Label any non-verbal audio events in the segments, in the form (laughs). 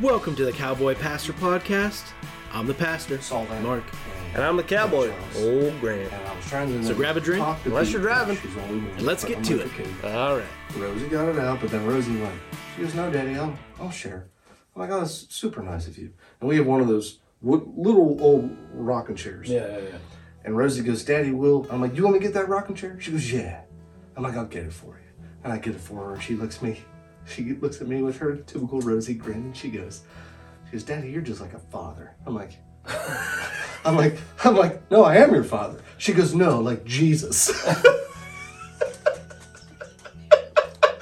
Welcome to the Cowboy Pastor Podcast. I'm the pastor, Saw that. Mark. And I'm the cowboy, old Grant. And I was trying to So grab a drink, talk to unless you're people, driving. she's only one, And let's but get I'm to with it. the kid. All right. Rosie got it out, but then Rosie went. She goes, "No, Daddy, I'll I'll share." I'm like, "Oh, that's super nice of you." And we have one of those wo- little old rocking chairs. Yeah, yeah, yeah. And Rosie goes, "Daddy, will." I'm like, "You want me to get that rocking chair?" She goes, "Yeah." I'm like, "I'll get it for you." And I get it for her, and she looks at me. She looks at me with her typical Rosie grin, and she goes, "She goes, Daddy, you're just like a father." I'm like. (laughs) I'm like, I'm like, no, I am your father. She goes, no, like Jesus. (laughs)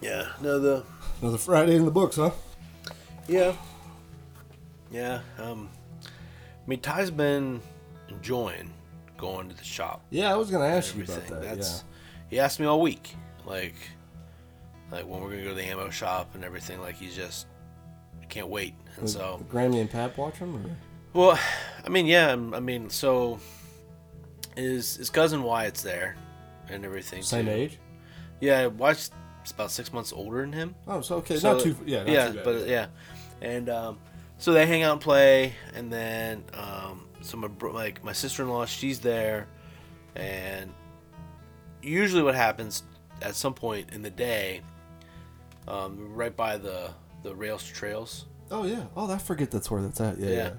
Yeah. No, the Another Friday in the books, huh? yeah, yeah. Um, I mean, Ty's been enjoying going to the shop. Yeah, I was gonna ask you about Everything. that. That's he asked me all week, like, like when we're gonna go to the ammo shop and everything. Like he's just can't wait. And yeah. so, Did Grammy and Pap watch them? Or? well, I mean, yeah. I'm- I mean, so is his cousin Wyatt's there and everything. Same too. age. Yeah, Wyatt's about six months older than him. Oh, so okay, So- not too. Yeah, not yeah, too bad. but yeah, and um, so they hang out and play, and then um, so my bro- like my sister in law, she's there, and usually what happens at some point in the day, um, right by the the rails to trails, oh yeah. Oh, I forget that's where that's at. Yeah, yeah.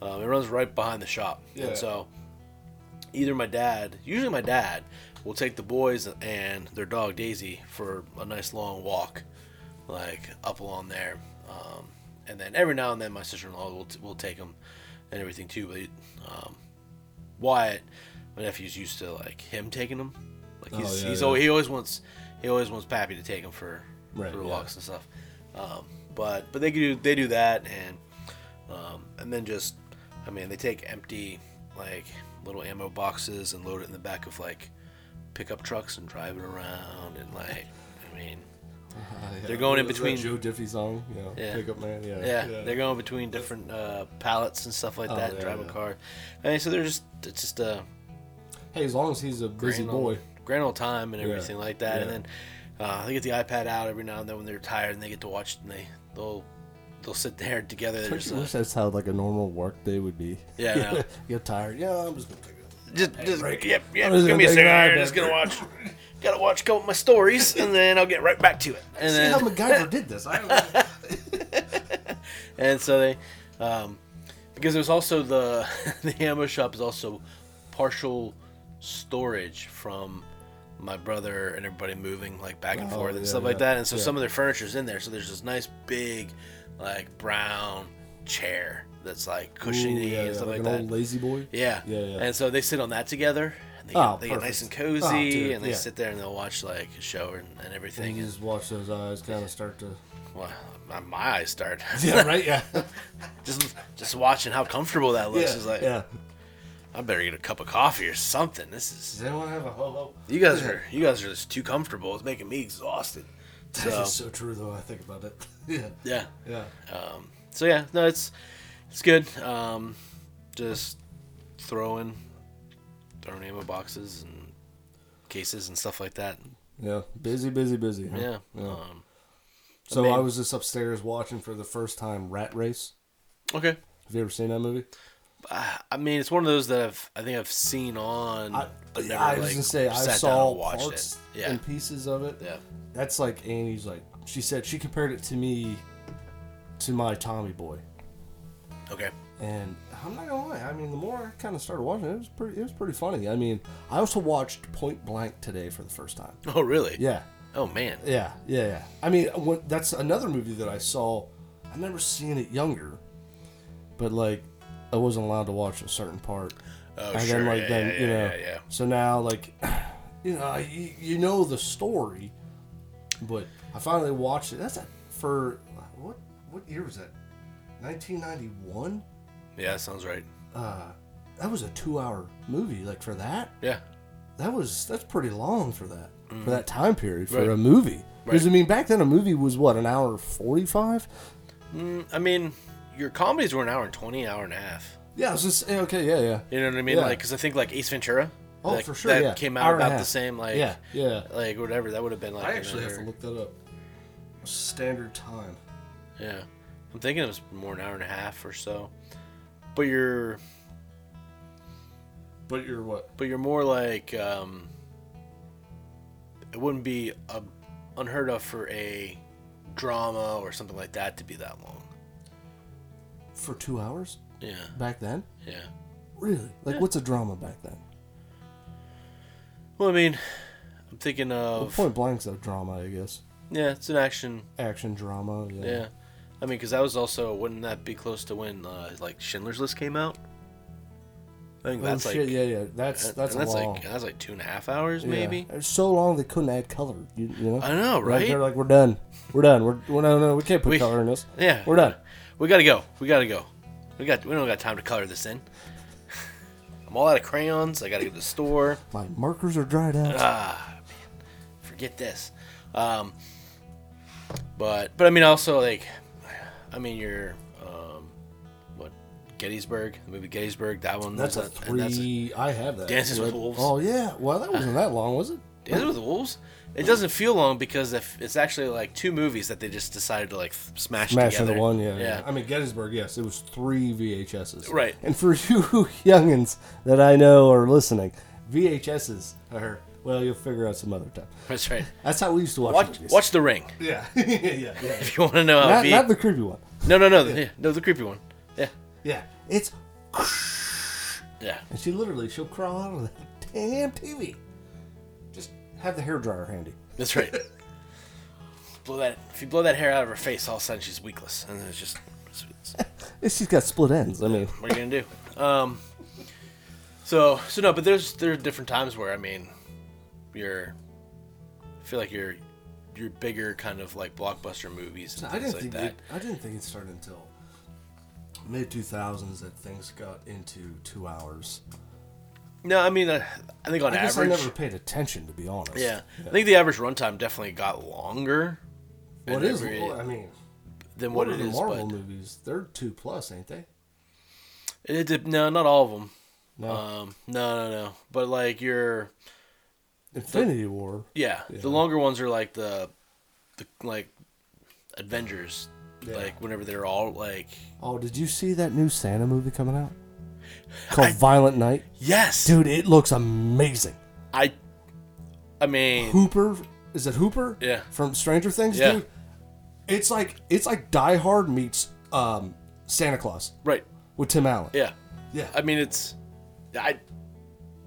yeah, Um, it runs right behind the shop, Yeah. and so either my dad, usually my dad, will take the boys and their dog Daisy for a nice long walk, like up along there, um, and then every now and then my sister-in-law will will take them and everything too. But um, Wyatt, my nephew's used to like him taking them, like he's Oh, yeah, he's yeah. al Oh, he always wants he always wants Pappy to take him for Right, for yeah. walks and stuff. Um, but but they do they do that and um, and then just I mean they take empty like little ammo boxes and load it in the back of like pickup trucks and drive it around and like I mean They're going in Is that between- Joe Diffie song. You know, Oh, Yeah. Pickup Man. Yeah. yeah, they're going between different uh, pallets and stuff like Oh, that and yeah, driving yeah. a car. I mean so they're just it's just uh, a Hey, as long as he's a busy grand old- boy. grand old time and everything like that. And yeah. then uh, they get the iPad out every now and then when they're tired and they get to watch and they they'll they'll sit there together. They're Don't just, you uh, wish that's how like a normal work day would be. Yeah, I know. (laughs) You're tired. Yeah, I'm just gonna take it. just, just yep, yep. I'm just Give gonna me a take second. my I'm iPad just gonna watch. Gotta watch a couple of my stories and then I'll get right back to it. And See then how MacGyver did this. (laughs) I don't and so they, um, because there's also the (laughs) the ammo shop is also partial storage from my brother and everybody moving like back and Oh, forth and yeah, stuff like yeah, that, and so yeah. some of their furniture's in there. So there's this nice big, like brown chair that's like Ooh, cushiony yeah, yeah, and stuff like like, an that. old lazy boy. Yeah. Yeah, yeah. And so they sit on that together. And they get, Oh, they get nice and perfect. cozy, Oh, dude, and they yeah. Mm-hmm. sit there and they'll watch like a show and, and everything. You And, just watch those eyes kind of start to. well, my, my eyes start (laughs) Yeah, right. Yeah. (laughs) just just watching how comfortable that looks. is like yeah. I better get a cup of coffee or something. This is Does anyone have a ho ho? you guys are you guys are just too comfortable. It's making me exhausted. That's So just so true, though. I think about it. (laughs) yeah. yeah, Yeah. so yeah, no, it's it's good. Um, just throwing throwing ammo boxes and cases and stuff like that. Yeah. Busy, busy, busy. huh? Mm-hmm. Yeah. Um, So mean- I was just upstairs watching for the first time Rat Race. okay. Have you ever seen that movie? I mean, it's one of those that I've I think I've seen on. I, but never, I was like, gonna say I sat down saw and watched parts it. Yeah, and pieces of it. yeah, That's like Annie's. Like she said, she compared it to me, to my Tommy Boy. okay, And I'm not gonna lie. I mean, the more I kind of started watching, it, it was pretty. It was pretty funny. I mean, I also watched Point Blank today for the first time. oh really? Yeah, Oh man, Yeah, yeah, yeah. I mean, when, that's another movie that I saw. I remember seeing it younger, but like, I wasn't allowed to watch a certain part. Oh, and sure, Then, like, yeah, then, yeah, yeah, you know, yeah, yeah. So now, like, (clears throat) you know, you, you know the story, but I finally watched it. That's a, for what? What year was that? 1991. yeah, that sounds right. Uh, That was a two-hour movie. Like for that, Yeah, that was that's pretty long for that for that time period for Mm-hmm. Right. a movie. Because Right. I mean, back then a movie was what an hour forty-five. I mean, your comedies were an hour and twenty, hour and a half. Yeah, I was just eh, okay. Yeah, yeah. You know what I mean? Yeah. Like, because I think like Ace Ventura Oh, Like, for sure. That yeah. came out Hour and a about the half. same, like, yeah, yeah. like whatever. That would have been like. I in actually have to there. look that up. Standard time. Yeah, I'm thinking it was more an hour and a half or so. But you're, But you're what? but you're more like, um, it wouldn't be uh unheard of for a drama or something like that to be that long. For two hours Yeah, back then? yeah. Really? Like, what's a drama back then? Well, I mean, I'm thinking Well, of Point Blank's a drama, I guess. yeah, it's an action. Action drama. Yeah. Yeah, I mean, because that was also wouldn't that be close to when uh, like Schindler's List came out? I think Oh, that's shit, like yeah, yeah. That's and- that's and that's long. like that's like two and a half hours Yeah. maybe. It was so long they couldn't add color. You, you know. I know, Like, right? they're like, we're done. We're done. We're, we're no, no, we can't put We- color in this. (laughs) Yeah, We're done. We gotta go. We gotta go. We got. We don't got time to color this in. (laughs) I'm all out of crayons. I gotta go to the store. My markers are dried out. Ah, Forget this. Um, but but I mean also like, I mean your um, what Gettysburg the movie Gettysburg that one that's a was and that's a- three. I have that. Dances with Red- Wolves. Oh yeah. Well, that wasn't that long, was it? Is it with the wolves? Mm. It doesn't feel long because if it's actually like two movies that they just decided to like smash, (laughs) Smash together. into one. Yeah, yeah. I mean Gettysburg. Yes, it was three VHSs. Right. And for (laughs) you youngins that I know are listening, VHSs are well. You'll figure out some other time. That's (laughs) right. That's how we used to watch. Watch movies. watch the ring (laughs) (laughs) Yeah. yeah. Yeah. yeah. if you want to know how Not, V- not the creepy one. No no no the, yeah, no the creepy one. Yeah Yeah. It's yeah. And she literally, she'll crawl out of the (laughs) damn TV. Just have the hairdryer handy. That's (laughs) right. blow that. If you blow that hair out of her face, all of a sudden she's weakless, and then it's just. it's- it's- And she's got split ends. I mean, what are you gonna do? Um. So so no, but there's there are different times where I mean, you're. I feel like you're, you're bigger kind of like blockbuster movies and I things didn't like think that. it, I didn't think it started until mid two thousands that things got into two hours. No, I mean, uh, I think on I guess I average, never paid attention to be honest. yeah, I think the average runtime definitely got longer. What And is? every- well, I mean, than what what are it the is? Marvel But movies? They're two plus, ain't they? it, did- no, not all of them. No. Um, no, no, no. But like you're. Infinity War. Yeah, the longer ones are like the, the like, Avengers, like whenever they're all like Oh, did you see that new Santa movie (laughs) coming out? Called Violent Night. yes, Dude, it looks amazing. I, I mean, Hooper is it Hooper? Yeah. From Stranger Things, Yeah. dude. It's like it's like Die Hard meets um, Santa Claus right? with Tim Allen. Yeah, Yeah. I mean it's, I,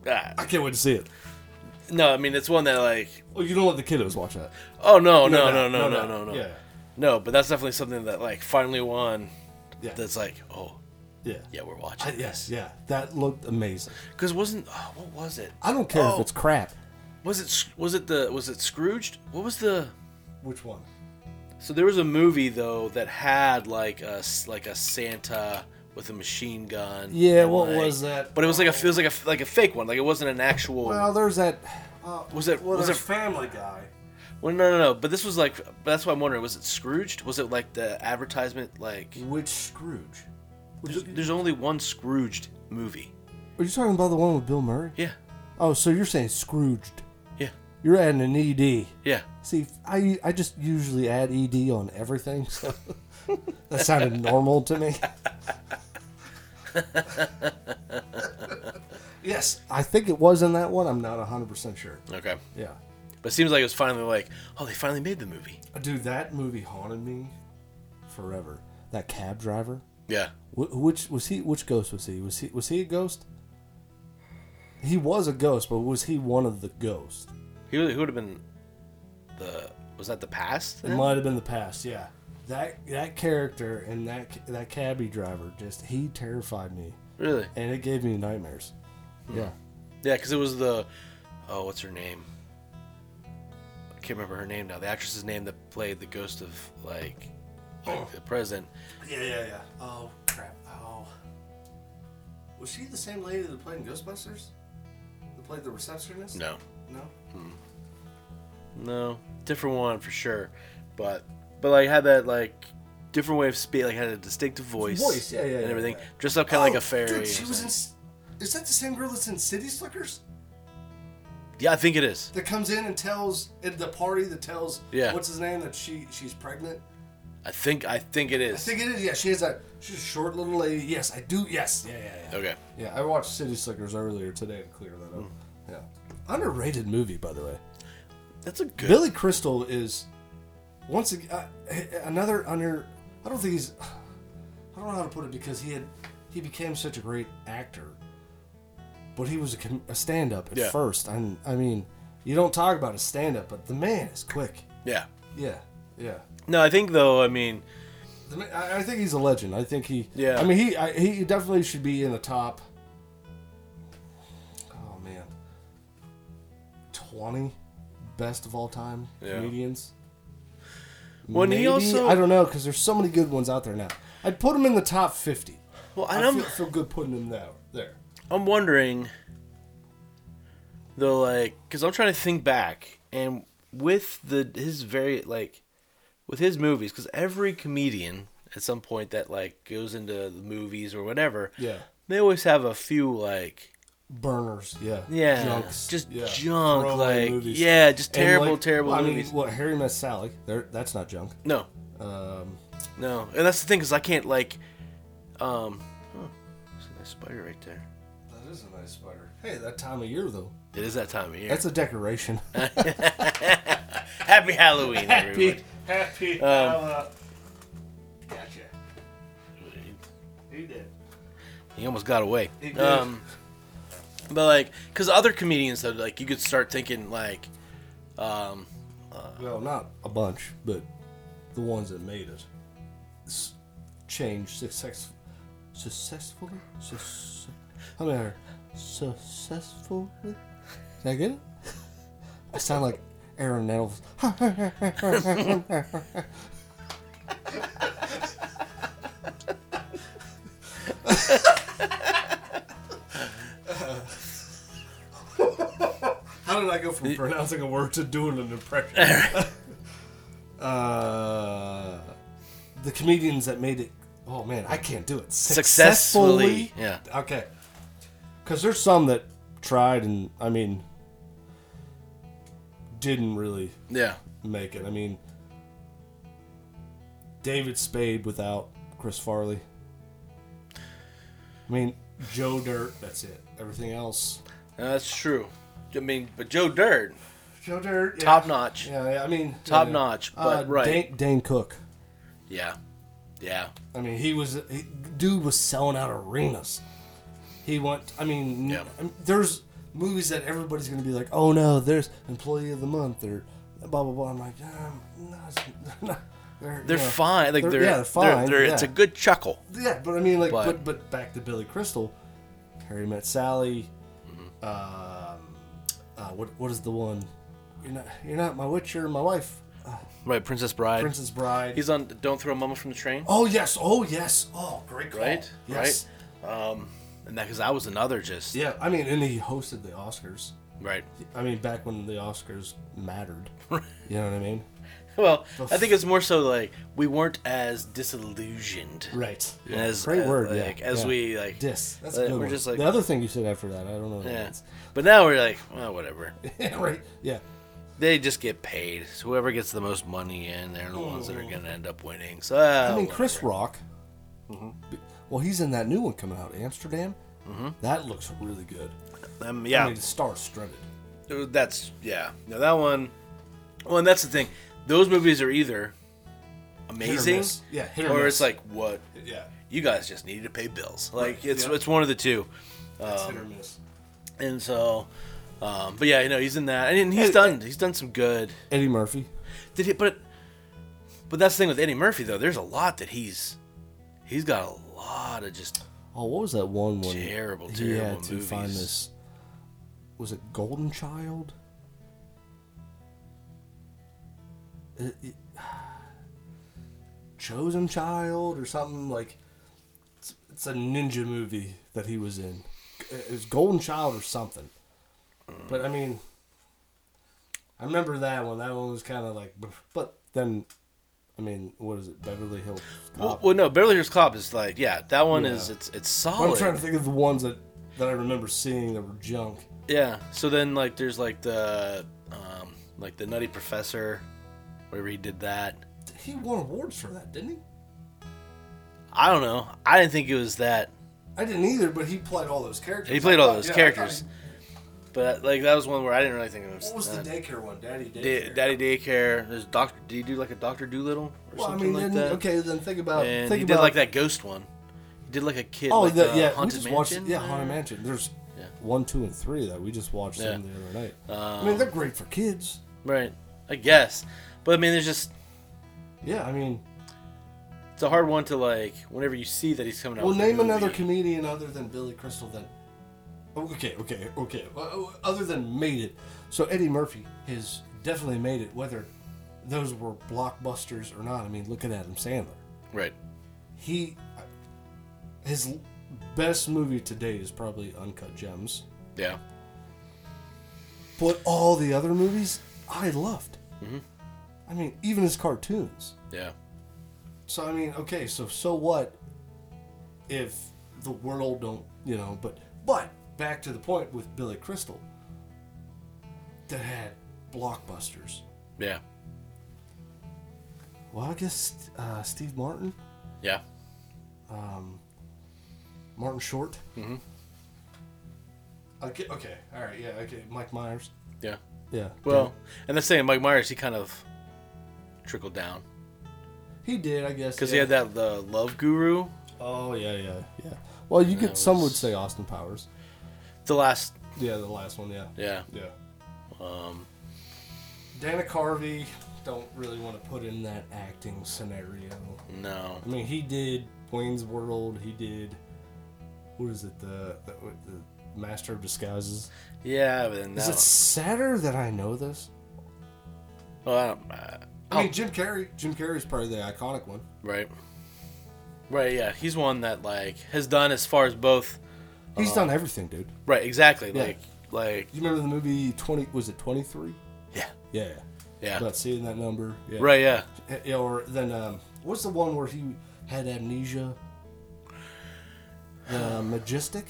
ah, I can't wait to see it. no, I mean it's one that like, Well, you don't let the kiddos watch that. oh no, no, no, no, no, no, no, Yeah. no, but that's definitely something that like finally won. Yeah. That's like, oh Yeah. yeah, we're I- watching. yes. Yeah. That looked amazing. Because wasn't oh, what was it? I don't care if Oh. it's crap. Was it Sc- was it the was it Scrooged? What was the Which one? So there was a movie though that had like a s- like a Santa with a machine gun. Yeah, and, what like- was that? But it was like a it was like a like a fake one. Like it wasn't an actual. Well, there's that. Uh, Was it- Well, was there's it- Family Guy. well, no, no, no. But this was like. That's why I'm wondering. Was it Scrooged? Was it like the advertisement? Like Which Scrooge? there's, there's only one Scrooged movie. Are you talking about the one with Bill Murray? Yeah, Oh, so you're saying Scrooged? yeah, You're adding an E ED. yeah. See, I I just usually add ed on everything, so (laughs) that sounded normal to me. yes, I think it was in that one. I'm not 100% sure. Okay. Yeah. But it seems like it was finally like, oh, they finally made the movie. Dude, that movie haunted me forever. That cab driver. Yeah. Wh- Which was he? Which ghost was he? Was he was he a ghost? He was a ghost, but was he one of the ghosts? He would, he would have been. The was that the past? It then? might have been the past, yeah. That that character and that that cabbie driver just he terrified me, Really? and it gave me nightmares. Hmm. Yeah, Yeah, because it was the oh, what's her name? I can't remember her name now. The actress's name that played the ghost of like, like, the president. yeah, yeah, yeah. Oh crap! Oh, was she the same lady that played in Ghostbusters? That played the receptionist? No, no. no, different one for sure. But but like had that like different way of speak, like had a distinctive voice, Voice, yeah, yeah, and yeah, everything. yeah. Dressed up kind of like a fairy. Dude, Oh, she or was something. in. S- Is that the same girl that's in City Slickers? Yeah, I think it is. that comes in and tells at the party that tells Yeah. what's his name that she she's pregnant. I think I think it I is. think it is. Yeah, she is a she's a short little lady. Yes, I do. Yes, yeah, yeah, yeah. Okay. Yeah, I watched City Slickers earlier today to clear that up. Yeah, underrated movie by the way. That's a good Billy Crystal is once again uh, another under. I don't think he's. I don't know how to put it because he had he became such a great actor, but he was a, com- a stand up at Yeah. first. And I mean, you don't talk about a stand up, but the man is quick. Yeah. Yeah, yeah. No, I think though, I mean, The ma- I, I think he's a legend. I think he. Yeah. I mean, he I, he definitely should be in the top. Oh man. Twenty best of all time Yeah. comedians. Well, and he also- I don't know because there's so many good ones out there now. I'd put him in the top fifty. well, I and I'm feel, feel good putting him there. There. I'm wondering though, like, because I'm trying to think back and with the his very like with his movies, because every comedian at some point that like goes into the movies or whatever, Yeah. they always have a few like Burners. Yeah. yeah, Junks. just yeah. junk, Throwaway like movies. yeah, just And, terrible, like, terrible well, I mean, movies. what Harry Met Sally? There. That's not junk. no, Um, no, and that's the thing, because I can't like, um, oh, there's a nice spider right there. that is a nice spider. Hey, that time of year though. It is that time of year. That's a decoration. Happy (laughs) Halloween, everyone. Happy. Gotcha. he did. He almost got away. did. Um, but like, because other comedians though, like you could start thinking like, um, Well, not a bunch, but the ones that made it s- changed success, successfully. Sus- I mean, er, successfully. Did I get it? I sound like Aaron Nettles. How did I go from pronouncing a word to doing an impression? (laughs) uh, the comedians that made it. Oh man, I can't do it. Successfully, yeah. Okay. Because there's some that tried and I mean didn't really yeah, make it. I mean, David Spade without Chris Farley. I mean, Joe Dirt. That's it. Everything else. No, that's true. I mean, but Joe Dirt, Joe Dirt. Yeah. top notch. Yeah. Yeah, yeah, I mean, Top yeah. Uh, notch, but right. Dane, Dane Cook. yeah, I mean, he was he, dude was selling out arenas. He went. I mean, Yeah. I mean, there's movies that everybody's gonna be like, oh no, there's Employee of the Month or blah blah blah. I'm like, um, no, it's, (laughs) they're They're you know, fine. Like they're, yeah, they're fine. they're- yeah. It's a good chuckle. yeah, but I mean, like, But- but but, back to Billy Crystal, Harry Met Sally. Mm-hmm. Um, uh, what what is the one? You're not you're not my witcher, my wife, Right, Princess Bride. Princess Bride. He's on. Don't throw Mama from the train. Oh yes! Oh yes! Oh, great call! Right, Yes. right. Um, and that because that was another just Yeah, I mean, and he hosted the Oscars. right. I mean, back when the Oscars mattered. (laughs) you know what I mean? Well, I think it's more so like we weren't as disillusioned. Right. As, great uh, word. like, yeah. As yeah. we like dis. That's uh, a good We're one. just like the other thing you said after that. I don't know. What yeah. yeah. But now we're like, well, whatever. right. (laughs) Yeah. They just get paid. So whoever gets the most money in, they're the ones that are Mm. going to end up winning. So uh, I mean, Chris Rock. Mm-hmm. b- Well, he's in that new one coming out, Amsterdam. Mm-hmm. That looks really good. um, yeah, I mean, star studded. Uh, that's yeah. No, that one. Well, and that's the thing. Those movies are either amazing, miss. Yeah, hit or or miss. it's like what Yeah. you guys just needed to pay bills. Like it's yeah. it's one of the two. That's Um, hit or miss. And so, um, but yeah, you know, he's in that, and he's done. He's done some good. Eddie Murphy. Did he? But, but that's the thing with Eddie Murphy though. There's a lot that he's, he's got a lot of just Oh, what was that one one? terrible, he terrible had to movies. find this. Was it Golden Child? It- it- (sighs) Chosen Child or something like. It's, it's a ninja movie that he was in. It was Golden Child or something. But I mean, I remember that one. That one was kind of like, but then, I mean, what is it? Beverly Hills. Cop? Well, well, no, Beverly Hills Cop is like, yeah, that one Yeah. is it's it's I'm solid. trying to think of the ones that that I remember seeing that were junk. Yeah. So then like there's like the um like the Nutty Professor, wherever he did that. He won awards for that, didn't he? I don't know. I didn't think it was that. I didn't either, but he played all those characters. He played all I thought- those yeah, I thought characters, he- but like that was one where I didn't really think of. What was uh, the daycare one? Daddy daycare. Da- Daddy Daycare. There's Doctor. Did he do like a Doctor Doolittle or well, I something mean, like then, that? okay, then think about And think he about did like that ghost one. He did like a kid. Oh, like, the, uh, yeah, we Haunted just Mansion. watched. Yeah, Haunted or- Mansion. There's Yeah. one, two, and three that we just watched them Yeah. the other night. I Um, mean, they're great for kids. Right. I guess. But I mean, there's just Yeah, I mean, it's a hard one to like. Whenever you see that he's coming out. well, with a name another movie. comedian other than Billy Crystal. Then, Oh, okay, okay, okay. Uh, uh, Other than made it, so Eddie Murphy has definitely made it, whether those were blockbusters or not. I mean, look at Adam Sandler. Right. He, his l- best movie to date is probably Uncut Gems. Yeah. But all the other movies, I loved. I mean, even his cartoons. Yeah. So I mean, okay, so so what if the world don't you know? But but back to the point with Billy Crystal that had blockbusters. Yeah. Well, I guess uh, Steve Martin, Yeah. Martin Short. Mm-hmm. Okay, okay, all right, yeah, okay, Mike Myers. Yeah. Yeah. Well, and that's the thing. Mike Myers, he kind of trickled down he did, I guess. because yeah. he had that the Love Guru, Oh yeah, yeah, yeah. Well, you could. Some would say Austin Powers. the last. Yeah, the last one. Yeah. Yeah. Yeah. Um, Dana Carvey don't really want to put in that acting scenario. No. I mean, he did Wayne's World. He did what is it? The the, the Master of Disguises. Yeah, but then Is it that. sadder that I know this? Well, I don't, uh, I mean, Jim Carrey. Jim Carrey's probably the iconic one. right. Right. Yeah, he's one that like has done as far as both. He's done everything, dude. Right. Exactly. Yeah. Like. Like. You remember the movie Twenty? Was it Twenty Three? Yeah. Yeah. Yeah. About seeing that number. Yeah. Right. Yeah. Yeah, or then um, what's the one where he had amnesia? Uh, majestic,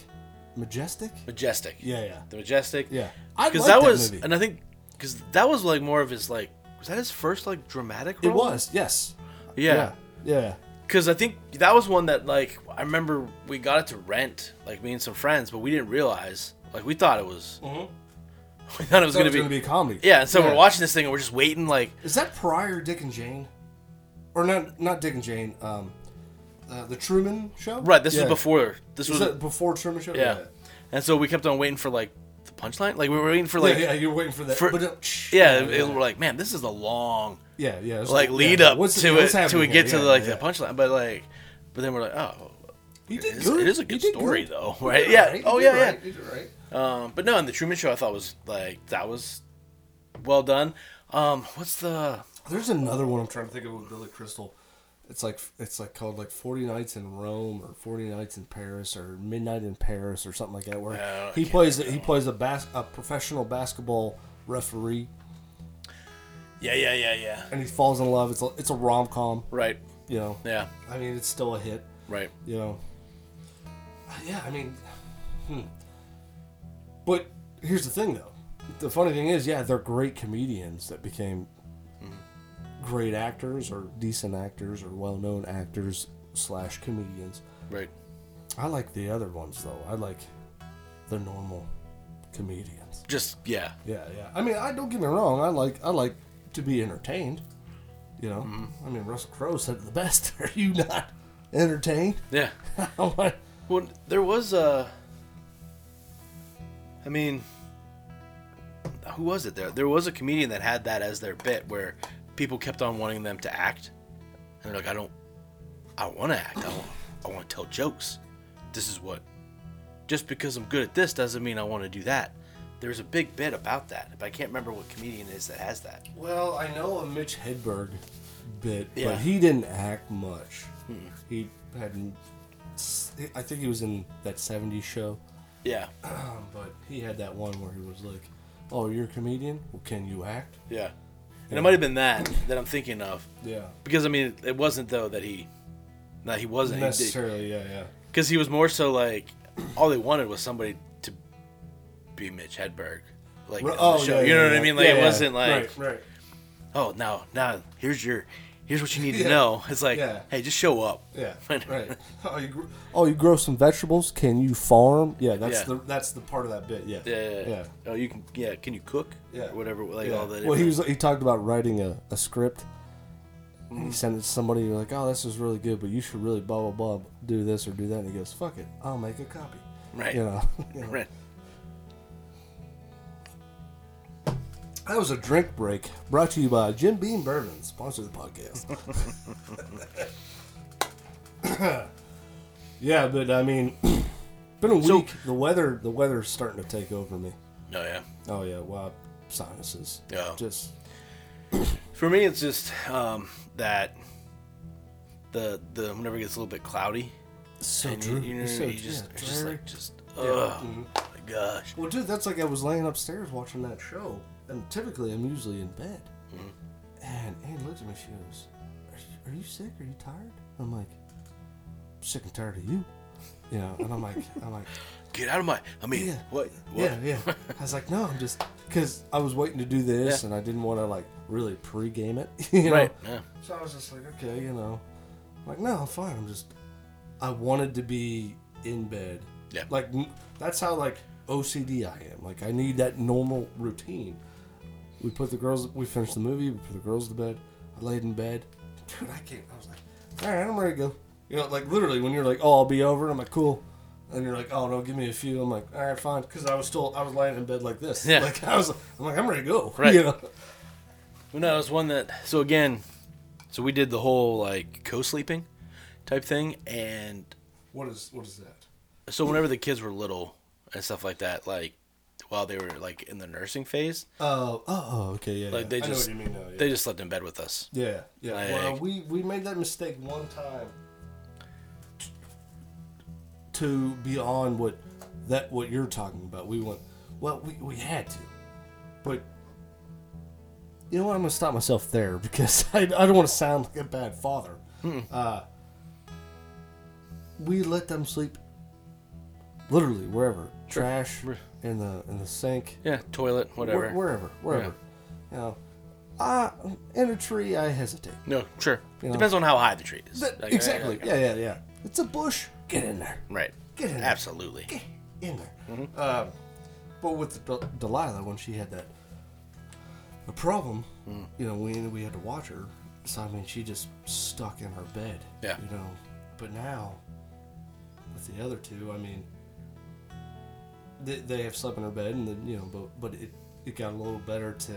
majestic. Majestic. Yeah, yeah, The Majestic. yeah. I Because liked that was, movie. and I think, because that was like more of his like, was that his first like dramatic it role? was yes. Yeah. yeah, yeah. Because I think that was one that like I remember we got it to rent like me and some friends, but we didn't realize like we thought it was. (laughs) We thought it was That gonna, Mm-hmm. was be, gonna be a comedy. Yeah. And so we're watching this thing and we're just waiting like. Is that Pryor, Dick and Jane, or not? Not Dick and Jane. Um, uh, the Truman Show. Right. This Yeah. was before. This was. Is that before Truman Show? yeah. And so we kept on waiting for like the punchline. Like we were waiting for Yeah, like. yeah, you're waiting for that. for- but, uh, yeah, yeah, it- we're like, man, this is a long yeah, yeah. it's like yeah, lead yeah. up What's- to yeah, it what's to happening it get here? to Yeah, like yeah. the punchline. But like, but then we're like, oh, He it did is, good. it is a He good did story though, He right? did Yeah. right. He Oh did yeah, yeah. right. He did right. Um, but no, and the Truman Show I thought was like that was well done. Um, what's the There's another one I'm trying to think of with Billy Crystal. It's like it's like called like Forty Nights in Rome or Forty Nights in Paris or Midnight in Paris or something like that. Where Yeah, I he can't plays he plays a bas- a professional basketball referee yeah yeah yeah yeah and he falls in love. It's a, it's a rom com. right You know, yeah I mean it's still a hit. right You know, Uh, yeah. I mean, hmm. but here's the thing though. The funny thing is, yeah, they're great comedians that became great actors or decent actors or well-known actors slash comedians. right I like the other ones though. I like the normal comedians. just yeah Yeah, yeah. I mean, I don't get me wrong. I like I like to be entertained. You know, I mean, Russell Crowe said it the best. (laughs) Are you not entertained? (laughs) yeah. I'm like, Well, there was a. I mean, who was it? There there was a comedian that had that as their bit where people kept on wanting them to act, and they're like, I don't, I want to act. I want, I want to tell jokes. This is what. Just because I'm good at this doesn't mean I want to do that. There's a big bit about that, but I can't remember what comedian it is that has that. Well, I know a Mitch Hedberg bit, Yeah. Hmm. but he didn't act much. He had, I think he was in that '70s show, um, Yeah, but he had that one where he was like, "Oh, you're a comedian? Well, can you act?" yeah. And it might have been that that I'm thinking of, Yeah, because I mean, it wasn't though that he, that he wasn't. He did- necessarily. Yeah, yeah. because he was more so like all they wanted was somebody to be Mitch Hedberg, like Ro- on the show. Oh, yeah, you know yeah, what I yeah. mean? Like Yeah, it yeah. wasn't like, right, right. oh, now now here's your here's what you need Yeah. to know. It's like, Yeah. hey, just show up. (laughs) Yeah, Right. right. Oh, you grow, oh, you grow some vegetables. Can you farm? Yeah, that's Yeah. the that's the part of that bit. Yeah, Yeah, yeah, yeah. Oh, you can. Yeah. Can you cook? Yeah. Or whatever. Like yeah. all that. well, he was he talked about writing a, a script. And he sent it to somebody. You're like, oh, this is really good, but you should really blah blah blah do this or do that. And he goes, fuck it, I'll make a copy. Right. You know, (laughs) you know. Right. that was a drink break brought to you by Jim Beam Bourbon, sponsor of the podcast. (laughs) yeah, but I mean, (clears throat) been a week. So- the weather, the weather's starting to take over me. No. Yeah. Oh yeah, well, sinuses. Yeah. Just For me, it's just um, that the the whenever it gets a little bit cloudy, so and you, dreary. you know, so you just yeah, it's just dreary. Mm-hmm. like just oh my gosh. Well, dude, that's like I was laying upstairs watching that show, and typically I'm usually in bed. Mm-hmm. And Anne looks at me, she goes, are, you- "Are you sick? Are you tired?" I'm like, "Sick and tired of you." You know, and I'm like, (laughs) I'm like, Get out of my. I mean, Yeah. what? what? yeah, yeah. I was like, no, I'm just because I was waiting to do this, Yeah. and I didn't want to like really pre-game it, (laughs) you know. Right. Yeah. So I was just like, okay, you know, I'm like no, I'm fine. I'm just, I wanted to be in bed. Yeah. Like n- that's how like OCD I am. Like I need that normal routine. We put the girls. We finished the movie. We put the girls to bed. I laid in bed. Dude, I can't. I was like, all right, I'm ready to go. You know, like literally when you're like, oh, I'll be over. I'm like, cool. And you're like, oh no, give me a few. I'm like, all right, fine, because I was still I was lying in bed like this. Yeah. Like I was, I'm like, I'm ready to go. (laughs) Right. You know? Well, no, it was one that. So again, so we did the whole like co-sleeping type thing, and What is what is that? so whenever the kids were little and stuff like that, like while they were like in the nursing phase, Oh, oh, oh, okay, yeah. like yeah. they I know just what you mean now, yeah. they just slept in bed with us. Yeah, yeah. well, Like- we we made that mistake one time to beyond what that what you're talking about. We went well, we we had to, but you know what? I'm gonna stop myself there (laughs) because I, I don't want to sound like a bad father. Hmm. Uh, we let them sleep literally wherever trash in the in the sink Yeah, toilet, whatever. where- wherever wherever you know. I, in a tree, I hesitate. No, sure. know. Depends on how high the tree is. That- Like, exactly. uh, Yeah, yeah, yeah. It's a bush. Get in there. Right. Get in there. Absolutely. Get in there. Um, but with Del- Delilah, when she had that the problem, you know, we we had to watch her. So I mean, she just stuck in her bed. Yeah. You know, but now with the other two, I mean, they, they have slept in her bed, and then you know, but but it it got a little better to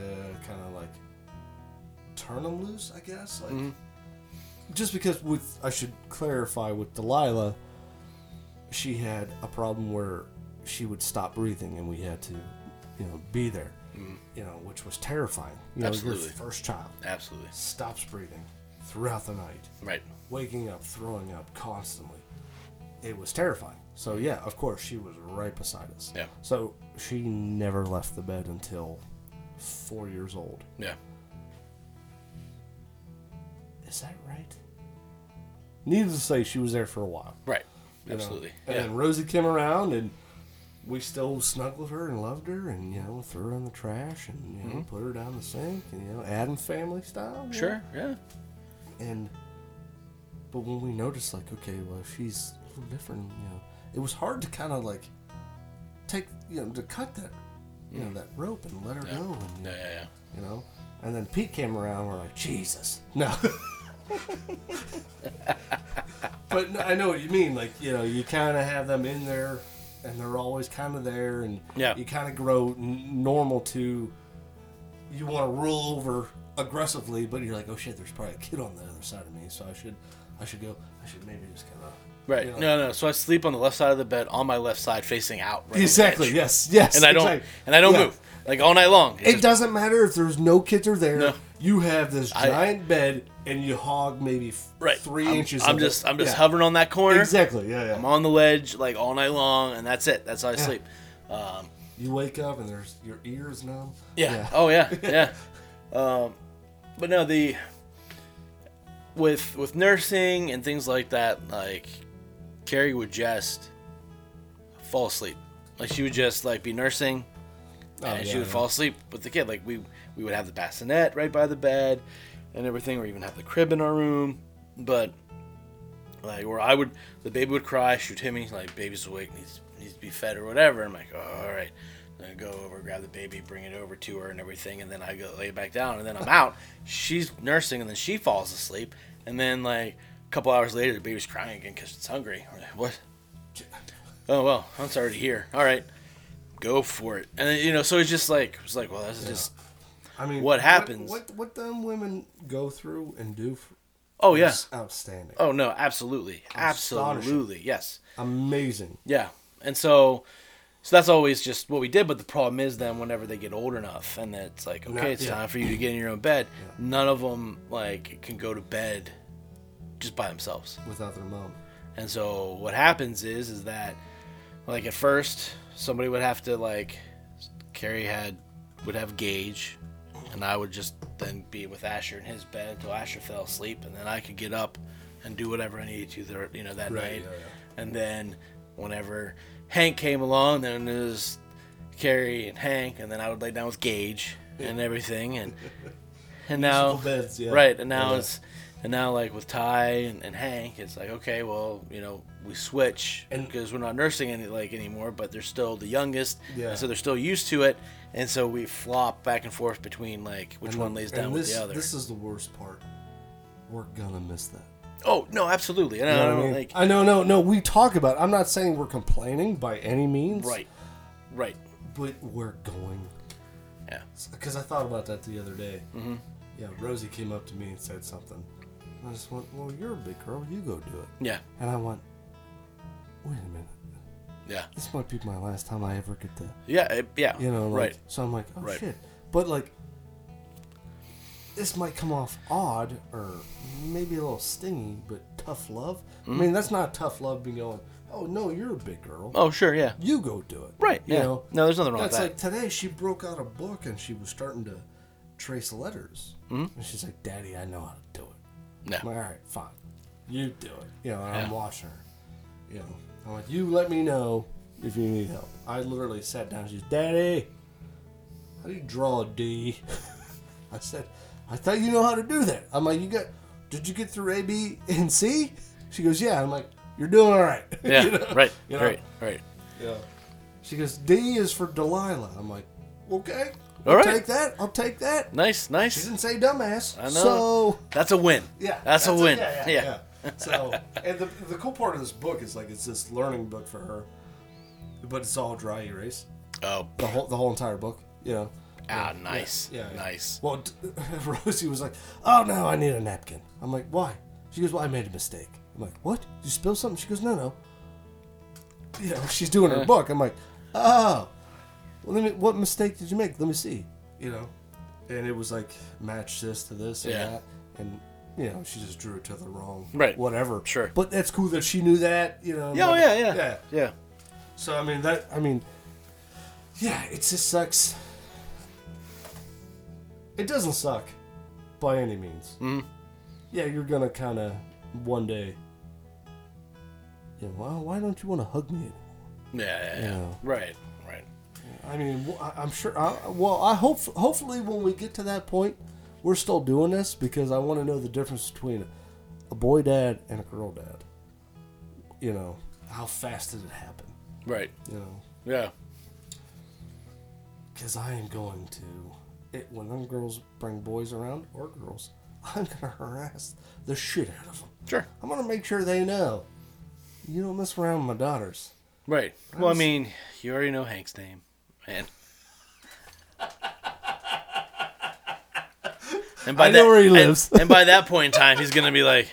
kind of like turn them loose, I guess. Like, Mm-hmm. just because with I should clarify with Delilah, she had a problem where she would stop breathing, and we had to, you know, be there. You know, which was terrifying. You know, Mm-hmm. Absolutely. your first child Absolutely. stops breathing throughout the night, Right. waking up, throwing up constantly. It was terrifying. So yeah, of course she was right beside us. Mm-hmm. Yeah. So she never left the bed until four years old. Yeah. Is that right? Needless to say, she was there for a while. Right. you know. Absolutely. And Yeah. then Rosie came around, and we still snuggled her and loved her, and you know threw her in the trash, and you know put her down the sink, and you know Adam family style. you know. Mm-hmm. Sure. Yeah. And but when we noticed, like, okay, well, she's a little different, you know, it was hard to kind of like take, you know, to cut that, you know, that rope and let her go, and Mm. Yeah. Yeah. yeah. you know. And then Pete came around. We're like, Jesus, no. (laughs) but no, I know what you mean. Like you know, you kind of have them in there, and they're always kind of there, and Yeah. you kind of grow n- normal to. You want to roll over aggressively, but you're like, oh shit, there's probably a kid on the other side of me, so I should, I should go. I should maybe just kind of. Right. No, no. So I sleep on the left side of the bed, on my left side, facing out. Right on the Exactly. edge. Yes. Yes. And I don't. exactly. And I don't Yeah. move like all night long. It's It just- doesn't matter if there's no kids are there. No. You have this I- giant bed and you hog maybe f- Right. 3 I'm, inches. I'm of just. it. I'm just Yeah. hovering on that corner. Exactly. Yeah. yeah. I'm on the ledge like all night long, and that's it. That's how I sleep. Um, You wake up and there's your ears numb. Yeah. Oh yeah. (laughs) Yeah. um, but no, the with with nursing and things like that, like Carrie would just fall asleep. Like she would just like be nursing, and she Oh, yeah, would yeah. fall asleep with the kid. Like we we would have the bassinet right by the bed, and everything, or even have the crib in our room. But like where I would, the baby would cry, shoot him, he's like, baby's awake, needs needs to be fed or whatever. I'm like, oh, all right. Then I go over, grab the baby, bring it over to her and everything, and then I go lay back down, and then I'm out. She's nursing, and then she falls asleep, and then like a couple hours later, the baby's crying again because it's hungry. I'm like, what? Oh well, that's already here. All right, go for it. And then, you know, so it's just like it's like, well, that's just I mean, What happens- What what, them women go through and do for, oh yeah, is outstanding, oh no, absolutely, absolutely, yes. amazing. Yeah. And so so that's always just what we did, but the problem is then whenever they get old enough and then it's like, okay, Yeah. it's Yeah. time for you to get in your own bed, none of them like can go to bed just by themselves. without their mom. And so what happens is is that like at first somebody would have to like Carrie had would have Gage and I would just then be with Asher in his bed until Asher fell asleep and then I could get up and do whatever I needed to there you know that night. yeah, And then whenever Hank came along then it was Carrie and Hank and then I would lay down with Gage and everything (laughs) and and now Multiple beds, yeah. right and now Yeah. it's and now like with ty and, and hank it's like okay well you know we switch And- because we're not nursing any like anymore but they're still the youngest Yeah. and so they're still used to it and so we flop back and forth between like which And one the- lays and down this, with the other This is the worst part. We're gonna miss that. oh no absolutely and You i know don't what I mean? like I know, no, no. We talk about. it. I'm not saying we're complaining by any means. right right But we're going. Yeah. Because I thought about that the other day. Mm-hmm. Yeah, Rosie came up to me and said something. And I just went, "Well, you're a big girl. You go do it." yeah And I went, "Wait a minute. yeah This might be my last time I ever get to." yeah it- yeah You know, like, right So I'm like, oh Right. shit. But like, this might come off odd or maybe a little stingy, but tough love. Mm-hmm. I mean, that's not tough love. Being going, oh no, you're a big girl. oh sure yeah You go do it. Right, You yeah. know. No, there's nothing wrong with That's that. like (laughs) today she broke out a book and she was starting to trace letters. Mm-hmm. And she's like, Daddy, I know how to do it. no I'm like, all right, fine. You do it. You know, and I'm watching her. You know, I'm like, you let me know if you need help. I literally sat down. She's, Daddy, how do you draw a D? (laughs) I said, I thought you know how to do that. I'm like, you got, did you get through A, B, and C? She goes, yeah. I'm like, you're doing all right. (laughs) yeah You know? right You know? right right Yeah. She goes, D is for Delilah. I'm like, okay. All I'll right. Take that. I'll take that. nice She nice didn't say dumbass. i know So that's a win yeah, that's, a win yeah, yeah. yeah, yeah. So, (laughs) and the, the cool part of this book is like it's this learning book for her, but it's all dry erase. oh The whole the whole entire book. You know. ah nice Yeah. yeah. nice Well, d- (laughs) Rosie was like, "Oh no, I need a napkin." I'm like, "Why?" She goes, "Well, I made a mistake." I'm like, "What? You spilled something?" She goes, "No, no." You know, she's doing her book. I'm like, "Oh, well, let me. What mistake did you make? Let me see." You know, and it was like match this to this and Yeah. that, and you know, she just drew it to the wrong, Right. Whatever. Sure. But that's cool that she knew that. You know. yeah oh, like- yeah yeah Yeah. yeah So I mean that. I mean, yeah, it just sucks. It doesn't suck, by any means. Yeah, you're gonna kind of one day. You know, well, why don't you want to hug me? Yeah, yeah, yeah. Yeah. Right, right. I mean, wh- I- I'm sure. I, well, I hope. Hopefully, when we get to that point, we're still doing this because I want to know the difference between a boy dad and a girl dad. You know, how fast did it happen? Right. You know. Yeah. Because I am going to, it, when them girls bring boys around, or girls, (laughs) I'm going to harass the shit out of them. Sure. I'm going to make sure they know you don't mess around with my daughters. Right. Well, I mean, you already know Hank's name. And And by I know that, where he and- lives. And, by that point in time, he's gonna be like,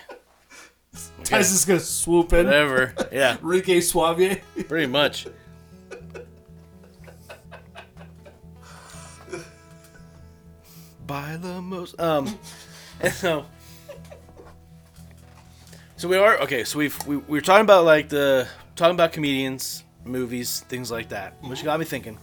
Ty's just going to swoop in. whatever. Yeah, Enrique Suave. pretty much. By the most, um, (laughs) and so, so we are okay. So we've we, we were talking about like the talking about comedians, movies, things like that, which got me thinking.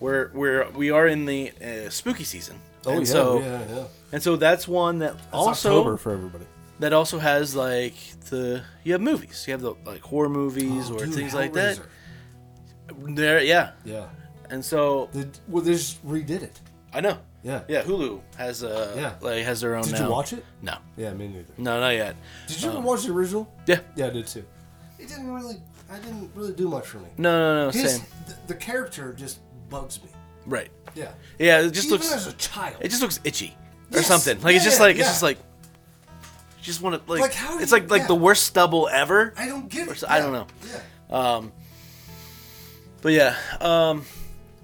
We're we're we are in the uh, spooky season, and so Oh, yeah. and so that's one that also October for everybody. that also has oh, like the you have movies, you have the like horror movies or things like that. There, yeah. Yeah. And so They, well, they just redid it. I know. Yeah. Yeah, Hulu has uh Yeah. like has their own Did now. you watch it? No. Yeah, me neither. No, not yet. Did you ever watch the original? Yeah. Yeah, I did too. It didn't really. I didn't really do much for me. No, no, no, His, same. th- the character just bugs me. Right. Yeah. Yeah, it just Even looks as a child. it just looks itchy or Yes. something. Like it's Yeah, just yeah, like it's yeah. just like you just want to like, Like, how do it's you- like like yeah. the worst stubble ever. I don't get it. so- I don't know. Yeah. But yeah, um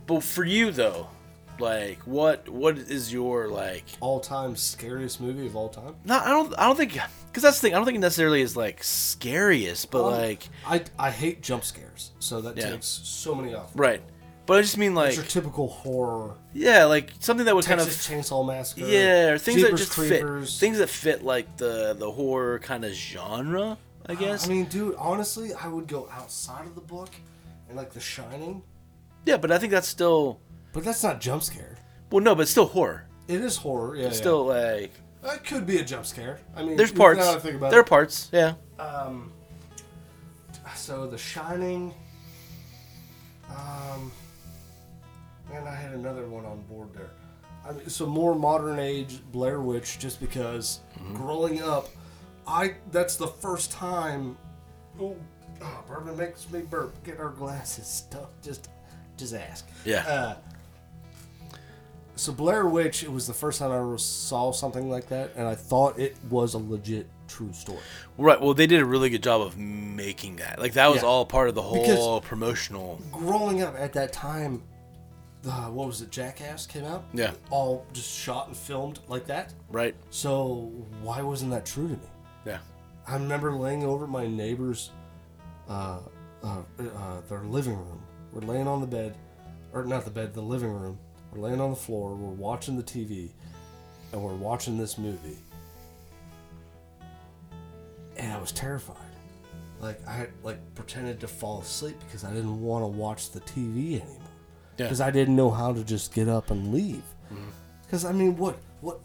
but for you though, like what what is your like All time scariest movie of all time. No, I don't. I don't think because that's the thing. I don't think it necessarily is like scariest, but Um, like I I hate jump scares, so that Yeah. takes so many off. right. But I just mean like It's your typical horror yeah, like something that was kind of Texas Chainsaw Massacre. yeah, or things that Jeepers just Creepers. fit things that fit like the the horror kind of genre. I guess. Uh, I mean, dude, honestly, I would go outside of the book and like The Shining, yeah, but I think that's still but that's not jump scare. well, no, but it's still horror. It is horror. Yeah. It's yeah. still like That could be a jump scare. I mean, there's now that parts. I think about There are it. parts. Yeah. So The Shining. Um, and I had another one on board there. I mean, so more modern age Blair Witch, just because growing up, I that's the first time. Oh, ah, bourbon makes me burp. Get our glasses stuck. Just, just ask. Yeah. Uh, so Blair Witch, it was the first time I ever saw something like that, and I thought it was a legit true story. Right. Well, they did a really good job of making that. Like that was Yeah. all part of the whole Because- promotional. growing up at that time, the what was it, Jackass came out? Yeah. All just shot and filmed like that. Right. So why wasn't that true to me? Yeah. I remember laying over at my neighbor's, uh, uh, uh, their living room. We're laying on the bed, or not the bed, the living room. We're laying on the floor. We're watching the TV, and we're watching this movie. And I was terrified. Like I like pretended to fall asleep because I didn't want to watch the TV anymore. Yeah. Because I didn't know how to just get up and leave. Because I mean, what what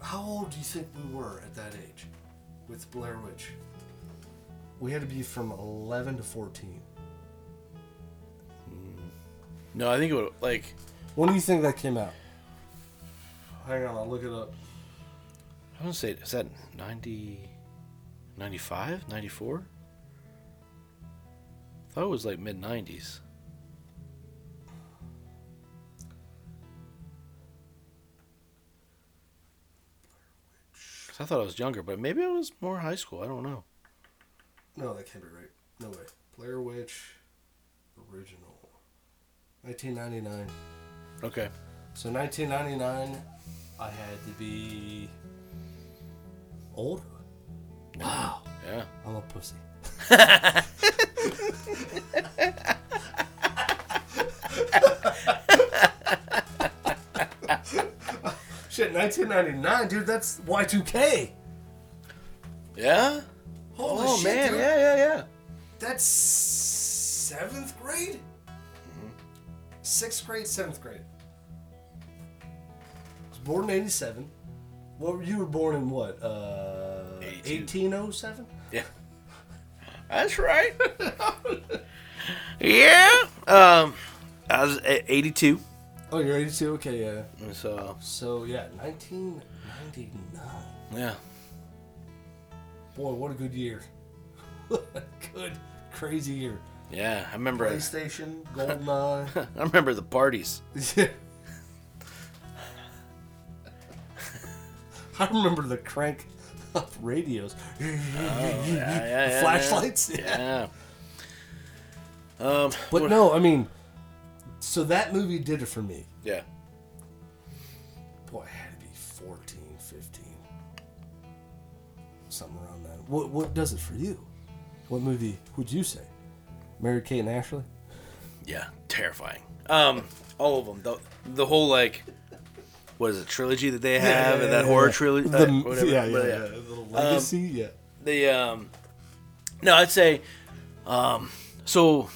how old do you think we were at that age with Blair Witch? We had to be from 11 to 14. No, I think it would like When do you think that came out? Hang on, I'll look it up. I want to say, is that 90, 95, 94? I thought it was like mid 90s. I thought I was younger, but maybe I was more high school. I don't know. No, that can't be right. No way. Blair Witch original 1999. Okay. So 1999, I had to be older. Wow. Yeah. I'm a pussy. Shit, 1999, dude, that's Y2K. Yeah? Holy oh, shit, man. dude. Yeah, yeah, yeah. That's seventh grade? Sixth grade, seventh grade. I was born in 87. What, were- you were born in what? Uh, 82. 1807? Yeah. (laughs) That's right. (laughs) yeah. Um, I was at 82. Oh, you're 82? Okay, yeah. and So, So yeah, 1999. yeah. Boy, what a good year! (laughs) good, crazy year. Yeah, I remember. (laughs) PlayStation, GoldenEye. (laughs) I remember the (laughs) parties. yeah. (laughs) I remember the crank up radios, yeah, yeah, flashlights. Yeah. Um. But no, I mean, so that movie did it for me. Yeah. Boy, I had to be 14, 15. Something around that. What, what does it for you? What movie would you say? Mary Kate and Ashley? Yeah. Terrifying. Um. All of them. The the whole like, what is it? Trilogy that they have, and that horror trilogy. uh, The, whatever. yeah, yeah, But, yeah. The legacy, yeah. The um. No, I'd say, um. So.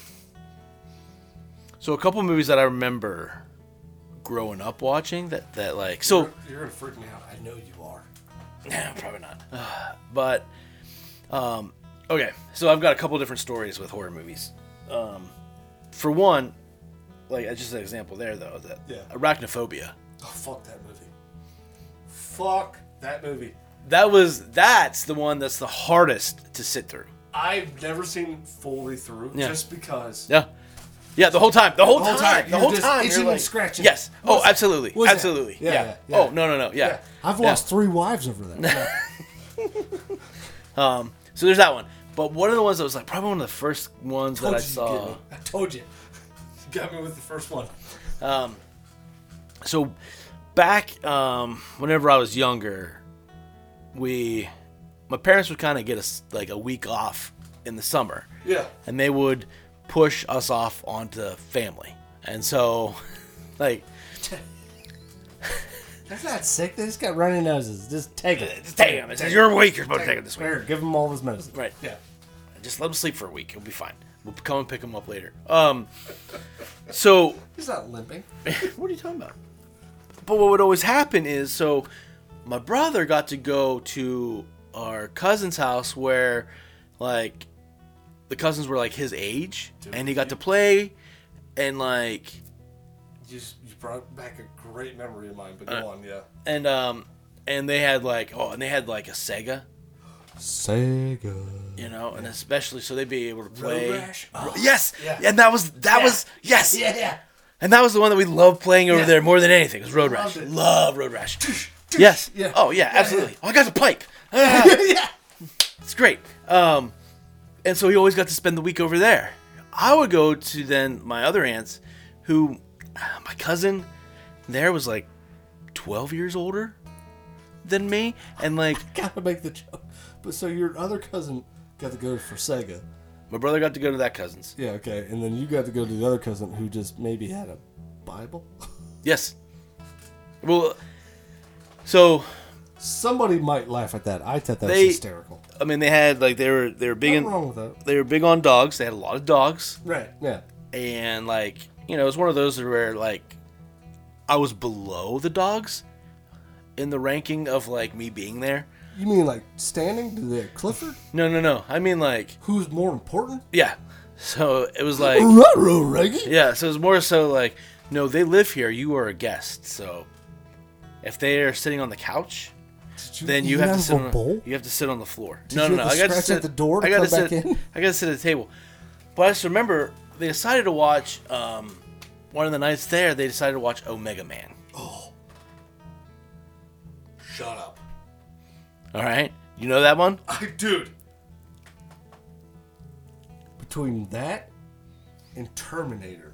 So a couple movies that I remember, growing up watching that that like so. You're going to freak me out. I know you are. No, (clears throat) probably not. (sighs) but um, okay, so I've got a couple different stories with horror movies. Um, for one, like that's just an example there though that Yeah. arachnophobia. Oh, fuck that movie. Fuck that movie. That was that's the one that's the hardest to sit through. I've never seen fully through Yeah. just because. Yeah. Yeah, the whole time, the whole, whole time, time, the you're whole just time, itching you're and like, scratching. Yes. What Oh, is that? absolutely, What is that? absolutely. Yeah, Yeah, yeah, yeah. Oh no, no, no. Yeah. I've Yeah. lost three wives over (laughs) that. So there's that one. But one of the ones that was like probably one of the first ones that I Told you you'd saw. get me. I told you. You got me with the first one. So back um, whenever I was younger, we my parents would kind of get us like a week off in the summer, Yeah. and they would push us off onto family. And so, (laughs) like, (laughs) That's not sick. They just got runny noses. Just take it. just take them. It says you're weak. You're supposed to take them this week, Here, give them all this medicine. right? Yeah. Just let them sleep for a week. It'll be fine. We'll come and pick them up later. Um, so He's (laughs) not limping. What are you talking about? But what would always happen is so my brother got to go to our cousin's house where like the cousins were like his age and he got to play and like You, s- you brought back a great memory of mine, but go on, yeah. and um and they had like oh and they had like a Sega, Sega. you know, and especially so they'd be able to play Road Rash? Oh, Yes. Yeah. And that was that Yeah. was yes. (laughs) Yeah, yeah. And that was the one that we loved playing over Yeah. there more than anything. Was Road Loved Rash. it. Love Road Rash. Yes. Yeah. Oh yeah, absolutely. Oh, I got the pike. Ah. (laughs) yeah. It's great. Um, and so he always got to spend the week over there. I would go to then my other aunts, who uh, my cousin there was like 12 years older than me, and like Gotta make the joke. But so your other cousin got to go for Sega. my brother got to go to that cousin's. Yeah, okay. And then you got to go to the other cousin who just maybe had a Bible. (laughs) Yes. Well, so Somebody might laugh at that. I thought that They- was hysterical. I mean they had like they were they were big What's in, wrong with that? they were big on dogs. They had a lot of dogs. Right. Yeah. and like you know, it was one of those where like I was below the dogs in the ranking of like me being there. You mean like standing to the Clifford? No, no, no. I mean like Who's more important? yeah. (laughs) So it was like Ruh-roh, Reggie. yeah. So it was more so like no, they live here. You are a guest. So if they are sitting on the couch, then you eat have out to of sit a on bowl? you have to sit on the floor. no, you no, no. have to I got to scratch sit at the door to I got come back sit. in? I got to sit at the table. But I just remember they decided to watch um, one of the nights there. They decided to watch Omega Man. Shut up. All right, you know that one? I, dude. Between that, and Terminator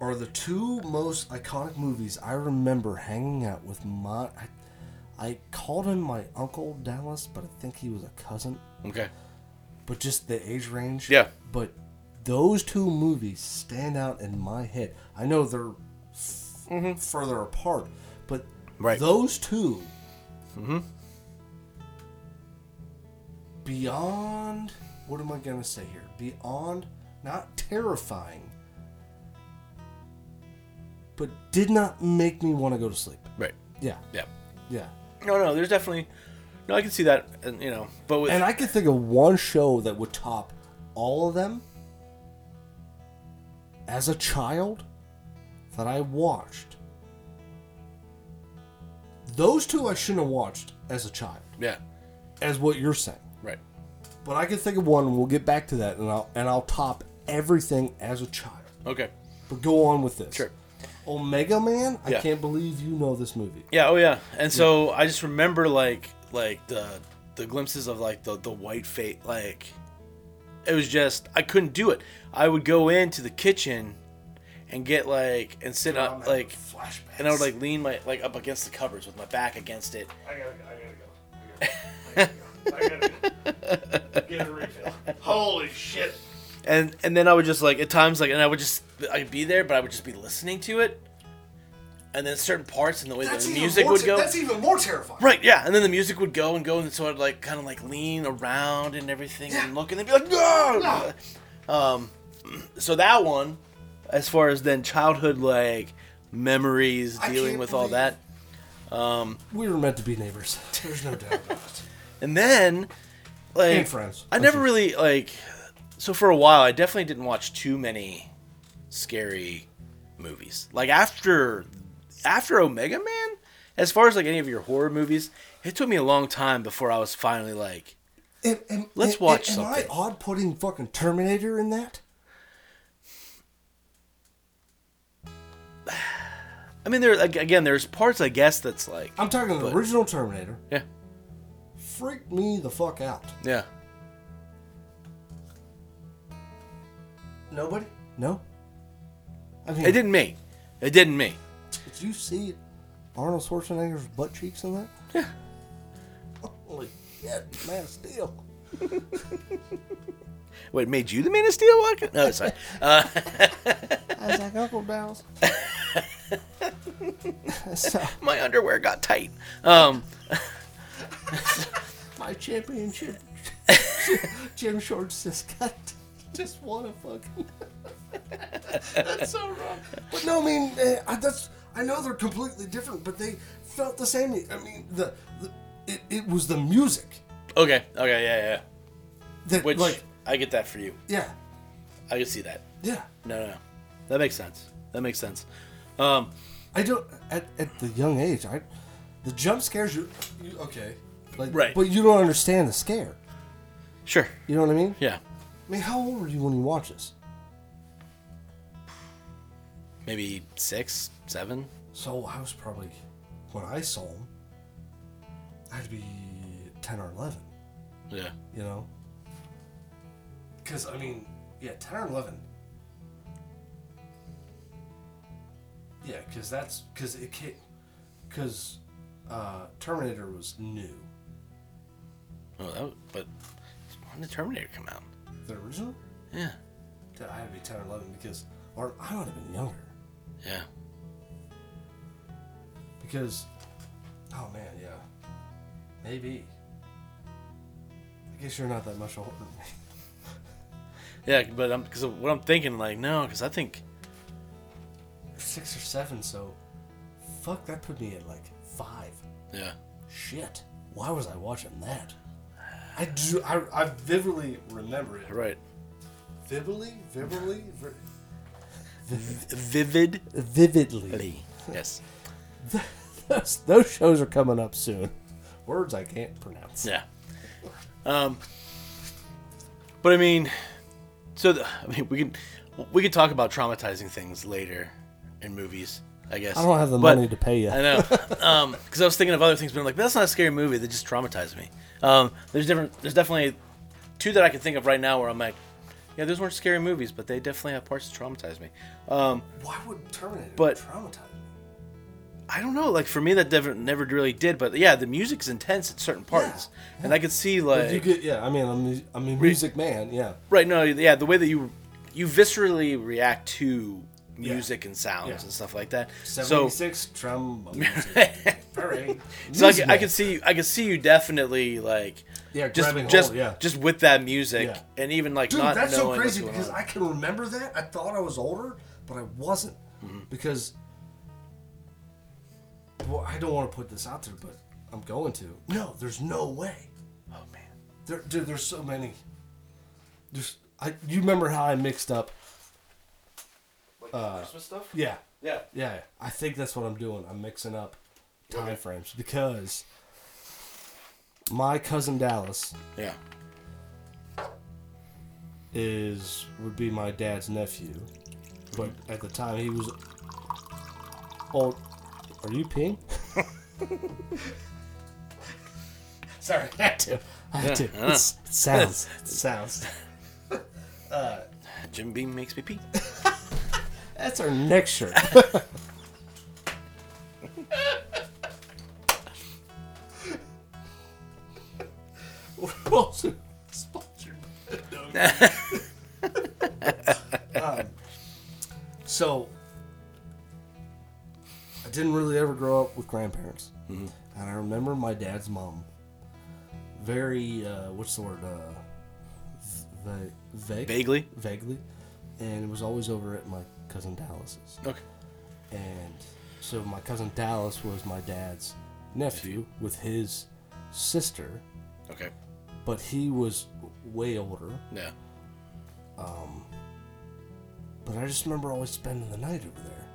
are the two most iconic movies I remember hanging out with my. I, I called him my uncle Dallas, but I think he was a cousin. Okay. But just the age range. Yeah. But those two movies stand out in my head. I know they're f- further apart, but Mm-hmm. Right. Mm-hmm. those 2 Beyond. What am I going to say here? Beyond not terrifying, but did not make me want to go to sleep. Right. Yeah. Yeah. Yeah. No, no. There's definitely. No, I can see that. And you know, but with And I can think of one show that would top all of them as a child that I watched. Those two I shouldn't have watched as a child, yeah. as what you're saying. Right. But I can think of one, and we'll get back to that, and I'll and I'll top everything as a child. Okay. But go on with this. Sure. Omega Man, I Yeah. can't believe you know this movie. Yeah. Oh yeah. And so I just remember like like the the glimpses of like the the white fate like it was just I couldn't do it. I would go into the kitchen and get like and sit up Uh, like flashback. and I would like lean my like up against the covers with my back against it. I gotta go. I gotta go. I gotta go. I gotta go. Get a refill. Holy shit. and and then I would just like at times like and I would just I'd be there, but I would just be listening to it, and then certain parts and the way that the music would go. even more e terrifying. Right, yeah, and then the music would go and go, and so I'd like kind of like lean around and everything and look, and they'd be like, no! Um, so that one, as far as then childhood like memories dealing can't with all believe- that, We were meant to be (laughs) neighbors. There's no doubt about it. and then like friends. I never really like so for a while, I definitely didn't watch too many scary movies. Like after after Omega Man, as far as like any of your horror movies, it took me a long time before I was finally like, Am- am- Let's am- watch am something. I odd putting fucking Terminator in that? I mean, there like, again, there's parts I guess that's like, I'm talking the But- original Terminator. yeah, Freaked me the fuck out. yeah, Nobody? No. I mean, it didn't me, it didn't me. did you see Arnold Schwarzenegger's butt cheeks in that? Yeah. Holy shit, man of steel. What made you the Man of Steel? What? No, (laughs) sorry. Uh, I was like, Uncle Dallas. (laughs) so, my underwear got tight. Um, my championship (laughs) Jim Shorts just got just want to fucking (laughs) that's so wrong but no I mean eh, I, that's I know they're completely different but they felt the same I mean the, the it, it was the music okay, okay, yeah, yeah. that Which like I get that for you. yeah I can see that. yeah No, no, no. that makes sense. That makes sense. Um, I don't at, at the young age I the jump scares you, you okay like Right. but you don't understand the scare sure. you know what I mean Yeah. I mean how old were you when you watched this Maybe six, seven. So I was probably when I saw him, I had to be ten or eleven, Yeah. you know. Because I mean, yeah, ten or eleven. Yeah, because that's because it came because uh, Terminator was new. Oh, that. But when did Terminator come out? The original, Yeah. yeah, I had to be ten or eleven because, or I would have been younger Yeah. because, oh man, yeah, maybe. I guess you're not that much older than me. Yeah, but I'm because what I'm thinking like no, because I think six or seven, so fuck, that put me at like five. yeah. Shit, why was I watching that? I do, I, I vividly remember it. Right. Vividly, vividly, vi- Vivid. vividly. Yes. Those, those shows are coming up soon. Words I can't pronounce. Yeah. Um. But I mean, so the, I mean we can we can talk about traumatizing things later in movies. I guess I don't have the But- money to pay you. I (laughs) know, because I was thinking of other things, but I'm like, that's not a scary movie. That just traumatized me. Um, there's different. There's definitely two that I can think of right now where I'm like, yeah, those weren't scary movies, but they definitely have parts that traumatize me. Um, Why would Terminator But- traumatize me? I don't know, like for me, that never, never really did, but yeah, the music's intense at certain parts, and I could see like, You get, yeah, I mean, I'm, mu- I'm a music man, yeah. right, no, yeah, the way that you you viscerally react to music and sounds Yeah. and stuff like that. So 76 (laughs) trombone music. Very. So I, c- I Music could see you. I could see you definitely like Yeah, just grabbing just hold, yeah. just with that music Yeah. and even like Dude, not that's knowing so crazy what's going because on. I can remember that. I thought I was older, but I wasn't. Mm-hmm. Because, well, I don't want to put this out there, but I'm going to. No, there's no way. oh man, There, dude, there's so many. There's, I, you remember how I mixed up? Christmas stuff. Yeah, Yeah, yeah. I think that's what I'm doing. I'm mixing up time frames because my cousin Dallas yeah, is would be my dad's nephew, but at the time he was old. Are you peeing? (laughs) Sorry, I had to. I had to. It's, it sounds. It sounds. Jim Beam makes me (laughs) pee. That's our next shirt. We're also sponsored. by- No. (laughs) um, so, I didn't really ever grow up with grandparents, and I remember my dad's mom. Very, uh, what's the word? Uh, va- vague? Vaguely. vaguely, and it was always over at my cousin Dallas's. Okay. And so my cousin Dallas was my dad's nephew with his sister, Okay. but he was way older. Yeah. but I just remember always spending the night over there.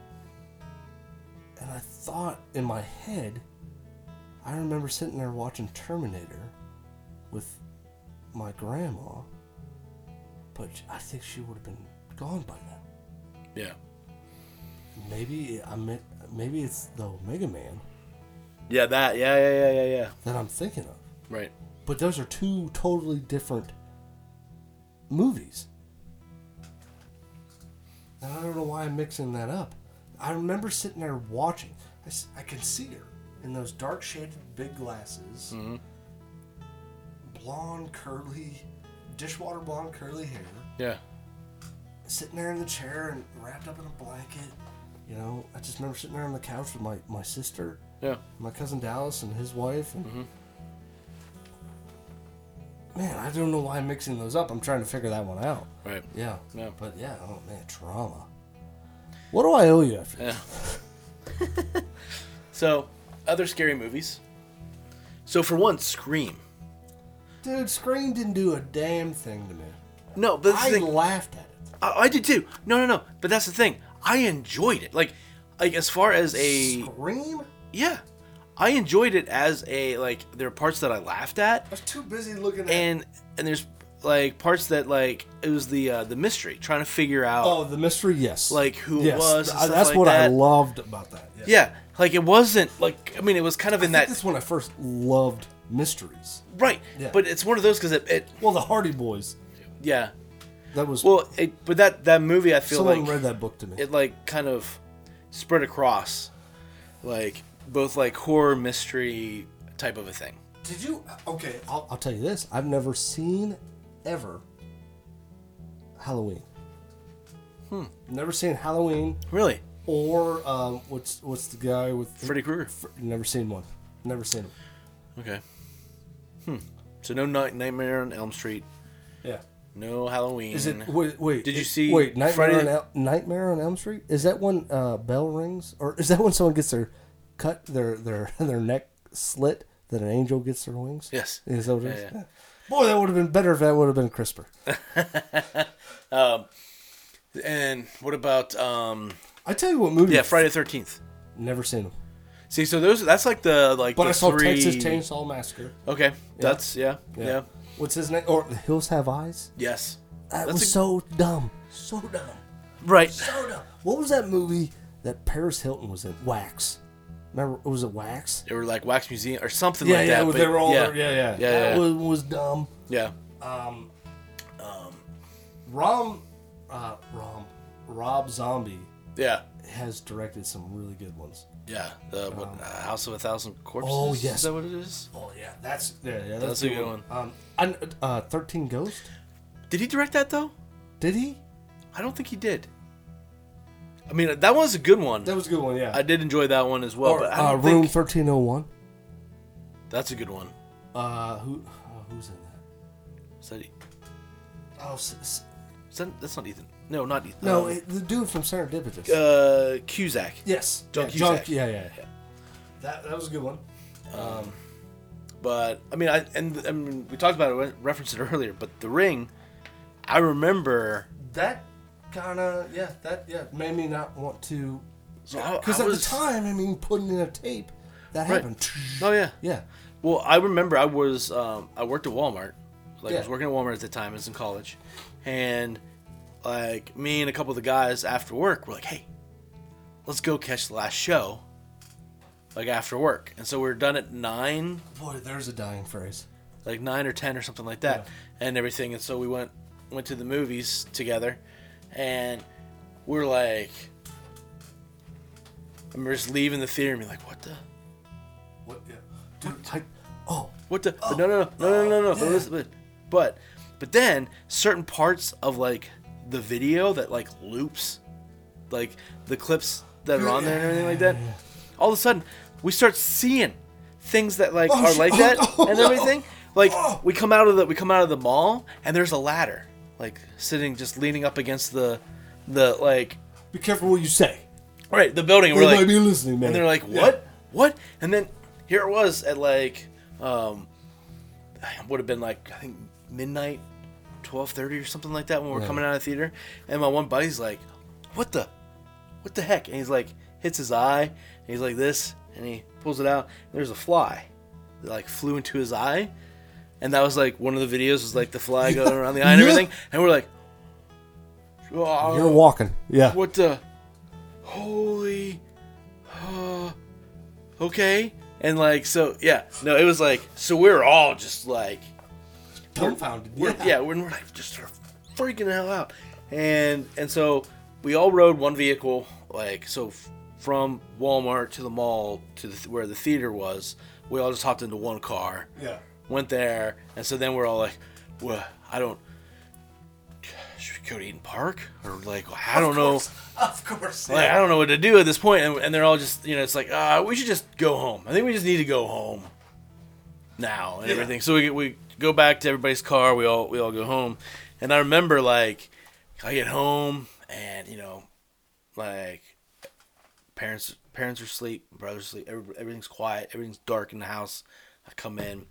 And I thought in my head, I remember sitting there watching Terminator with my grandma, but I think she would have been gone by now. Yeah. Maybe I meant, maybe it's the Omega Man Yeah, that. Yeah, yeah, yeah, yeah, yeah. that I'm thinking of. Right. But those are two totally different movies. And I don't know why I'm mixing that up. I remember sitting there watching. I, s- I can see her in those dark shaded big glasses, blonde, curly, dishwater blonde, curly hair, Yeah. sitting there in the chair and wrapped up in a blanket. You know, I just remember sitting there on the couch with my, my sister Yeah. my cousin Dallas and his wife. And Man, I don't know why I'm mixing those up. I'm trying to figure that one out. Right. Yeah. Yeah. But yeah, oh man, trauma. What do I owe you after? Yeah. so, other scary movies. So for one, Scream. Dude, Scream didn't do a damn thing to me. No, but that's I the thing. laughed at it. I, I did too. No, no, no. But that's the thing. I enjoyed it. Like, like as far as a Scream? yeah, I enjoyed it as a like. There are parts that I laughed at, I was too busy looking at and and there's like parts that like it was the uh, the mystery trying to figure out Oh, the mystery, yes. like who it yes. was. And th- stuff that's like what I that. loved about that. Yeah. Yeah, like it wasn't like I mean it was kind of in that That's when I first loved mysteries. right, Yeah. but it's one of those because it, it Well, the Hardy Boys. yeah. That was Well, it, but that that movie I feel someone like read that book to me. it like kind of spread across like both like horror mystery type of a thing. Did you? Okay, I'll, I'll tell you this. I've never seen ever Halloween. Hmm. Never seen Halloween Really, or um, what's what's the guy with Freddy Krueger. Fr- never seen one. Never seen him. Okay. Hmm. So no night, Nightmare on Elm Street. Yeah. No Halloween. Is it wait? wait Did you it- see Wait, Nightmare Friday- on El- Nightmare on Elm Street. Is that when uh, bell rings, or is that when someone gets their cut their their (laughs) their neck slit that an angel gets their wings? Yes. Is that what it is? Yeah, yeah. Boy, that would have been better if that would have been crisper. And what about um I tell you what movie. yeah Friday Thirteenth? Never seen them. See, so those that's like the like. But the I saw three... Texas Chainsaw Massacre. Okay, that's yeah, yeah, What's his name? Or The Hills Have Eyes. yes, That That's was a- so dumb. So dumb. right. So dumb. What was that movie that Paris Hilton was in? Wax. Remember, was it Wax? They were like wax museum or something like that. but- yeah, yeah, That yeah. One was dumb. yeah. Rom, uh, Rom, Rob Zombie yeah, has directed some really good ones. yeah, The what, uh, House of a Thousand Corpses. Oh, is yes. that what it is? Oh yeah, that's yeah, yeah. That's a good Um, I, uh, Thirteen Ghost. Did he direct that though? Did he? I don't think he did. I mean, that was a good one. That was a good one. Yeah. I did enjoy that one as well. or, but I uh, don't think Room Thirteen Oh One. that's a good one. Uh, who uh, who's in that? Is that, e- Oh, s- s- is that that's not Ethan? No, not Ethan. no, Um, it, the dude from Serendipitous. uh, Cusack. yes, John yeah, John, Cusack. yeah, yeah, yeah. That that was a good one. But I mean, I and I mean, we talked about it, we referenced it earlier. But The Ring, I remember. That kind of yeah, that yeah made me not want to So I- because I at was- the time, I mean, putting in a tape that Right. happened. Oh yeah. Yeah, Well, I remember I was um, I worked at Walmart. Like I was Yeah. working at Walmart at the time. I was in college, and like me and a couple of the guys after work were like, "Hey, let's go catch the last show." Like after work, and so we were done at nine, boy, there's a dying phrase. like nine or ten or something like that, and everything. And so we went went to the movies together, and we are like, I remember just leaving the theater and being like, "What the." What? Yeah, dude. I, oh, What the? but no, no, no, no, no, no, no. But, listen, but, but, but then certain parts of like the video that like loops, like the clips that are on there and everything like that. All of a sudden, we start seeing things that like are shit. (laughs) like Oh, that no. and everything. Like Oh. we come out of the we come out of the mall and there's a ladder, like sitting just leaning up against the, the like be careful what you say. right the building. and They We're might like be listening, man. and they're like, "What? What?" And then here it was at like, um, would have been like I think midnight twelve thirty or something like that when we we're coming out of the theater, and my one buddy's like, "What the, what the heck?" And he's like, hits his eye, and he's like this, and he pulls it out. And there's a fly, that like flew into his eye, and that was like one of the videos was like the fly (laughs) going around the eye and Yeah. everything, and we're like, "Oh, You're walking. Yeah. what the holy uh, okay and like so yeah no it was like so we were all just like Dumbfounded. (laughs) we're, yeah. we're, we're like just sort of freaking the hell out and and so we all rode one vehicle like so f- from walmart to the mall to the, where the theater was we all just hopped into one car Yeah. went there, and so then we're all like, "Well, I don't. Should we go to Eden Park?" Or like, "I don't know." Of course. Like, I don't know what to do at this point, and, and they're all just, you know, it's like, uh, we should just go home. I think we just need to go home now and everything. So we we go back to everybody's car. We all we all go home, and I remember like, I get home and you know, like, parents parents are asleep, brothers asleep, every, everything's quiet, everything's dark in the house. I come in,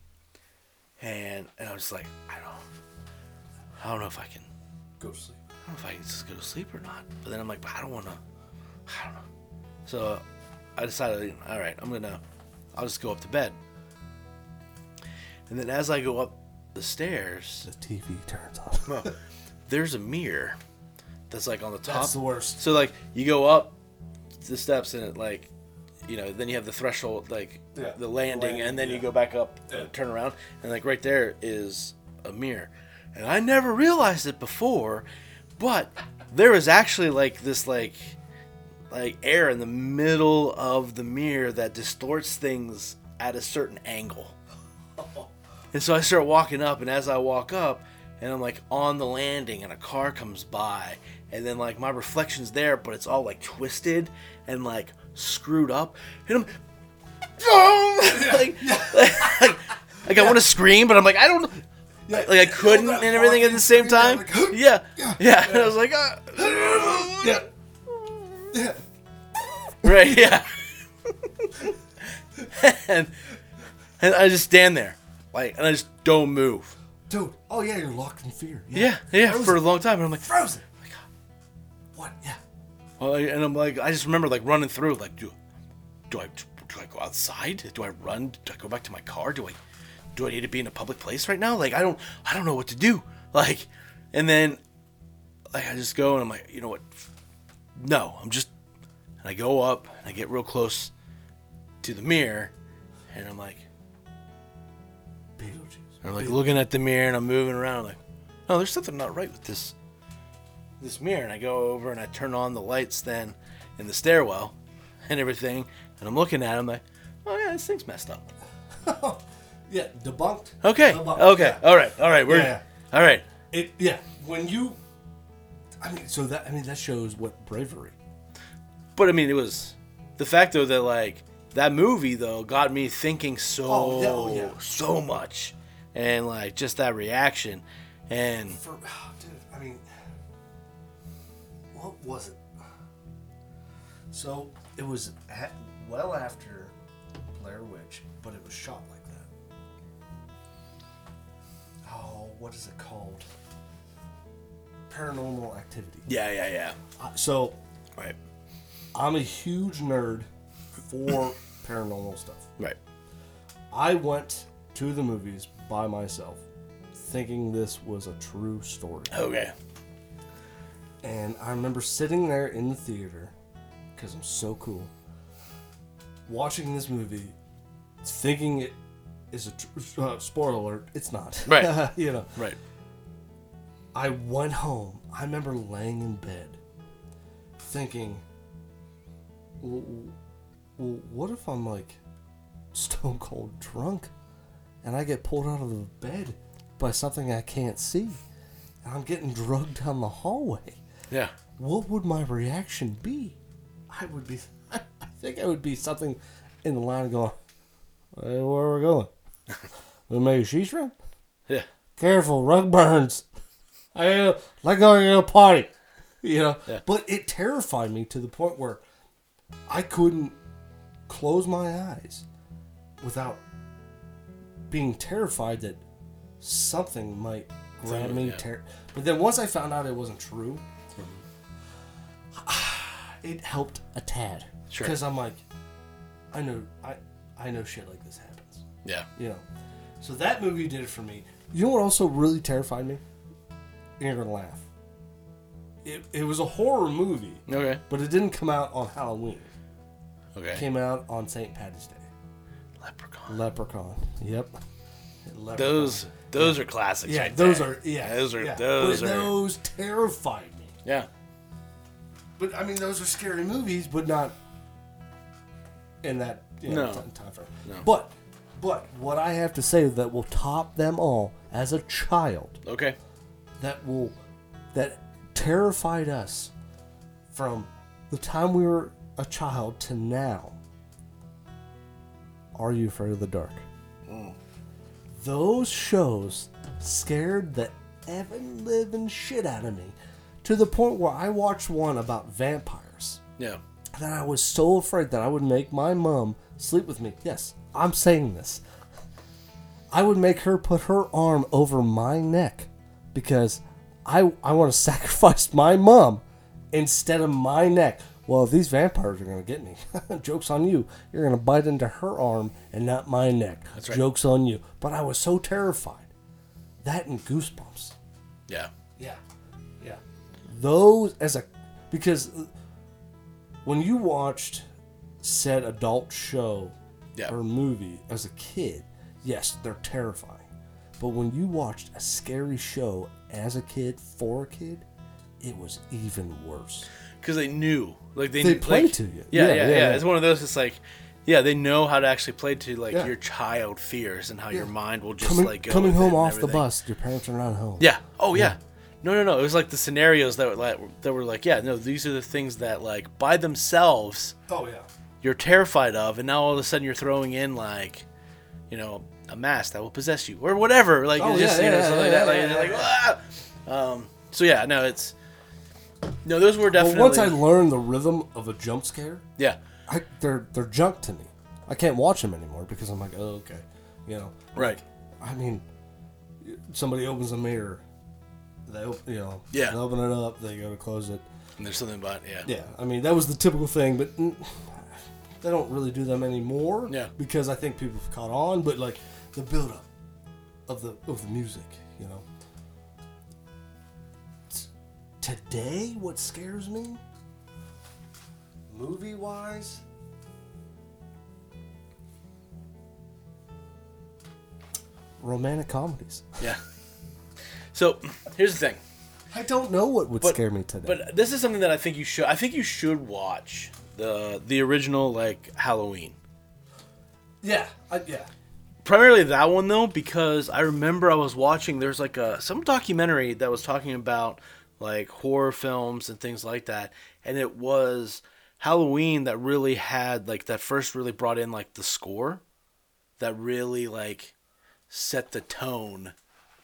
and and I'm just like, I don't, I don't know if I can Go to sleep. I don't know if I can just go to sleep or not. But then I'm like, but I don't want to. I don't know. So I decided, all right, I'm gonna, I'll just go up to bed. And then as I go up the stairs, The TV turns off. there's a mirror that's like on the top. That's the worst. So like you go up the steps and it like, you know, then you have the threshold, like Yeah, the landing, landing, and then you yeah. go back up, Yeah. and turn around, and like right there is a mirror. And I never realized it before, but there is actually like this like like air in the middle of the mirror that distorts things at a certain angle. And so I start walking up, and as I walk up, and I'm like on the landing, and a car comes by, and then like my reflection's there, but it's all like twisted and like screwed up, and I'm (laughs) like, like, like, I want to scream, but I'm like I don't, like I couldn't and everything at the same time. Yeah, yeah. And I was like, (laughs) ah. Yeah. Yeah. Right, yeah. (laughs) and, and I just stand there, like, and I just don't move. Dude. Oh yeah, you're locked in fear. Yeah, Oh yeah, Frozen. for a long time. And I'm like, Frozen. What? Yeah. well, I- and I'm Oh, like, I just remember like running through, like, do, do I, do I go outside? Do I run? Do I go back to my car? Do I, do I need to be in a public place right now? Like, I don't, I don't know what to do. (laughs) Like, and then, like, I just go and I'm like, you know what? No, I'm just, and I go up and I get real close to the mirror, and I'm like, Beetlejuice. And I'm like looking at the mirror and I'm moving around. I'm like, no, there's something not right with this this mirror. And I go over and I turn on the lights then in the stairwell and everything. And I'm looking at it. I'm like, oh yeah, this thing's messed up. Yeah. Debunked. Okay, Debunked. okay, Oh, Yeah. all right, all right, we're Yeah, all right. It yeah, when you I mean so that I mean that shows what bravery. But I mean, it was the fact though that like that movie though got me thinking so Oh, yeah, oh, yeah. so much, and like just that reaction, and For (sighs) dude, I mean what was it? So it was ha well after Blair Witch, but it was shot like that. Oh, what is it called? Paranormal activity. yeah, yeah, yeah. Uh, so Right, I'm a huge nerd for paranormal stuff. right. I went to the movies by myself, thinking this was a true story. Okay. And I remember sitting there in the theater, because I'm so cool, watching this movie, thinking it is a tr- uh, spoiler alert. It's not. (laughs) Right. you know. Right. I went home. I remember laying in bed thinking, well, well, what if I'm like stone cold drunk and I get pulled out of the bed by something I can't see and I'm getting drugged down the hallway? Yeah. What would my reaction be? I would be, (laughs) I think I would be something in the line of going, hey, where are we going? we make a she shrimp? Yeah. careful, rug burns. (laughs) I uh, gotta, let go of your party. You know, Yeah. but it terrified me to the point where I couldn't close my eyes without being terrified that something might ramming terror. But then once I found out it wasn't true, (sighs) it helped a tad. Sure. Because I'm like, I know, I, I know shit like this happens. Yeah. You know. So that movie did it for me. You know what also really terrified me? And you're gonna laugh. It, it was a horror movie, Okay. but it didn't come out on Halloween. Okay. It came out on St. Patty's Day. Leprechaun. Leprechaun. Yep. Leprechaun. Those those are classics. Yeah, right those there. are. Yeah, Those are. yeah. Those But are. Those terrified me. Yeah. But I mean, those are scary movies, but not in that you know, No. ti- time frame. No. But, but what I have to say that will top them all as a child Okay. that will that terrified us from the time we were a child to now. Are you afraid of the dark? Those shows scared the ever living shit out of me to the point where I watched one about vampires Yeah. that I was so afraid that I would make my mom sleep with me. Yes, I'm saying this. I would make her put her arm over my neck because I I want to (laughs) sacrifice my mom instead of my neck. Well, these vampires are gonna get me. (laughs) Jokes on you. You're gonna bite into her arm and not my neck. That's right. Jokes on you. But I was so terrified. That and goosebumps. Yeah. Yeah, yeah. Those as a because when you watched said adult show Yeah. or movie as a kid, yes, they're terrifying. But when you watched a scary show as a kid for a kid, it was even worse. Because they knew, like they They knew- play like- to you. Yeah yeah, Yeah, yeah, yeah, yeah. It's one of those. It's like, yeah, they know how to actually play to like Yeah. your child fears and how your mind will just Coming, like go coming with it home and off the everything. bus, your parents are not home. Yeah. Oh yeah. No, no, no. It was like the scenarios that were like that were like, yeah, no, these are the things that like by themselves Oh yeah. you're terrified of, and now all of a sudden you're throwing in like, you know, a mask that will possess you or whatever, like Oh, it's yeah, just you know yeah, something yeah, like that, yeah, like, you're like "Ah!" Um. So yeah, no, it's no, those were But definitely once I learned the rhythm of a jump scare, yeah, I, they're they're junk to me. I can't watch them anymore because I'm like, oh okay, you know. right, I mean, somebody opens a mirror. They op- you know, Yeah. They open it up. They go to close it. and there's something about yeah, Yeah, I mean that was the typical thing, but mm, they don't really do them anymore. Yeah. because I think people have caught on. But like the buildup of the of the music, you know. T- Today, what scares me, movie wise, romantic comedies. yeah. So here's the thing. I don't know what would But- scare me today. But this is something that I think you should. I think you should watch the the original like Halloween. yeah, I, yeah, Primarily that one though, because I remember I was watching. There's like a some documentary that was talking about like horror films and things like that, and it was Halloween that really had like that first really brought in like the score, that really like set the tone,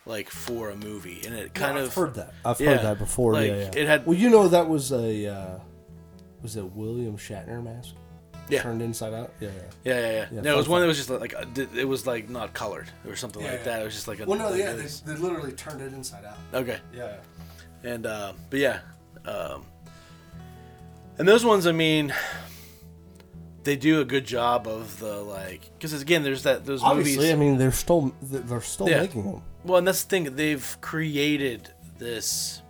like for a movie, and it kind of I've heard that. I've yeah, heard that before. like, yeah, yeah. it had- Well, you know that was a uh, was it William Shatner mask? Yeah. Turned inside out. Yeah. yeah. Yeah, yeah, yeah. Yeah, no, it was fun one that was just like uh, d- it was like not colored or something like yeah. that. It was just like a. like, it was- they literally turned it inside out. okay, Yeah. and uh, but yeah, um, and those ones, I mean, they do a good job of the like because again, there's that those Obviously, movies. I mean they're still they're they're still Yeah. making them. Well, and that's the thing. They've created this.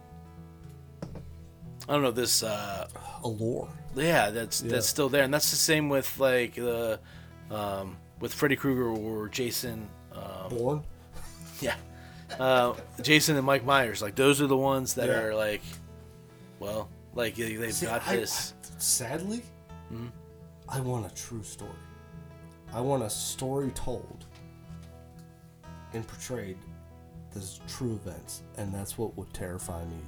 I don't know this. uh Allure. Yeah, that's that's still there, and that's the same with like the, um, with Freddy Krueger or Jason. (laughs) Um, Born. Yeah. Uh, Jason and Mike Myers, like those are the ones that Yeah. are like, well, like they- they've See, got I- this. Hmm? Sadly, I want a true story. I want a story told and portrayed as true events, and that's what would terrify me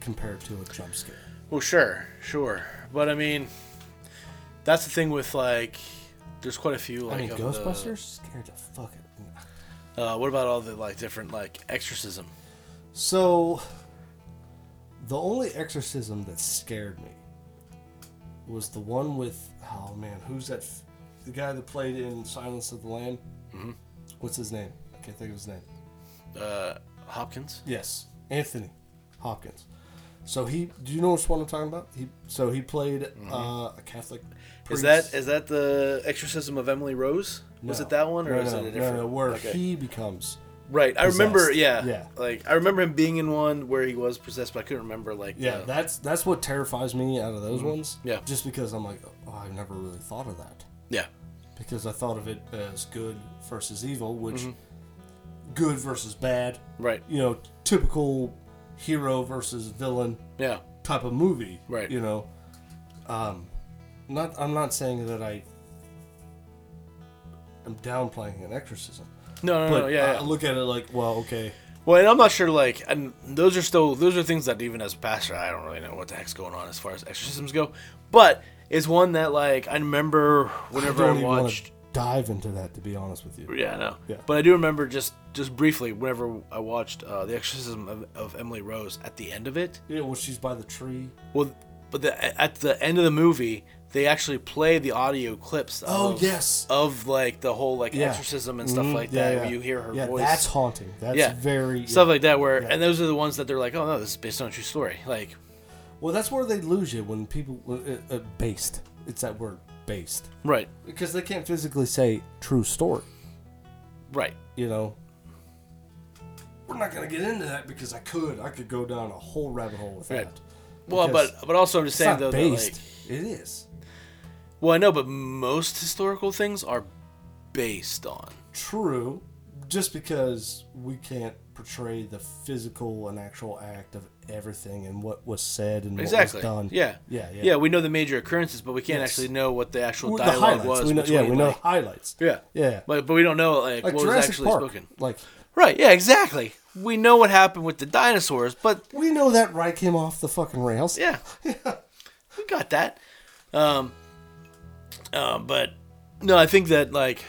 compared to a jump scare. Well, sure, sure, but I mean, that's the thing with like, there's quite a few like I mean, of the- Ghostbusters scared the fuck out of me. uh, what about all the like different like exorcism? So, the only exorcism that scared me was the one with oh man, who's that? F- the guy that played in Silence of the Lamb. Mm-hmm. What's his name? I can't think of his name. Uh, Hopkins. Yes, Anthony Hopkins. So he, do you know which one I'm talking about? He, so he played uh, a Catholic. Mm-hmm. Is Priest. that is that the Exorcism of Emily Rose? Was No. it that one or no, is no, it a no, different? no, where Okay. he becomes? right, I remember. possessed. Yeah, Yeah. Like I remember him being in one where he was possessed, but I couldn't remember. Like Yeah, the- that's that's what terrifies me out of those ones. Mm-hmm. Yeah. just because I'm like, oh, I never really thought of that yeah, because I thought of it as good versus evil, which Mm-hmm. good versus bad, right, you know, typical hero versus villain. yeah, type of movie, Right. You know, um, not I'm not saying that I am downplaying an exorcism, no, no, but no, Oh, yeah, I, yeah. I look at it like, well, okay, Well, and I'm not sure. Like, and those are still those are things that even as a pastor, I don't really know what the heck's going on as far as exorcisms go. But it's one that like I remember whenever I I, don't even wanna watched. dive into that to be honest with you. Yeah, I know. Yeah. But I do remember just just briefly whenever I watched uh, the exorcism of, of Emily Rose. At the end of it, Yeah, well, she's by the tree. well, but the, at the end of the movie, they actually play the audio clips. Oh, of, yes. Of like the whole like Yeah. exorcism and stuff Mhm, like yeah, that. yeah. Where you hear her yeah, voice. that's haunting. That's yeah, very stuff yeah. like that. Where Yeah. and those are the ones that they're like, oh no, this is based on a true story. Like, Well, that's where they lose you when people uh, uh, based. It's that word based right, because they can't physically say true story. right. you know. We're not gonna get into that because I could. I could go down a whole rabbit hole with Right. that. Well, Because but but also I'm just It's saying not though that like, based. it is well I know, but most historical things are based on true. Just because we can't portray the physical and actual act of everything and what was said and exactly. what was done. Yeah. yeah, yeah. yeah, We know the major occurrences, but we can't Yes. actually know what the actual Well, the dialogue highlights. was. We know, yeah, between, we know like- highlights. yeah, yeah. But but we don't know like, what Like was Jurassic actually Park. spoken. Like Right. Yeah. Exactly. We know what happened with the dinosaurs, but we know that right came off the fucking rails. Yeah. We got that. Um, uh, but no, I think that like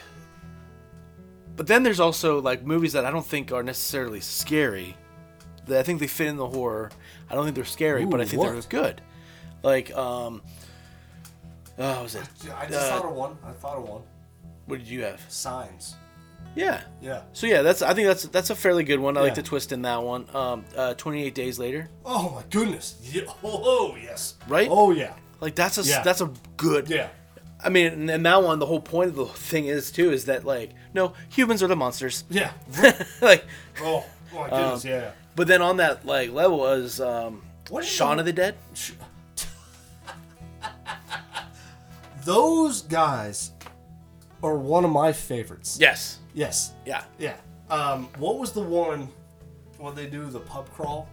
but then there's also like movies that I don't think are necessarily scary. That I think they fit in the horror. I don't think they're scary, but I Ooh, think they're what? good. Like um Oh, what was it? I just Uh, thought of one. I thought of one. What did you have? Signs. Yeah. Yeah. So yeah, that's I think that's that's a fairly good one. I like Yeah. the twist in that one. Um uh 28 days later. Oh my goodness. Yeah. (laughs) Oh yes. Right? Oh yeah. Like that's a s- Yeah. that's a good Yeah. I mean, and- and that one, the whole point of the thing is too, is that like, no, humans are the monsters. (laughs) Yeah. like, Oh, oh my goodness. Um, yeah. but then on that like level is um, What is Shaun the- of the Dead. Those guys are one of my favorites. Yes. Yes. Yeah. Yeah. Um, what was the one when they do the pub crawl?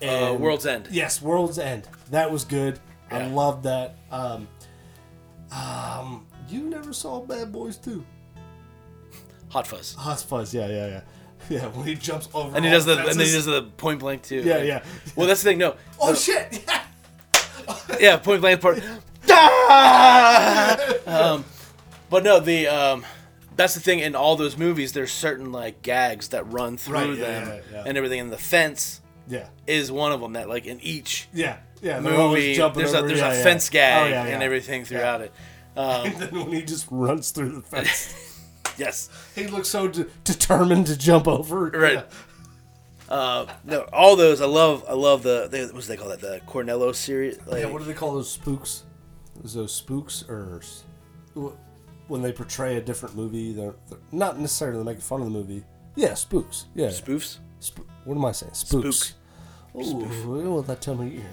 Uh, And- World's End. Yes, World's End. That was good. I Yeah. loved that. Um, um, you never saw Bad Boys 2. Hot Fuzz. Hot Fuzz. Yeah, yeah, (laughs) yeah. Yeah, when he jumps over. And he all does the and then he does fences. the point blank too. (laughs) Yeah, Like, yeah. Well, that's the thing. No. Uh, Oh shit! (laughs) Yeah. Yeah, point blank (laughs) part. Ah! (laughs) um, but no, the um, that's the thing. In all those movies, there's certain like gags that run through Right, yeah, them yeah, yeah. and everything. And the fence Yeah. is one of them that like in each. Yeah, yeah. they're movie. always jumping There's a, over- there's yeah, a yeah. fence gag Oh, yeah, and yeah. everything throughout it. Um, (laughs) And then when he just runs through the (laughs) fence, (laughs) yes, he looks so de- determined to jump over. right. Yeah. Uh, no, all those I love. I love the they, what do they call that? The Cornello series. Like, Yeah, What do they call those spooks? Is those spooks or s- wh- when they portray a different movie? They're, they're not necessarily making fun of the movie. Yeah, spooks. Yeah. spoofs. Sp- what am I saying? Spooks. Spook. Ooh, well, that tell (laughs) me ear.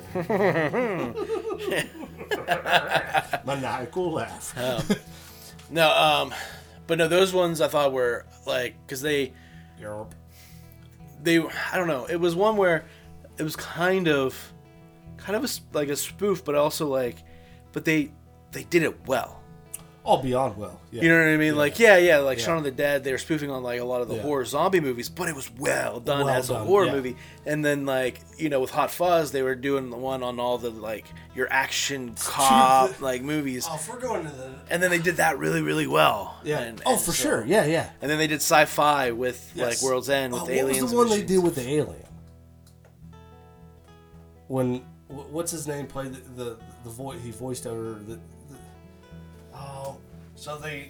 Maniacal laugh. No, um, but no, those ones I thought were like because they Europe. they I don't know. It was one where it was kind of kind of a, s- like a spoof, but also like, but they they did it well. All beyond well. Yeah. You know what I mean? Like, yeah, yeah, like Shaun of the Dead, they were spoofing on like a lot of the Yeah. horror zombie movies, but it was well done Well as a done, horror yeah. movie. And then like, you know, with Hot Fuzz, they were doing the one on all the like your (laughs) action cop like movies. Oh, if we're going to the And then they did that really, really well. yeah. And, oh, and for so- sure. Yeah, yeah. And then they did sci-fi with Yes. like World's End with Oh, the aliens. What was and the one they machines. did with the alien? When wh- what's his name played the the, the voice he voiced over the, the oh so they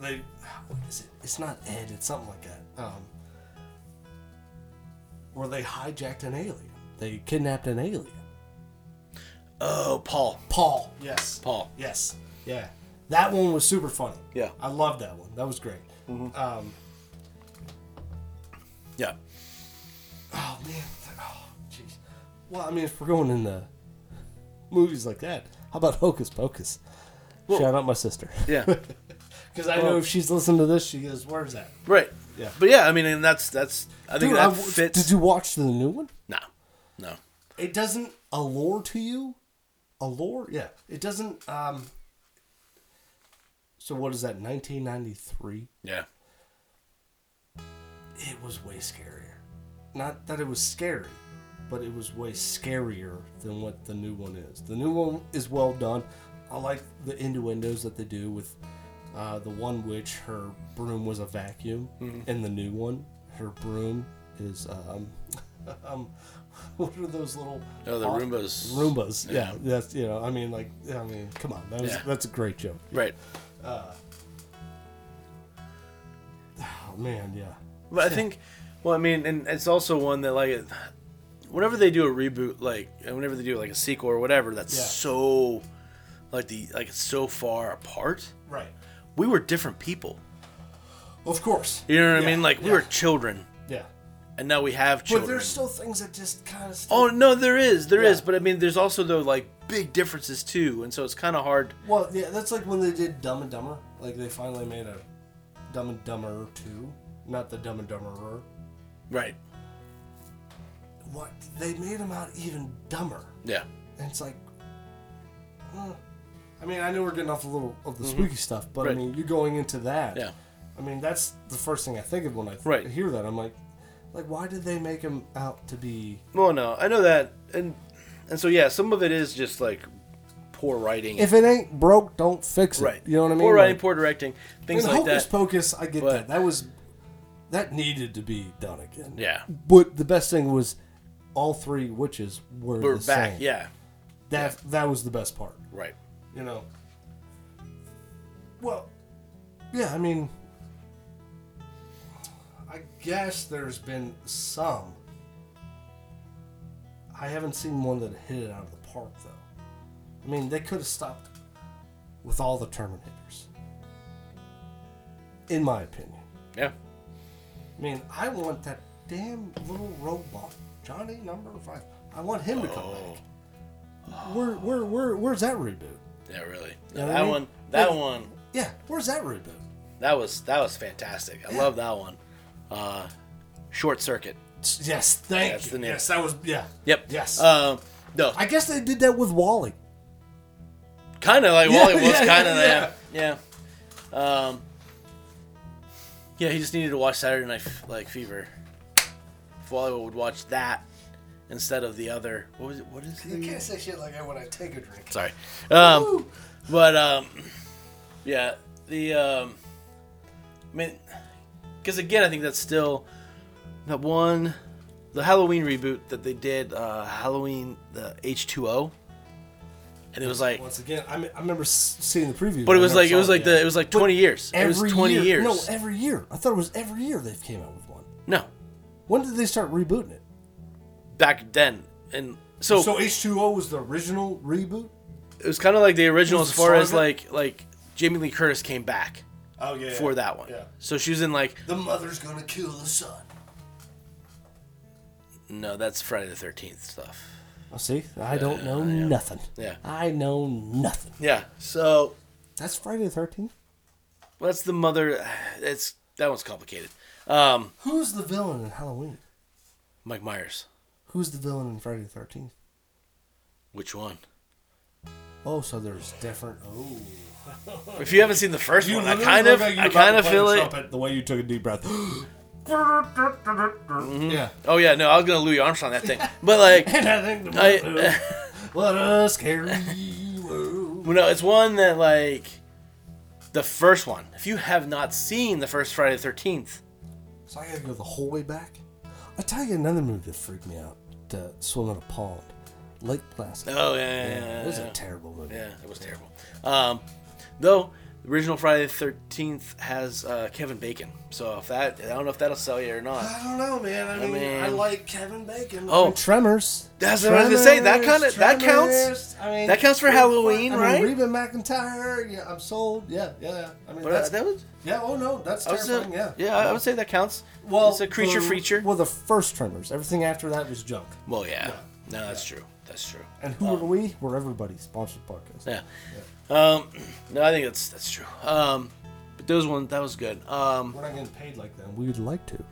they what is it? It's not Ed. It's something like that. Um, or they hijacked an alien. They kidnapped an alien. Oh, Paul. Paul. Yes. Paul. Yes. Yeah. That one was super funny. Yeah. I love that one. That was great. Um, Yeah. oh man. Oh jeez. Well, I mean, if we're going in the movies like that, how about Hocus Pocus? Shout out my sister. (laughs) Yeah. Because I know if she's listening to this, she goes, "Where's that?" right. Yeah. But yeah, I mean, and that's that's. I think Dude, I that w- fits. Did you watch the new one? No. No. It doesn't allure to you. Allure, yeah. It doesn't. um So what is that? Nineteen ninety three. Yeah. It was way scarier. Not that it was scary, but it was way scarier than what the new one is. The new one is well done. I like the innuendos that they do with uh, the one witch. Her broom was a vacuum, Mm-hmm. and the new one, her broom is um, (laughs) um, what are those little? Oh, the off- Roombas. Roombas. Yeah. Yeah. that's you know. I mean, like, I mean, come on, that was, Yeah. that's a great joke. Right. Oh man, yeah. But I think, well, I mean, and it's also one that like, whenever they do a reboot, like, and whenever they do like a sequel or whatever, that's Yeah. so, like the like it's so far apart. Right. We were different people. Of course. You know what I Yeah, mean? Like we yeah, were children, Yeah. and now we have But children. there's still things that just kind of. oh no, there is, there is. Yeah. But I mean, there's also though like big differences too, and so it's kind of hard. Well, yeah, that's like when they did Dumb and Dumber. Like they finally made a Dumb and Dumber two, not the Dumb and Dumberer. Right. What they made them out even dumber, Yeah. and it's like. huh. I mean, I know we're getting off a little of the spooky stuff, but I Mm-hmm. Right. mean, you're going into that. Yeah. I mean, that's the first thing I think of when I th- Right. hear that. I'm like, like, why did they make him out to be? Well, no, I know that, and and so yeah, some of it is just like poor writing. If it ain't broke, don't fix it. right. You know what I mean? Poor writing, Like, poor directing, things and like Hocus that. Pocus, I get But- that. That was that needed to be done again. yeah. But the best thing was, all three witches were, We're the back. same. Yeah. That that was the best part. Right. You know. Well, yeah. I mean, I guess there's been some. I haven't seen one that hit it out of the park though. I mean, they could have stopped with all the Terminators. In my opinion. Yeah. I mean, I want that damn little robot, Johnny Number Five. I want him to come back. Oh. Where, where, where, where's that reboot? Yeah. Really. You know what I that mean? one. That Like- one. Yeah, where's that reboot? That was that was fantastic. I love that one. Uh, short circuit. Yes, thank That's you. the name. Yes, that was yeah. Yep. Yes. Um. no. I guess they did that with Wally. Kind of like Yeah, Wally was yeah, kind yeah, of yeah, yeah. Um, yeah, he just needed to watch Saturday Night F- like Fever. If Wally would watch that instead of the other, what was it? What is You the? can't say shit like that when I take a drink. Sorry, um, but um, yeah, the um, I mean, because again, I think that's still that one, the Halloween reboot that they did, uh, Halloween the H two O, and it was like Once again, I, me- I remember s- seeing the preview, but I it was never like it saw was like yet. the it was like twenty years. It was every twenty year. years. No, e- every year. I thought it was every year they came out with one. No, When did they start rebooting it? back then, and so, So H two O was the original reboot. it was kind of like the original was as the far as start like like Jamie Lee Curtis came back Oh yeah. for that one. Yeah. So she was in like The mother's gonna kill the son. no, that's Friday the Thirteenth stuff. Oh, see, I don't know nothing. Yeah. I know nothing. Yeah. So That's Friday the Thirteenth. well, that's the mother. It's that one's complicated. Um, Who's the villain in Halloween? Mike Myers. Who's the villain in Friday the Thirteenth? Which one? Oh, so there's different. Oh, If you haven't seen the first one, I kind of, I kind of feel it. The way you took a deep breath. (gasps) Yeah. Oh yeah, no, I was gonna Louis Armstrong that thing, but like, And I think the I, (laughs) what a scary world. Well, no, it's one that like the first one. If you have not seen the first Friday the Thirteenth, So I gotta go the whole way back. I tell you another movie that freaked me out: to swim in a pond, Lake Placid. oh yeah, yeah, yeah, It was yeah, a terrible movie. yeah, it was terrible. Um, though The original Friday the Thirteenth has uh, Kevin Bacon, so if that I don't know if that'll sell you or not. I don't know, man. I mean, I, mean- like Kevin Bacon. Oh, Tremors. that's what I was gonna say. That kind Tremors, of that counts. Tremors. I mean, That counts for Halloween, I mean, right? Reba McIntyre. Yeah, I'm sold. Yeah, yeah, yeah. I mean, But that's, that, that was, yeah. Oh no, that's I was terrifying. yeah, yeah, yeah, I would say that counts. Well, it's a creature for- feature. Well, Well, the first Tremors. Everything after that was junk. yeah, no, that's true. That's true. And who are we? We're everybody. Sponsored podcast. Yeah. Um, no, I think that's that's true. Um, but those one that was good. Um, We're not getting paid like them. We'd like to.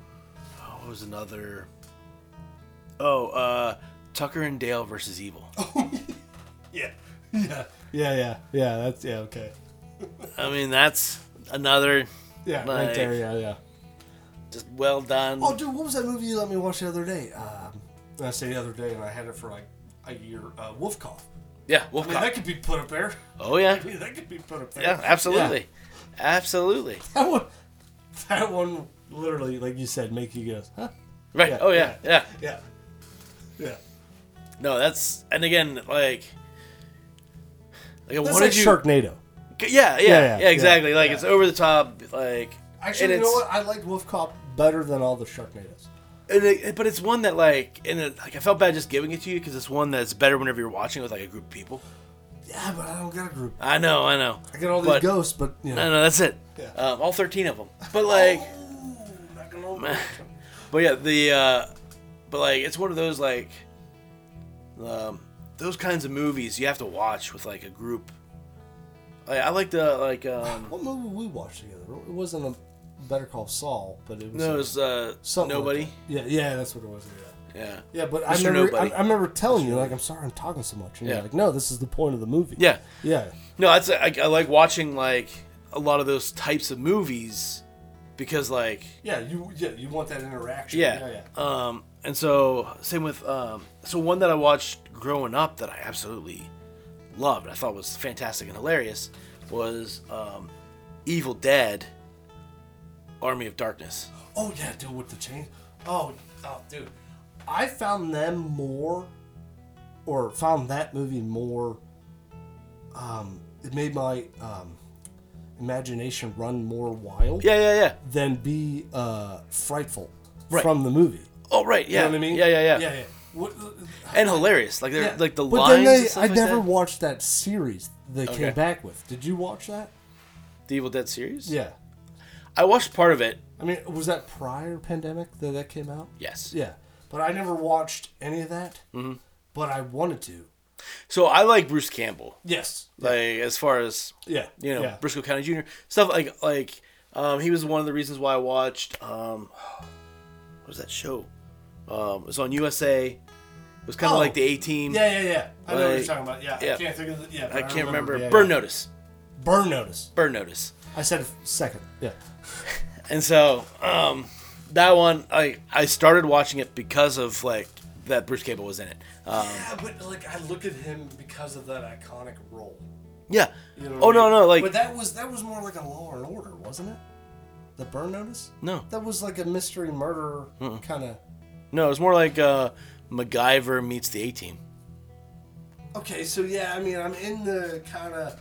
what was another? Oh, uh, Tucker and Dale versus Evil. Yeah, (laughs) yeah, Yeah, yeah, yeah. That's yeah. Okay. I mean, that's another Yeah, Like- right there. Yeah, yeah. just well done. Oh, dude, what was that movie you let me watch the other day? Um, I say the other day, and I had it for like a year. Uh, Wolf Call. yeah, Wolf I mean, Cop. that could be put up there. (laughs) Oh yeah, I mean, that could be put up there. yeah, absolutely, absolutely. That one. That one, literally, like you said, make you go, huh? Right. Yeah, oh yeah, yeah, Yeah, yeah. No, that's and again like. Like I That's wanted like you. Sharknado. Yeah, yeah, yeah, yeah, yeah, exactly. like yeah. it's over the top. Like Actually, you and know it's- what? I liked Wolf Cop. Better than all the Sharknados. And it, but it's one that like, and it, like I felt bad just giving it to you because it's one that's better whenever you're watching it with like a group of people. Yeah, but I don't got a group. I know, I know. I got all these Uh, But- ghosts, but you No, know, no, that's it. Yeah. Oh, Um, all thirteen (laughs) of them. But like, not (laughs) gonna lie. but yeah, the, uh, but like, it's one of those like, um, those kinds of movies you have to watch with like a group. Like, I like the like, (laughs) um, What movie we watched together? It wasn't a Better Call Saul, but it was no, it was, uh, something like nobody. that. yeah, yeah, that's what it was. Yeah. Yeah. Yeah, but I Mr. remember, I, Nobody. I remember telling you, like, I'm sorry I'm talking so much. And Yeah. you're like, no, this is the point of the movie. Yeah. Yeah. No, that's I, I like watching like a lot of those types of movies because like. yeah, you yeah you want that interaction. Yeah. Oh, yeah, Um, and so same with um, so one that I watched growing up that I absolutely loved, I thought was fantastic and hilarious, was um, Evil Dead: Army of Darkness. Oh yeah, dude, with the chain. Oh, oh, dude, I found them more, Or found that movie more. Um, it made my um, imagination run more wild Yeah, yeah, yeah. than be uh, frightful Right. from the movie. Oh, right. Yeah. You know what I mean? Yeah, yeah, yeah. yeah, yeah. What, And hilarious. Like they're Yeah. like the But lines. then they, and stuff I like never that. watched that series they Okay. came back with. Did you watch that? the Evil Dead series. Yeah. I watched part of it. I mean, was that prior pandemic that that came out? Yes. Yeah. But I never watched any of that. Mm-hmm. But I wanted to. So I like Bruce Campbell. yes. Like as far as Yeah. you know, Yeah. Briscoe County Jr. stuff like like um, he was one of the reasons why I watched um, what was that show? Um, it was on USA. It was kind of Oh. like the A Team. Yeah, yeah, yeah. I know what Like, you're talking about. Yeah, yeah. I can't think of the, yeah. but I can't remember. Yeah, Burn yeah. Notice. Burn Notice. Burn Notice. I said it second. Yeah. And so um, that one, I I started watching it because of like that Bruce Campbell was in it. Um, Yeah, but like I look at him because of that iconic role. yeah. You know what oh I mean? no no like But that was that was more like a Law and Order, wasn't it? The Burn Notice? no That was like a mystery murder kind of. no it was more like uh, MacGyver meets the A Team. Okay, so yeah, I mean I'm in the kind of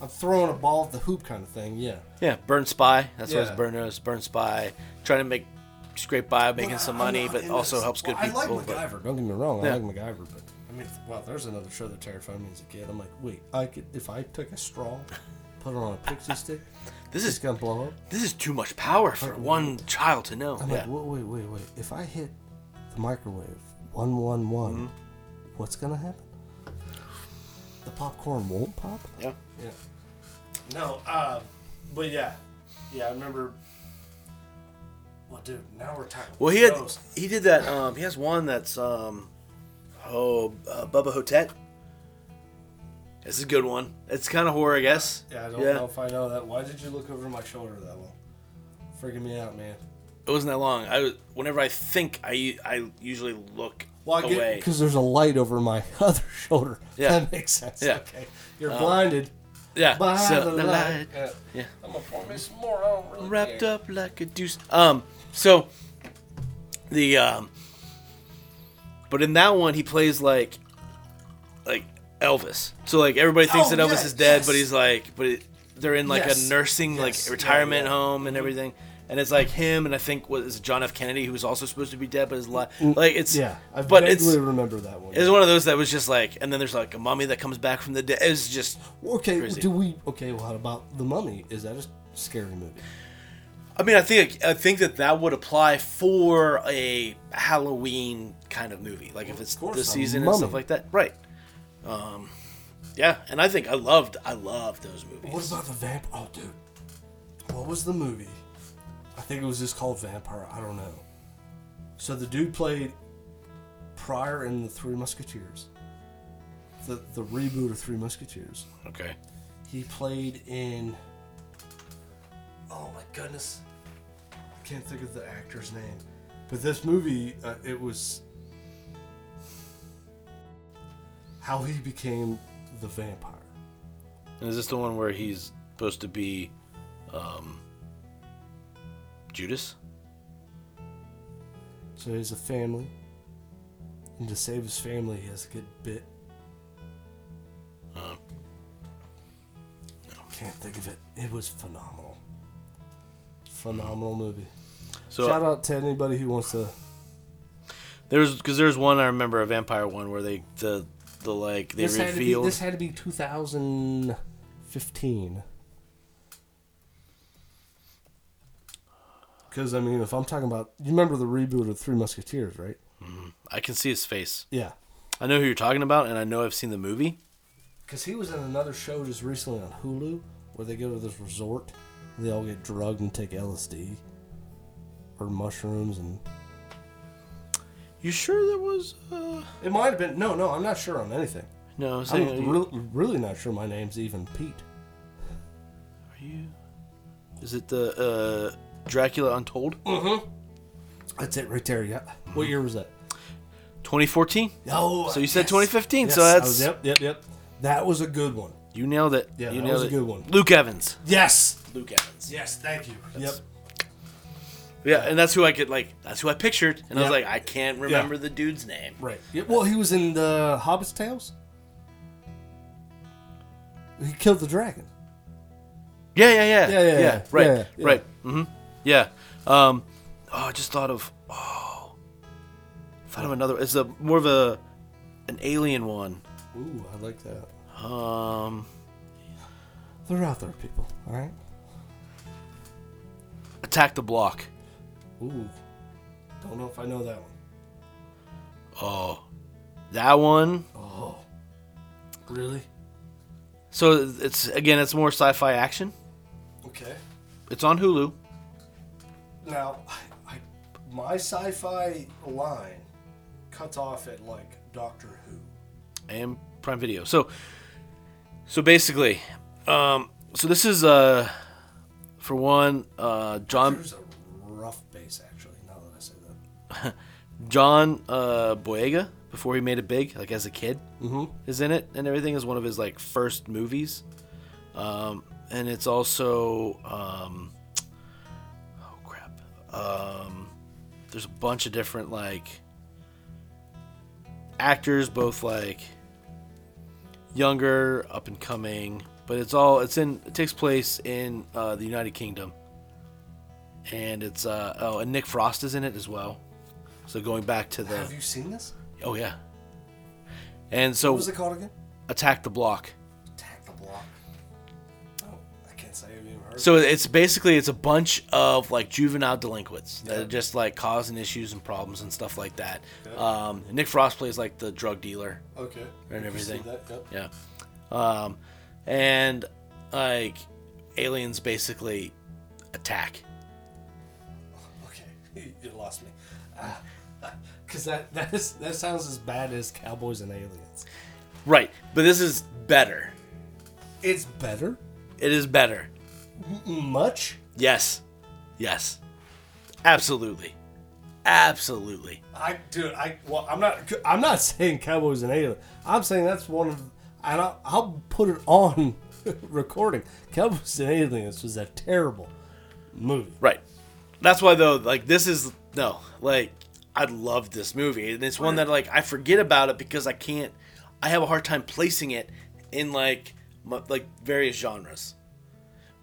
I'm throwing a ball at the hoop kind of thing. Yeah. Yeah, burn spy. That's what it's Yeah. burn notice, burn spy. Trying to make scrape by, making some money, but also helps good people. I like but- MacGyver. Don't get me wrong. Yeah. I like MacGyver, but I mean, well, there's another show that terrified me as a kid. I'm like, wait, I could if I took a straw, put it on a pixie (laughs) stick, this it's is gonna blow up. this is too much power for one child to know. I'm Yeah. like, wait, wait, wait, wait. If I hit the microwave one one Mm-hmm. one, what's gonna happen? The popcorn won't pop. yeah. Yeah. No, uh, but yeah, yeah, I remember. Well, dude, now we're talking. Well, he had shows. he did that. Um, he has one that's um, oh uh, Bubba Hotep. This is a good one. It's kind of horror, I guess. Yeah, I don't know if I know that. Why did you look over my shoulder that long? Freaking me out, man. It wasn't that long. I was- whenever I think I I usually look Well, I get- away. Because there's a light over my (laughs) other shoulder. Yeah. That makes sense. Yeah. Um, Okay. You're blinded. yeah. By so the the light. light Yeah. Yeah. I'm gonna pour me some more. I don't really wrapped care. up like a deuce. Um, so the um, but in that one he plays like like Elvis. So like everybody thinks Oh, that Elvis yeah, is dead, yes. but he's like, but it, they're in like Yes. a nursing Yes. like Yeah, retirement yeah. Mm-hmm. home and everything. And it's like him and I think what is it, John F. Kennedy who was also supposed to be dead but is alive. Like it's Mm, Yeah, I but vaguely it's remember that one. it's one of those that was just like and then there's like a mummy that comes back from the dead. It's just okay, crazy. do we? Okay, well, how about the Mummy? Is that a scary movie? I mean I think I think that that would apply for a Halloween kind of movie. Like if it's course, this a season and mummy. stuff like that. Right. Um yeah, and I think I loved I loved those movies. What about the vamp? Oh, dude, what was the movie? I think it was just called Vampire. I don't know. So the dude played Pryor in the Three Musketeers, the the reboot of Three Musketeers. okay. He played in. Oh my goodness, I can't think of the actor's name. But this movie, uh, it was how he became the vampire. And is this the one where he's supposed to be um, Judas? So he has a family, and to save his family, he has to get bit. Uh. Can't think of it. It was phenomenal. Phenomenal movie. So Shout out to anybody who wants to. there's because there's one I remember a vampire one where they the the like they had to be- revealed this had to be 2015. Because, I mean, if I'm talking about. You remember the reboot of Three Musketeers, right? I can see his face. Yeah. I know who you're talking about, and I know I've seen the movie. Because he was in another show just recently on Hulu where they go to this resort and they all get drugged and take LSD or mushrooms and. You sure there was? Uh... It might have been. No, no, I'm not sure on anything. No, I'm I'm saying, are, you, real- really not sure my name's even Pete. are you? Is it the uh, Dracula Untold? That's it right there, yeah. What year was that? 2014. Oh, So you said yes. 2015. Yes, so I that's was- yep, yep, yep. That was a good one. you nailed it. Yeah, you that nailed was a it. good one. Luke Evans. Yes, Luke Evans. yes, thank you. yep. Yeah, and that's who I could like. That's who I pictured, and I was Yeah. like, I can't remember the dude's name. Right. Yeah, well, he was in the Hobbit's Tales. He killed the dragon. Yeah, yeah, yeah, Yeah, yeah, yeah. right, Yeah, yeah. right. Mm-hmm. Yeah. Um, oh, I just thought of. Oh, thought of another. It's a more of a an alien one. Ooh, I like that. Um, They're out there, people. All right. Attack the Block. Ooh, don't know if I know that one. Oh, that one. Oh, Really? So it's again, it's more sci-fi action. Okay. It's on Hulu. Now, I, I, my sci-fi line cuts off at like Doctor Who. and Prime Video. So, so basically, um, so this is uh, for one, uh, John There's a rough base, actually. Now that I say that, John uh, Boyega before he made it big, like as a kid, mm-hmm. is in it and everything. Is one of his like first movies, um, and it's also um, oh crap, um, there's a bunch of different like actors, both like younger, up and coming, but it's all it's in it takes place in uh, the United Kingdom. And it's uh oh, and Nick Frost is in it as well. So going back to have the you seen this? oh yeah, and so What was it called again? attack the block. Attack the block. Oh, I can't say I've even heard. So it's basically it's a bunch of like juvenile delinquents that are just like causing issues and problems and stuff like that. Um, Nick Frost plays like the drug dealer okay. and everything. That, yep. Yeah. Um, and like aliens basically attack. Okay, (laughs) you, you lost me. (laughs) Because that (laughs) that is that sounds as bad as Cowboys and Aliens. Right, but this is better. It's better, It is better. much. Yes. Yes. Absolutely. Absolutely. I dude, I well, I'm not I'm not (laughs) saying Cowboys and Aliens. I'm saying that's one of and I'll, I'll put it on (laughs) recording. Cowboys and Aliens was a terrible movie. Right. That's why though, like this is no, like I love this movie, and it's one that like I forget about it because I can't. I have a hard time placing it in like my, like various genres.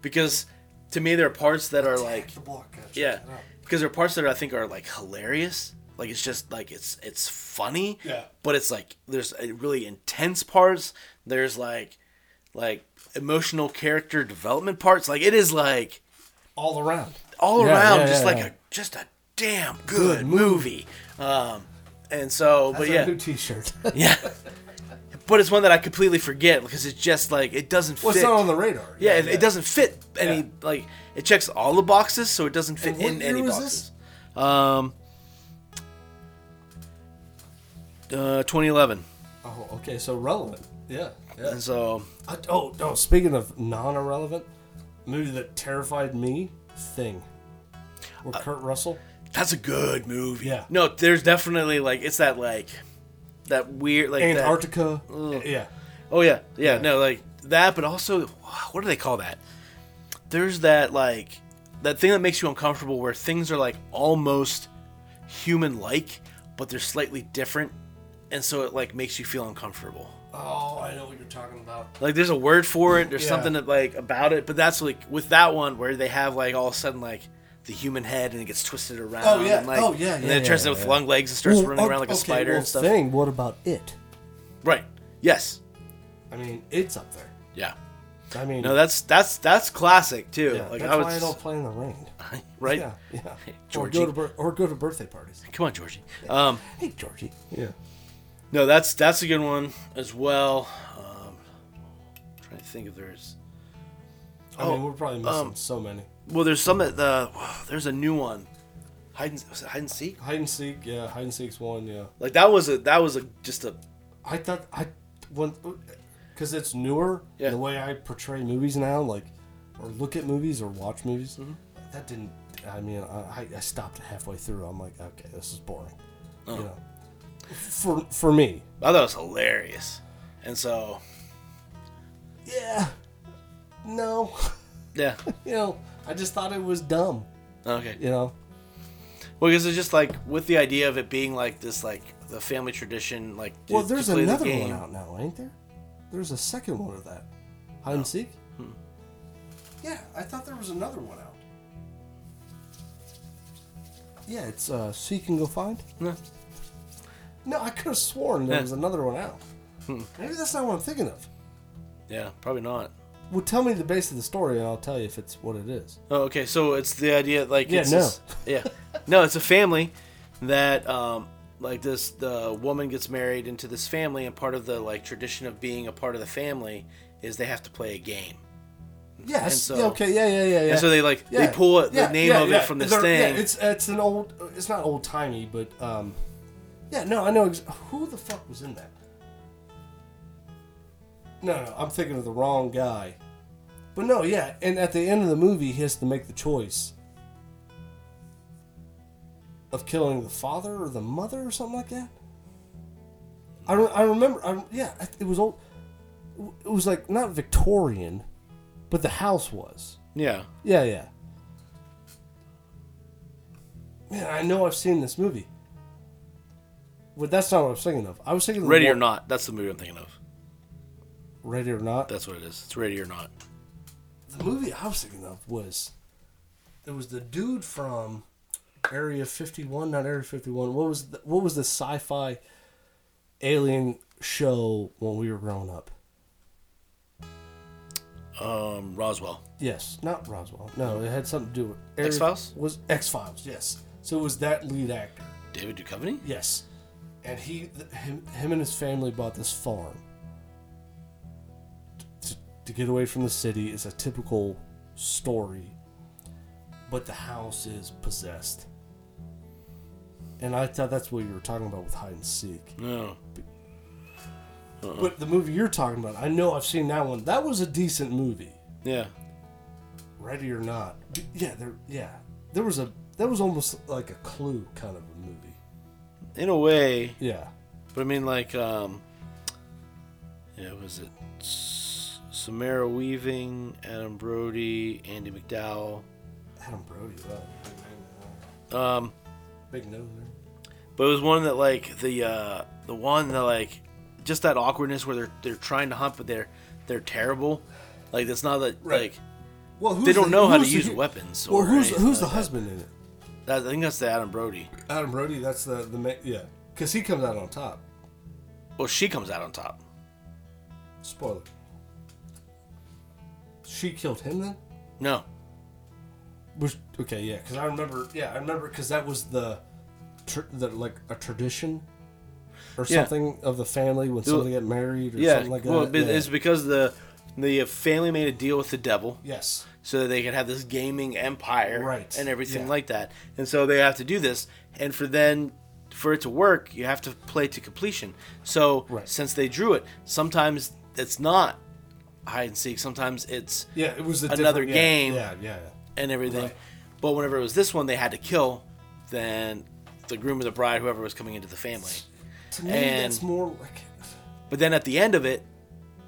because to me there are parts that are like the block. Gotcha. yeah, because there are parts that I think are like hilarious. Like it's just like it's it's funny. Yeah. But it's like there's uh, really intense parts. There's like like emotional character development parts. Like it is like all around. all Yeah, around yeah, just yeah, like yeah. a just a damn good, movie. Um, and so, but That's yeah, a (laughs) new T-shirt. yeah. But it's one that I completely forget because it's just like it doesn't What's fit. not on the radar? yeah, it, it doesn't fit any Yeah. like it checks all the boxes, so it doesn't fit And what in year any was boxes. Um, uh, 2011, Oh, okay. So relevant. Yeah. Yeah. and so I, oh no. Speaking of non-irrelevant, movie that terrified me, Thing, or Uh, Kurt Russell. that's a good movie. Yeah. No, there's definitely like it's that like that weird like that- Antarctica. Yeah. Oh yeah, yeah, no, like that, but also what do they call that? There's that like that thing that makes you uncomfortable where things are like almost human like, but they're slightly different and so it like makes you feel uncomfortable. Oh, I know what you're talking about. Like there's a word for it, there's Yeah. something that like about it, but that's like with that one where they have like all of a sudden like the human head and it gets twisted around. Oh, yeah. and, like, Oh, yeah, And yeah, then it turns yeah, into with yeah. long legs and starts Well, running around like a okay, spider well, and stuff. Thing. What about it? Right. Yes. I mean, it's up there. Yeah. I mean, No, that's that's that's classic too. yeah, like that's I would why I s- don't play in the rain. right? Yeah, (laughs) yeah. Or Georgie. go to bir- or go to birthday parties. Come on, Georgie. Um, Hey, Georgie. Yeah. no, that's that's a good one as well. Um, trying to think if there's I mean, we're probably missing so many. well, there's some at the there's a new one. Hide and, was it hide and seek. Hide and seek. Yeah, hide and seek's one. Yeah. Like that was a that was a just a I thought I when because it's newer. Yeah. The way I portray movies now, like or look at movies or watch movies, that didn't. I mean, I, I stopped halfway through. I'm like, okay, this is boring. You know, for for me, I thought it was hilarious, and so yeah, no, (laughs) yeah. you know, I just thought it was dumb. Okay. You know, Well, because it's just like with the idea of it being like this, like the family tradition, like to- well, to there's play the another one game. out now, ain't there? There's a second one of that. Hide and seek. Hmm. Yeah, I thought there was another one out. Yeah, it's uh, seek and go find. Yeah. No, I could have sworn there Yeah. was another one out. Hmm. Maybe that's not what I'm thinking of. Yeah, probably not. Well, tell me the base of the story, and I'll tell you if it's what it is. Oh, okay. So it's the idea, like, Yeah, it's no. this- yeah, no, it's a family that, um, like, this the woman gets married into this family, and part of the like tradition of being a part of the family is they have to play a game, Yes. Hmm. so- yeah, okay. Yeah. Yeah. Yeah. Yeah. and so they like Yeah, they pull it, the yeah, name yeah, of yeah. it from this They're- thing. Yeah, it's it's an old. It's not old timey, but um, yeah. No, I know ex- who the fuck was in that. No, no, I'm thinking of the wrong guy. But no, yeah, and at the end of the movie, he has to make the choice of killing the father or the mother or something like that. I, re- I remember, I, yeah, it was old. It was like not Victorian, but the house was. yeah, Yeah, yeah. Man, I know I've seen this movie. But that's not what I was thinking of. I was thinking of the Ready or one- Not. That's the movie I'm thinking of. Ready or not. That's what it is. It's Ready or Not. The movie I was thinking of was it was the dude from Area 51, not Area 51. What was the, what was the sci-fi alien show when we were growing up? Um, Roswell. Yes, not Roswell. No, it had something to do with Area- X-Files? Was X-Files? Yes. So it was that lead actor. David Duchovny. Yes, and he, th- him, him and his family bought this farm to, to get away from the city. It's a typical story, but the house is possessed. And I thought that's what you were talking about with hide and seek. No. But the movie you're talking about, I know I've seen that one. That was a decent movie, Yeah. ready or not. D- Yeah, there. Yeah, there was a that was almost like a clue kind of a movie. In a way, Yeah. But I mean, like, um, yeah, was it S- Samara Weaving, Adam Brody, Andy McDowell? Adam Brody, wow. uh, Um, Big nose there. but it was one that like the uh, the one that like just that awkwardness where they're they're trying to hunt, but they're they're terrible. Like that's not that Right. like Well, who's they don't know how to who's use the, weapons. Well, or who's anything who's the like that. husband in it? That- I think that's the Adam Brody. Adam Brody. That's the the ma- yeah, because he comes out on top. Well, she comes out on top. Spoiler. She killed him then. No, Which okay, yeah, because I remember, yeah, I remember because that was the, tr the like a tradition, or Yeah. something of the family when somebody got married or yeah. something like well, that. be- yeah. it's because the the family made a deal with the devil yes, so that they could have this gaming empire Right, and everything yeah. like that. And so they have to do this. And for then for it to work, you have to play to completion. So Right. since they drew it, sometimes it's not hide and seek. Sometimes it's yeah, it was a Another different- yeah, game. Yeah, yeah, yeah. and everything. Right. But whenever it was this one, they had to kill. Then the groom or the bride, whoever was coming into the family. To me, And- that's more like But then at the end of it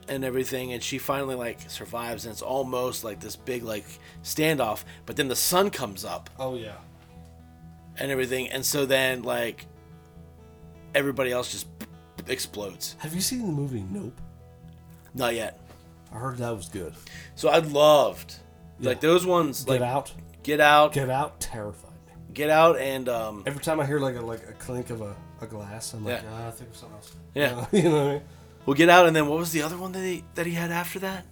and everything, and she finally like survives, and it's almost like this big like standoff. But then the sun comes up oh yeah, and everything, and so then like everybody else just explodes. Have you seen the movie Nope? Not yet. I heard that was good. So I loved like those ones Get like out, Get Out, get out, terrified me. Get Out, and um Every time I hear like a like a clink of a, a glass, I'm like, Yeah. ah, I think it was something else. yeah, (laughs) you know what I mean? well Get Out, and then what was the other one that he that he had after that?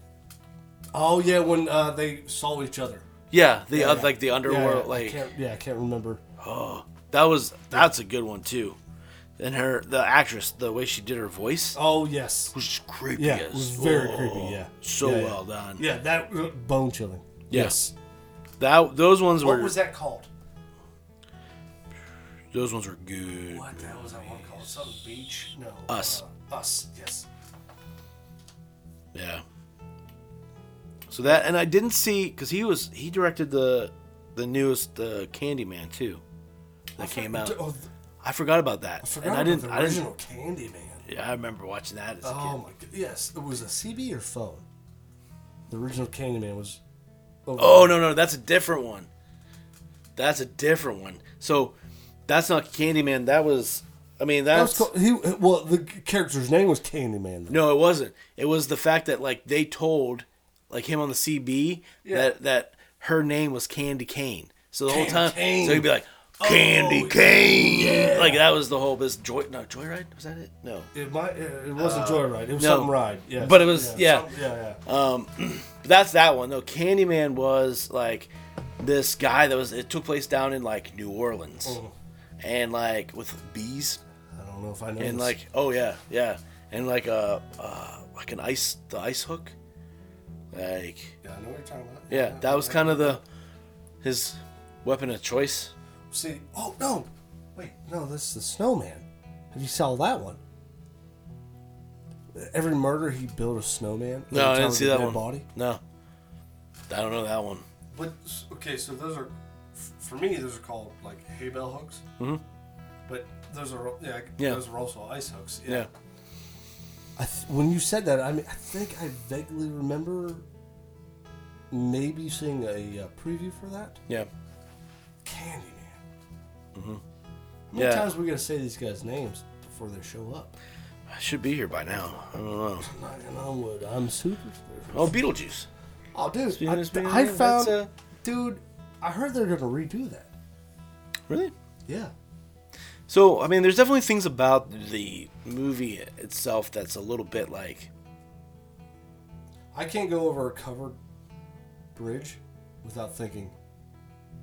Oh yeah, when uh, they saw each other. Yeah, the Yeah, uh, yeah. like the Yeah, underworld yeah, I like can't, yeah, I can't remember. oh that was that's a good one too. And her the actress the way she did her voice. Oh yes, was just creepy yeah, as it was very fuck. creepy. Yeah, So Yeah, yeah. well done. yeah, that uh, bone chilling. Yeah. That those ones were What was that called? those ones were good. What the hell was that one called? Some beach? No. Us. uh, us. Yes. Yeah. So that and I didn't see cuz he was he directed the the newest uh, Candyman too. That came out. Oh, th- I forgot about that. I and forgot I about didn't the I didn't original Candyman. Yeah, I remember watching that as a Oh kid. my god! Yes, it was a CB or phone. The original Candyman was. Oh no, no, that's a different one. That's a different one. So that's not Candyman. That was I mean, that that's was called, he. Well, the character's name was Candyman. Though. No, it wasn't. It was the fact that like they told like him on the CB that that her name was Candy Cane. So the whole time, so he'd be like Candy Cane. Like that was the whole this joy. No, Joyride was that it? No, It might. It wasn't Joyride. It was Uh, no. something ride. Yeah. But it was- yeah. something- yeah. Yeah. that's that one though. Candyman was like this guy that was. It took place down in like New Orleans, and like with bees I don't know if I know. and this. like oh yeah yeah and like a uh, like an ice the ice hook like. Yeah, I know what you're talking about. Yeah, that was kind of the his weapon of choice. See. Oh no. Wait. No, this is the Snowman. Have you saw that one? Every murder, he built a snowman. Every No, I time didn't with see a that dead one. Body. No, I don't know that one. But okay, so those are f- for me. Those are called like hay bale hooks. Mm-hmm. But those are yeah, Yeah. Those are also ice hooks. Yeah, I th- when you said that, I mean, I think I vaguely remember maybe seeing a uh, preview for that. yeah, Candyman. How many yeah. times we gotta say these guys' names before they show up? I should be here by now. I don't (laughs) know. Knocking on wood. I'm super. spiritual. Oh, Beetlejuice. Oh, dude, Speaking I, of Spider-Man, I that's, found, uh, dude. I heard they're gonna redo that. Really? Yeah. So I mean, there's definitely things about the movie itself that's a little bit like I can't go over a covered bridge without thinking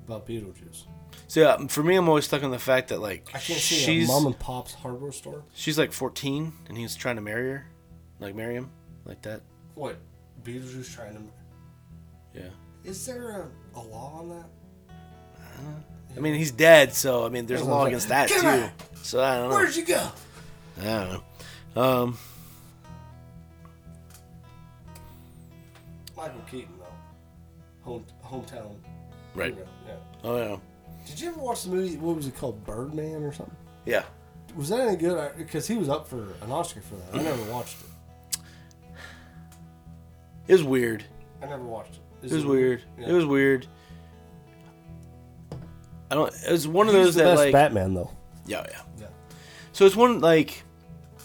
about Beetlejuice. so. Yeah, um, for me, I'm always stuck on the fact that like I can't see she's a mom and pop's hardware store. she's like 14 and he's trying to marry her, like marry him, like that. What? Beetlejuice trying to. Yeah. Is there a, a law on that? I mean, he's dead, so I mean, there's a law against that Get too. back! So I don't know. Where'd you go? I don't know. Um, Michael Keaton, though. Home, hometown. right. hero, Yeah. Oh yeah. Did you ever watch the movie? What was it called? Birdman or something? Yeah. Was that any good? Because he was up for an Oscar for that. I never watched it. It was weird. I never watched it. It was weird. It was weird. I don't. It was one of He's those the that best like. Batman though. Yeah, yeah. Yeah. So it's one like.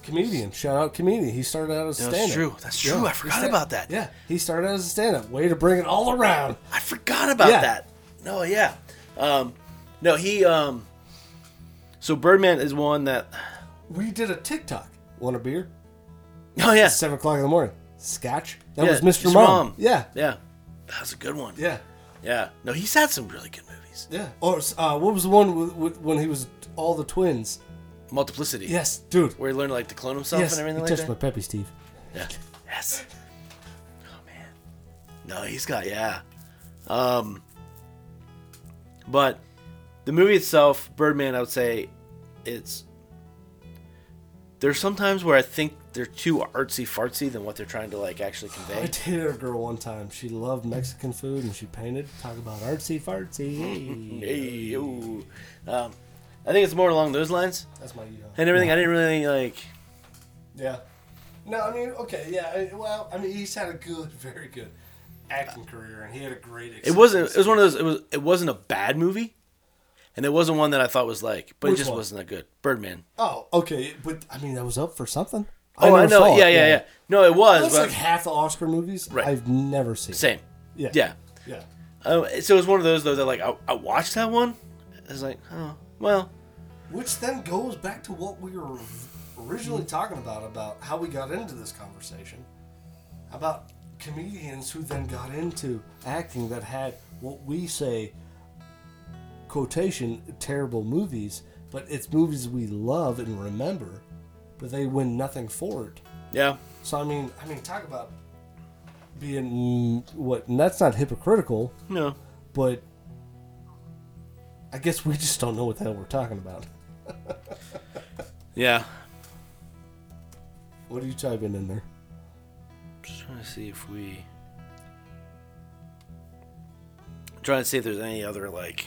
comedian. Shout out comedian. He started out as a That's stand-up. true. That's true. I forgot about that. Yeah, he started out as a stand-up. Way to bring it all around. I forgot about Yeah. that. No, yeah. Um, no, he. Um, so Birdman is one that. We did a TikTok. Want a beer? Oh yeah, Seven o'clock in the morning. Scotch. That Yeah, was Mr. Mr. Mom. Mom. Yeah, yeah. That was a good one. yeah, Yeah. No, he's had some really good movies. yeah. Or uh, what was the one with, with, when he was all the twins? Multiplicity. Yes, dude. Where he learned like to clone himself Yes, and he everything like touched that. my peppy, Steve. Yeah. Yes. Oh man. No, he's got yeah. Um. But the movie itself, Birdman, I would say, it's there's sometimes where I think they're too artsy fartsy than what they're trying to like actually I convey. dated a girl one time. She loved Mexican food and she painted. Talk about artsy (laughs) fartsy. Hey, ooh. Um, I think it's more along those lines That's my ego. and everything. I didn't really like. Yeah. No, I mean, okay, yeah. I- Well, I mean, he's had a good, (laughs) very good acting career, and he had a great. It wasn't. It was one of those. It was. It wasn't a bad movie, and it wasn't one that I thought was like. But Which it just one? wasn't that good. Birdman. Oh, okay, but I mean, that was up for something. Oh, I, never saw know. it, Yeah, yeah, yeah, No, it was. That's but like half the Oscar movies Right. I've never seen. same. Yeah. Yeah. Yeah. Oh, so it was one of those though that like I, I watched that one. I was like, oh well, Which then goes back to what we were originally talking about about how we got into this conversation about comedians who then got into acting that had what we say quotation terrible movies, but it's movies we love and remember, but they win nothing for it. yeah, So I mean, I mean, talk about being what? And that's not hypocritical, no, but I guess we just don't know what the hell we're talking about. yeah. What are you typing in there? Just trying to see if we. trying to see if there's any other like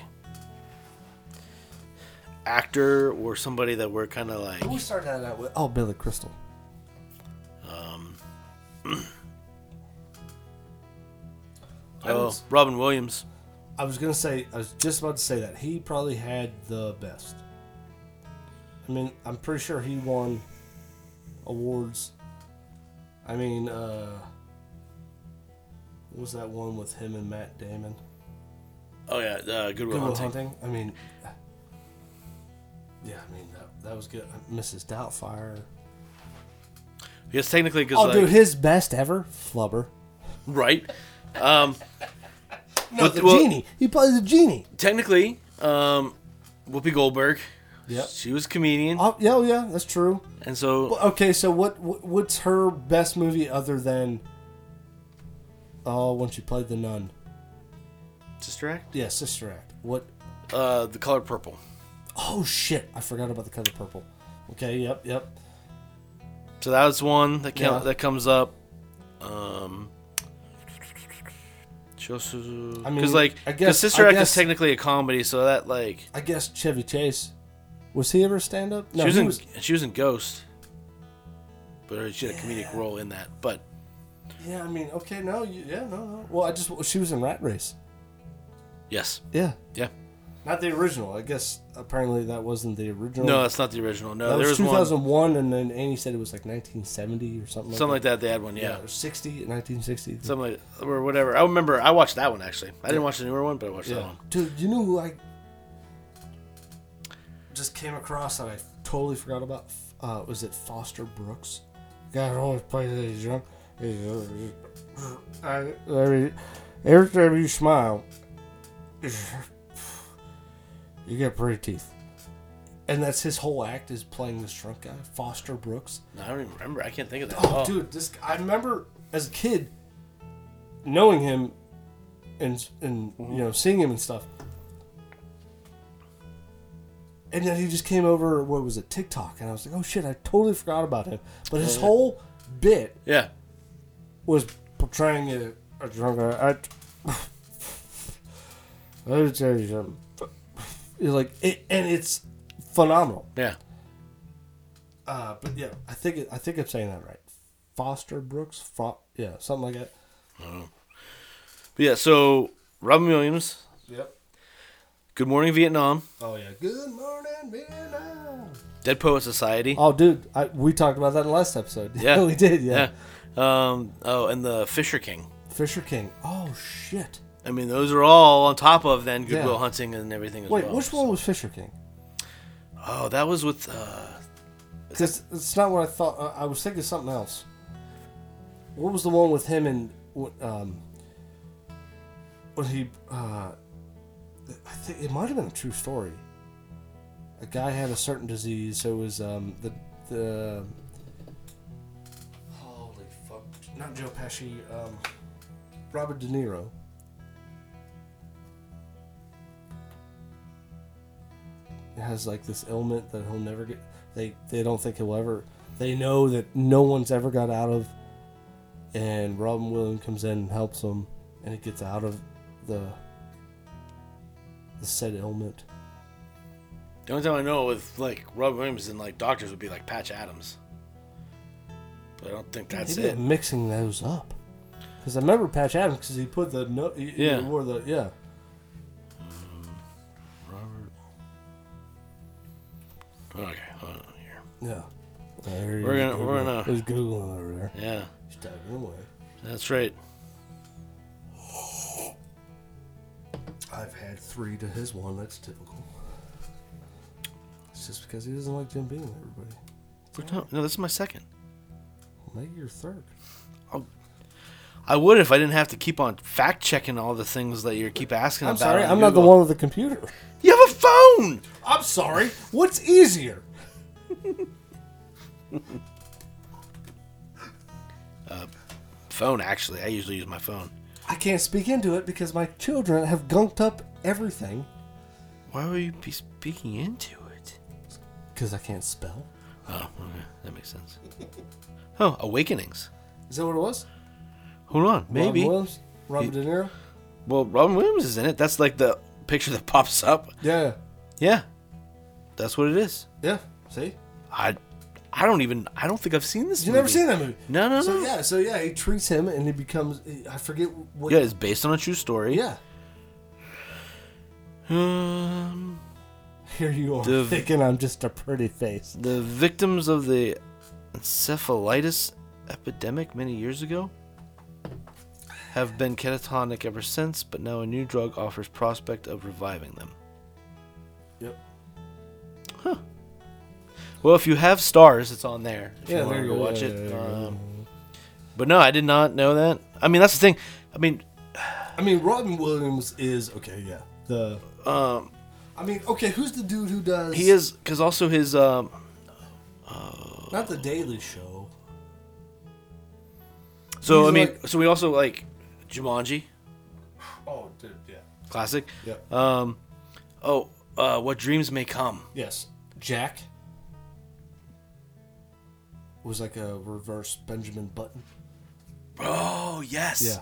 actor or somebody that we're kind of like. We started out with oh Billy Crystal. Oh, Robin Williams. I was gonna say I was just about to say that he probably had the best. I mean, I'm pretty sure he won awards. I mean, uh, what was that one with him and Matt Damon? Oh yeah, uh, Goodwill Good Will Hunting. Hunting. I mean, yeah, I mean that that was good. Mrs. Doubtfire. Yes, technically, because Oh, like, dude, his best ever flubber. right. Um, No, But- the well- genie. He plays the genie. technically, um, Whoopi Goldberg. Yep. She was a comedian, Oh, yeah, oh, yeah, that's true. and so Well, Okay, so what what- what's her best movie other than Oh, when she played the nun. Sister Act. Yeah, Sister Act. What Uh, the color purple. Oh shit, I forgot about the color purple. Okay, yep, yep. So that was one that count, Yeah. that comes up. Um, she also because I mean, like I 'cause guess- Sister I Act is guess- technically a comedy, so that like I guess Chevy Chase was he ever stand up? she was he in she was in Ghost, but she had a comedic role in that. But Yeah, I mean, okay, no, you, yeah, no, no. Well, I just she was in Rat Race. yes, Yeah. yeah. Not the original. I guess apparently that wasn't the original. No, that's not the original. No, Oh. that there was was one 2001 and then Annie said it was like 1970 or something like something like that. that. They had one, yeah. or 60, 1960. something like or whatever. I remember I watched that one actually. I didn't watch the newer one, but I watched that one. Dude, you know who I just came across that I totally forgot about? F- Uh, was it Foster Brooks? Guy that always plays that he's drunk. He's always- I- Every, every time you smile, you get pretty teeth. And that's his whole act is playing this drunk guy, Foster Brooks. No, I don't even remember. I can't think of that. Oh, dude, this I remember as a kid knowing him and and you know seeing him and stuff. And then he just came over. What was it? TikTok, and I was like, "Oh shit! I totally forgot about him." But his whole bit Yeah. was portraying a, a drunk guy. I, (laughs) let me tell you something. It's like, it, and it's phenomenal. Yeah. Uh, but yeah, I think it, I think I'm saying that right. Foster Brooks, Fo- yeah, something like that. But yeah, so Robin Williams, Yep. Good Morning Vietnam, Oh yeah. Good morning, Vietnam. Dead Poet Society. Oh, (laughs) dude, I, we talked about that in the last episode. Yeah. (laughs) we did. Yeah. Yeah. Um, oh, and the Fisher King. Fisher King. Oh shit. I mean, those are all on top of then Goodwill Yeah. Hunting and everything as Wait, well. which one was Fisher King? Oh, that was with. Uh, Because it's not what I thought. I- I was thinking something else. What was the one with him and what? Um, when he, uh, I think it might have been a true story. A guy had a certain disease. So it was um, the the. Holy fuck! Not Joe Pesci. Um, Robert De Niro. has like this ailment that he'll never get. They they don't think he'll ever. They know that no one's ever got out of. And Robin Williams comes in and helps him, and it gets out of the the said ailment. the only time I know with like Rob Williams and like doctors would be like Patch Adams. But I don't think that's Maybe it. I'm mixing those up. Because I remember Patch Adams because he put the no. He, yeah. Yeah. He wore the yeah. Robert. Okay, hold on here. Yeah. There he We're is gonna- we're Googling. gonna- He's googling over there. Yeah, He's typing away. that's right. I've had three to his one. That's typical. It's just because he doesn't like Jim Beam. Everybody, We're not- No, this is my second. maybe your third. I would if I didn't have to keep on fact checking all the things that you keep asking I'm about. sorry, on I'm not the Google. one with the computer. You have a phone. I'm sorry. What's easier? Phone, actually. I usually use my phone. I can't speak into it because my children have gunked up everything Why would you be speaking into it? because I can't spell. Oh, okay. That makes sense. Oh, Awakenings. Is that what it was? Hold on. Maybe. Robin Williams, Robert De Niro. well, Robin Williams is in it. That's like the picture that (laughs) pops up. Yeah, Yeah. That's what it is. yeah. See, I I don't even I don't think I've seen this you movie. never seen that movie. No, no, So no. yeah, so yeah, he treats him and he becomes. I forget what. Yeah, it's based on a true story. yeah. Um, Here you are The- thinking I'm just a pretty face. the victims of the encephalitis epidemic many years ago have been catatonic ever since, but now a new drug offers prospect of reviving them. Yep. Well, if you have stars, it's on there. If Yeah, you want there to you go go. watch Yeah, it. yeah, yeah. Um, but no, I did not know that. I mean, that's the thing. I mean, I mean, Robin Williams is okay. Yeah, the. um, I mean, okay, who's the dude who does? he is because also his um, not the Daily Show. So He's I mean, like- so we also like Jumanji, Oh, dude, yeah. Uh, classic. Yep. Um, oh, uh, what dreams may come. Yes, Jack was like a reverse Benjamin Button. Oh yes. Yeah.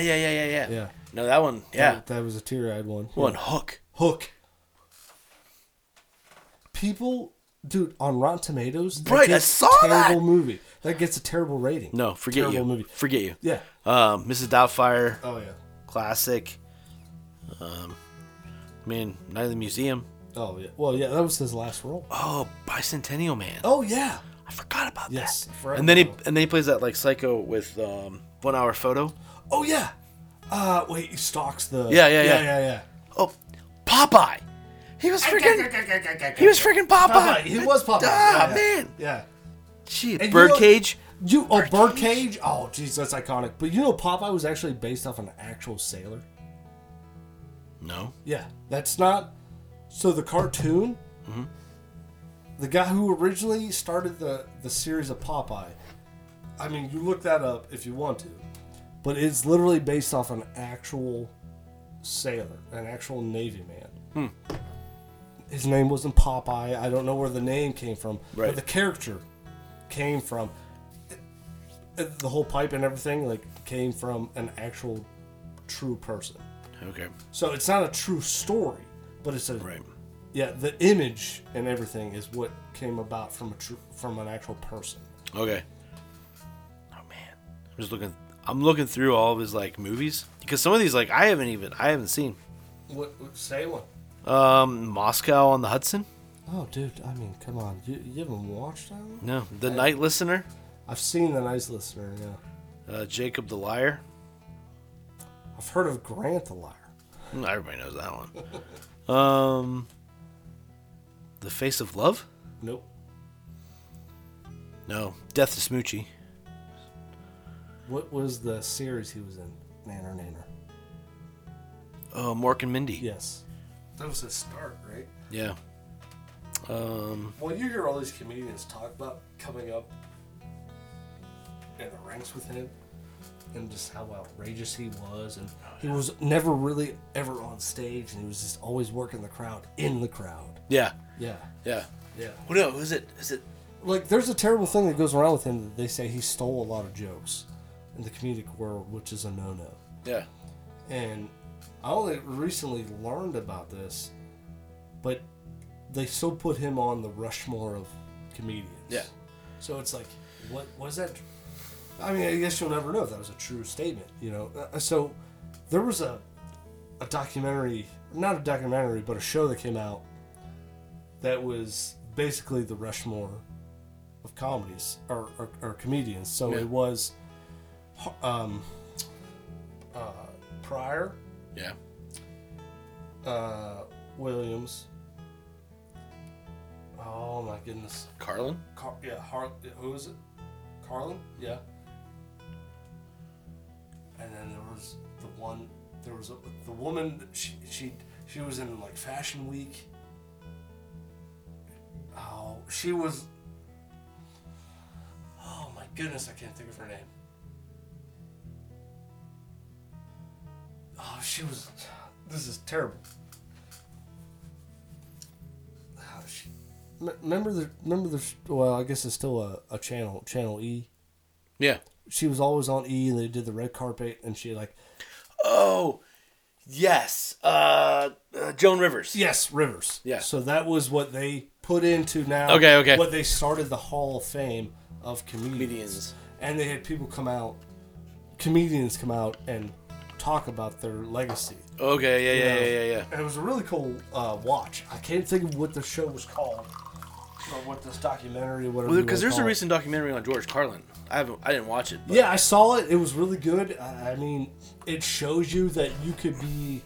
Yeah, yeah, yeah, yeah, yeah. Yeah. No, that one. Yeah. that, that was a tear-eyed one. One hook. Hook. People, dude, on Rotten Tomatoes, that Right, I gets saw that! terrible movie. That gets a terrible rating. No, forget terrible you. movie. Forget you. Yeah. Um, Mrs. Doubtfire, Oh yeah. classic. Um, I mean, Night of the Museum. Oh yeah. Well yeah, that was his last role. Oh, Bicentennial Man. Oh yeah. I forgot about Yes, that. forever And then he ago. and then he plays that like psycho with um, one hour photo. Oh yeah. Uh wait, he stalks the. Yeah, yeah, yeah. yeah, yeah. yeah. Oh, Popeye. He was (laughs) freaking. He was freaking Popeye. Popeye. He was Popeye. Ah, Yeah, yeah. man. Yeah. Gee, And Birdcage. You know, you oh birdcage? Oh jeez, that's iconic. But you know Popeye was actually based off an actual sailor. No. Yeah, that's not. So the cartoon, the guy who originally started the the series of Popeye, I mean, you look that up if you want to, but it's literally based off an actual sailor, an actual Navy man. His name wasn't Popeye. I don't know where the name came from, Right. but the character came from the whole pipe and everything like came from an actual true person. Okay. So it's not a true story, but it's a Right. yeah. The image and everything is what came about from a true from an actual person. Okay. Oh man, I'm just looking. I'm looking through all of his like movies because some of these like I haven't even I haven't seen. What, say one? Um, Moscow on the Hudson. Oh, dude, I mean, come on. You, you haven't watched that one? No, The Night Listener, I've seen The Nice Listener, yeah. uh, Jacob the Liar. I've heard of Grant the Liar. Mm, Everybody knows that one. Um, The Face of Love? Nope. No, Death to Smoochie. What was the series he was in? Nanner Nanner. Uh, Mork and Mindy. Yes. That was his start, right? Yeah. Um, Well, you hear all these comedians talk about coming up in the ranks with him and just how outrageous he was. And Oh, he was never really ever on stage and he was just always working the crowd in the crowd. yeah, Yeah. yeah. Yeah. Well, no, who is it? Is it? Like, there's a terrible thing that goes around with him that they say he stole a lot of jokes in the comedic world, which is a no no. Yeah. and I only recently learned about this, but they still put him on the Rushmore of comedians. Yeah. So it's like, what was that? I mean, I guess you'll never know if that was a true statement, you know. Uh, So there was a a documentary, not a documentary, but a show that came out that was basically the Rushmore of comedies or, or, or comedians. So Yeah. it was um, uh, Pryor, Yeah. uh, Williams. Oh my goodness. Carlin? Car- yeah, Har- who is it? Carlin? Yeah. And then there was the one, there was a, the woman, that she, she, she was in like Fashion Week. Oh, she was, oh my goodness, I can't think of her name. Oh, she was, this is terrible. Oh, she, M- remember the remember the well i guess it's still a, a channel channel e Yeah. she was always on e and they did the red carpet and she like Oh, yes. Uh, uh Joan Rivers. yes rivers Yeah. so that was what they put into now Okay, okay. what they started the hall of fame of comedians, Comedians. and they had people come out comedians come out and talk about their legacy Okay. Yeah. Yeah. You know, Yeah. Yeah. yeah. and it was a really cool uh, watch i can't think of what the show was called or what this documentary or whatever Well, you wanna because there's a call it. recent documentary on George Carlin. I haven't. I didn't watch it. But Yeah, I saw it. It was really good. I I mean, it shows you that you could be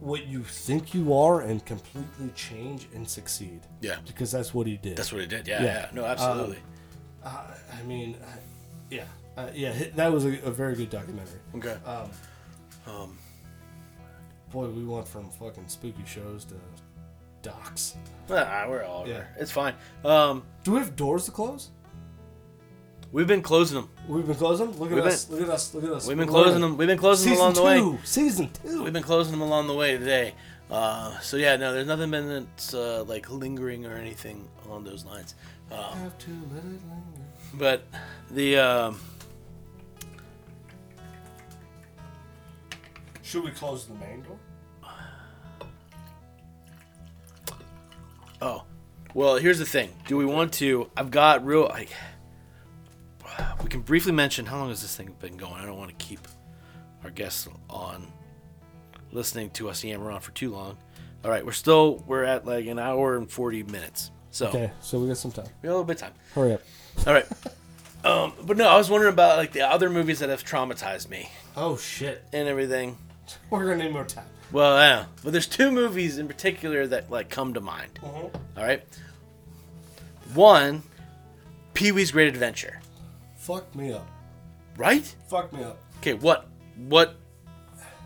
what you think you are and completely change and succeed. Yeah. Because that's what he did. That's what it did. Yeah. Yeah. Yeah. No. Absolutely. I, I mean, I, yeah. Uh, yeah, hi- that was a, a very good documentary. okay. Um, Boy, we went from fucking spooky shows to docs. Ah, we're all over. yeah. It's fine. Um, Do we have doors to close? we've been closing them. We've been closing. Look at We've us. Look at us. Look at us. We've been We're closing learning. them. We've been closing them Season along the two. way. Season two. We've been closing them along the way today. Uh, so yeah, no, there's nothing been that's uh, like lingering or anything along those lines. Um, have to let it linger. But the um, Should we close the main door? oh, well, here's the thing. Do we want to? I've got real. I, we can briefly mention how long has this thing been going. I don't want to keep our guests on listening to us yammer on for too long. All right, we're still we're at like an hour and forty minutes. So Okay, so we got some time. we have a little bit of time. Hurry up. All right. (laughs) Um, but no, I was wondering about like the other movies that have traumatized me Oh shit. (laughs) and everything. We're gonna need more time. Well, I don't know. But there's two movies in particular that like come to mind. Uh-huh. All right. One, Pee Wee's Great Adventure. Fuck me up. Right? Fuck me up. Okay. What? What?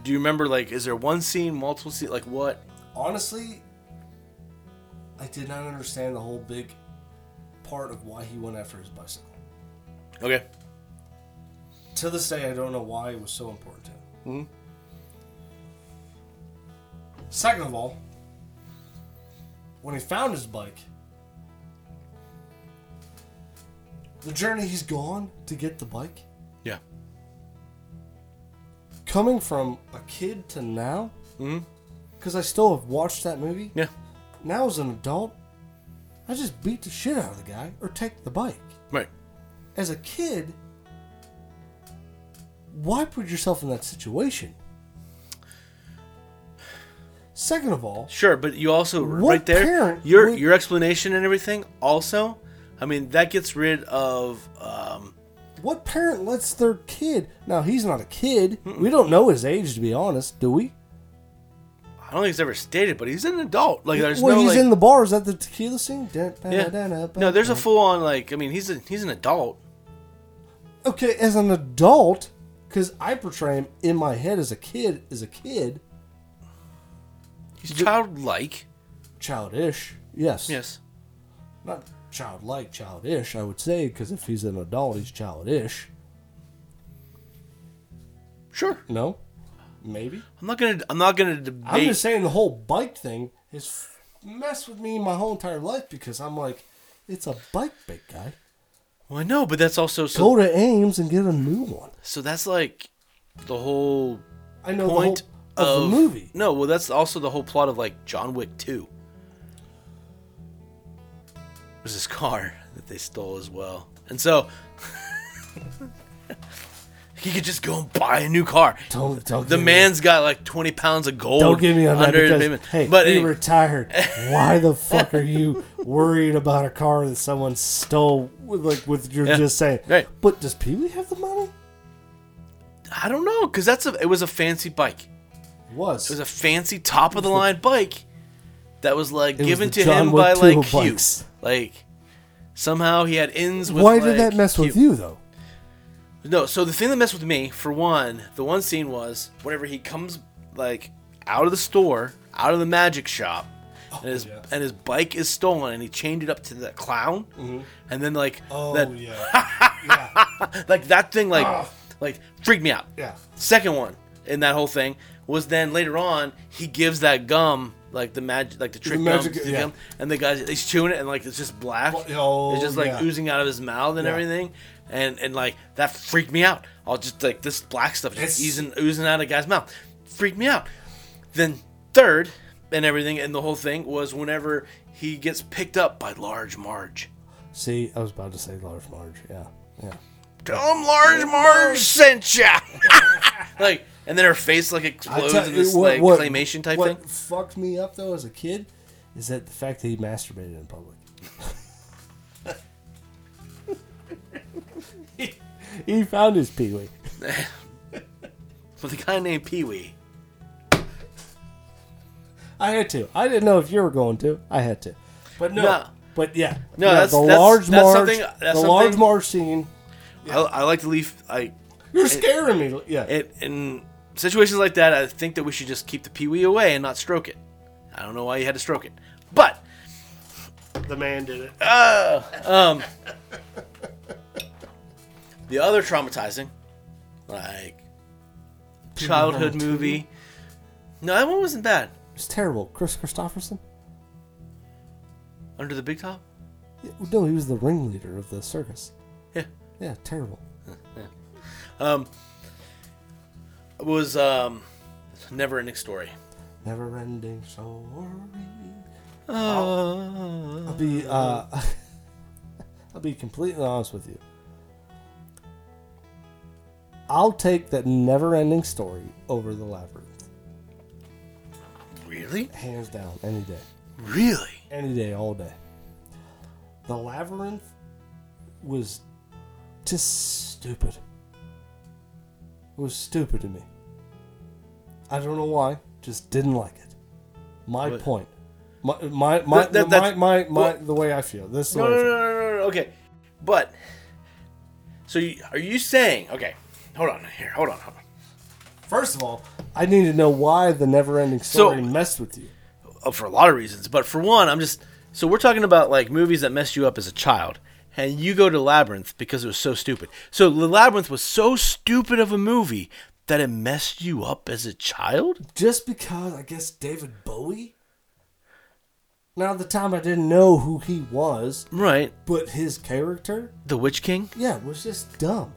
Do you remember? Like, is there one scene, multiple scene? Like, what? Honestly, I did not understand the whole big part of why he went after his bicycle. Okay. To this day, I don't know why it was so important to him. Hmm? Second of all, when he found his bike, the journey he's gone to get the bike, Yeah. coming from a kid to now, Mm-hmm. because I still have watched that movie. Yeah. Now as an adult, I just beat the shit out of the guy or take the bike. Right. As a kid, why put yourself in that situation? Second of all, Sure, but you also What right there parent your would- your explanation and everything also. I mean that gets rid of um, what parent lets their kid? Now he's not a kid. We don't know his age, to be honest, do we? I don't think it's ever stated, but he's an adult. Like there's well, no he's like, in the bars at the tequila scene. Da- da- yeah. da- da- no, there's a da- full on like I mean he's a, he's an adult. okay as an adult, because I portray him in my head as a kid. As a kid, He's childlike. childish. Yes. Yes. Not childlike, childish. I would say because if he's an adult, he's childish. Sure. No. Maybe. I'm not gonna I'm not gonna debate. I'm just saying the whole bike thing has f- messed with me my whole entire life because I'm like, it's a bike, big guy. well, I know, but that's also so. Go to Ames and get a new one. So that's like the whole I know point the whole, of, the movie. No, well, that's also the whole plot of like John Wick Two. There's this car that they stole as well, and so (laughs) he could just go and buy a new car. Don't don't The get man's got like 20 pounds of gold me, don't get me on that under his because payment. hey, but he anyway, (laughs) retired. Why the fuck are you worried about a car that someone stole? With, like with you're Yeah, just saying. right. But does Pee Wee have the money? I don't know because that's a it was a fancy bike. It He was. was a fancy top of the line bike that was like It was given the to John him Wick by two like of Q. bikes. Like somehow he had ins with. Why did like, that mess with Q. you though? No, so the thing that messed with me, for one, the one scene was whenever he comes like out of the store, out of the magic shop, Oh, and his and his bike is stolen, and he chained it up to that clown, Mm-hmm. and then like Oh, that (laughs) yeah, like that thing like like freaked me out. Ah. yeah. Second one in that whole thing was then later on he gives that gum like the magic like the trick magic- gum, the yeah. gum, and the guy he's chewing it and like it's just black. oh, it's just like yeah. oozing out of his mouth and Yeah. everything, and and like that freaked me out. I'll just like this black stuff just It's- oozing oozing out of the guy's mouth, freaked me out. Then third and everything and the whole thing was whenever he gets picked up by Large Marge. See, I was about to say large Marge. Yeah, yeah. Tell him Large Marge sent ya. (laughs) like, and then her face like explodes in this like claymation type what thing. fucked me up though as a kid is that the fact that he masturbated in public. (laughs) he found his pee wee. With a guy named Pee Wee. I had to. I didn't know if you were going to. I had to. But no. No. But yeah. No, that's- the that's- large that's march. something- that's the something- large march scene. I, I like to leave. I You're scaring me. Yeah. it in situations like that. I think that we should just keep the Pee Wee away and not stroke it. I don't know why you had to stroke it, but Uh, The man did it. um, the other traumatizing, like childhood movie. No, that one wasn't bad. it's terrible. Chris Christopherson. Under the Big Top. No, he was the ringleader of the circus. Yeah. Yeah. Terrible. was um never ending story. Never ending story. I'll, I'll be uh, (laughs) I'll be completely honest with you. I'll take that never ending story over the labyrinth. Really? Hands down, any day. Really? Any day, all day. The labyrinth was just stupid. It was stupid to me. I don't know why. Just didn't like it. My What? point. My my my, That- that- that's- my, my, my well- the way I feel. This is the No, way no, I no, feel. no, no, no. Okay, but so you, are you saying? Okay, hold on here. Hold on. Hold on. First of all, I need to know why the never-ending So- story messed with you. Oh, for a lot of reasons, but for one, I'm just so we're talking about like movies that messed you up as a child, and you go to Labyrinth because it was so stupid. So the Labyrinth was so stupid of a movie that it messed you up as a child. Just because I guess David Bowie. Now at the time I didn't know who he was, Right. but his character, The Witch King. yeah, was just dumb.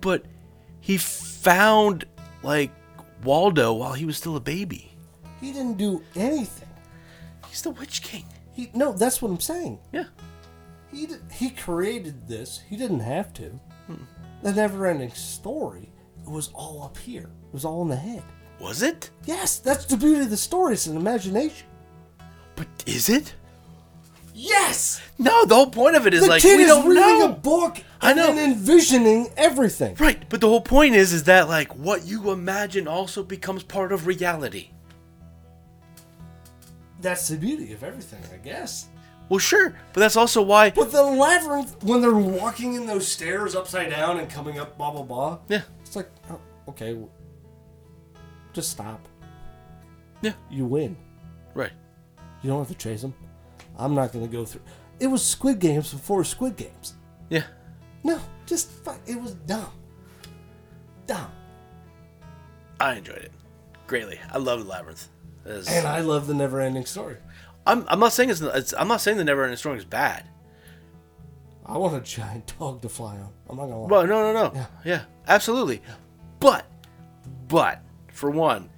but he found like Waldo while he was still a baby. He didn't do anything. He's the Witch King. He no, that's what I'm saying. Yeah. He did, he created this. He didn't have to. The never-ending story was all up here. It was all in the head. Was it? Yes, that's the beauty of the story. It's an imagination. But is it? Yes, No, the whole point of it is the like kid we is don't reading know. a book I and know. then envisioning everything. Right, but the whole point is is that like what you imagine also becomes part of reality. That's the beauty of everything, I guess. Well, sure, but that's also why But the labyrinth, when they're walking in those stairs upside down and coming up, blah blah blah. Yeah. It's like, oh, okay, w- just stop. Yeah. You win. Right. You don't have to chase them. I'm not gonna go through. It was Squid Games before Squid Games. Yeah. No, just fuck. It was dumb. Dumb. I enjoyed it greatly. I loved Labyrinth. It was- And I love the never-ending story. I'm, I'm not saying it's, it's I'm not saying the Neverending Story is bad. I want a giant dog to fly on. I'm not gonna lie. Well, no, no, no. Yeah, absolutely. But, but for one,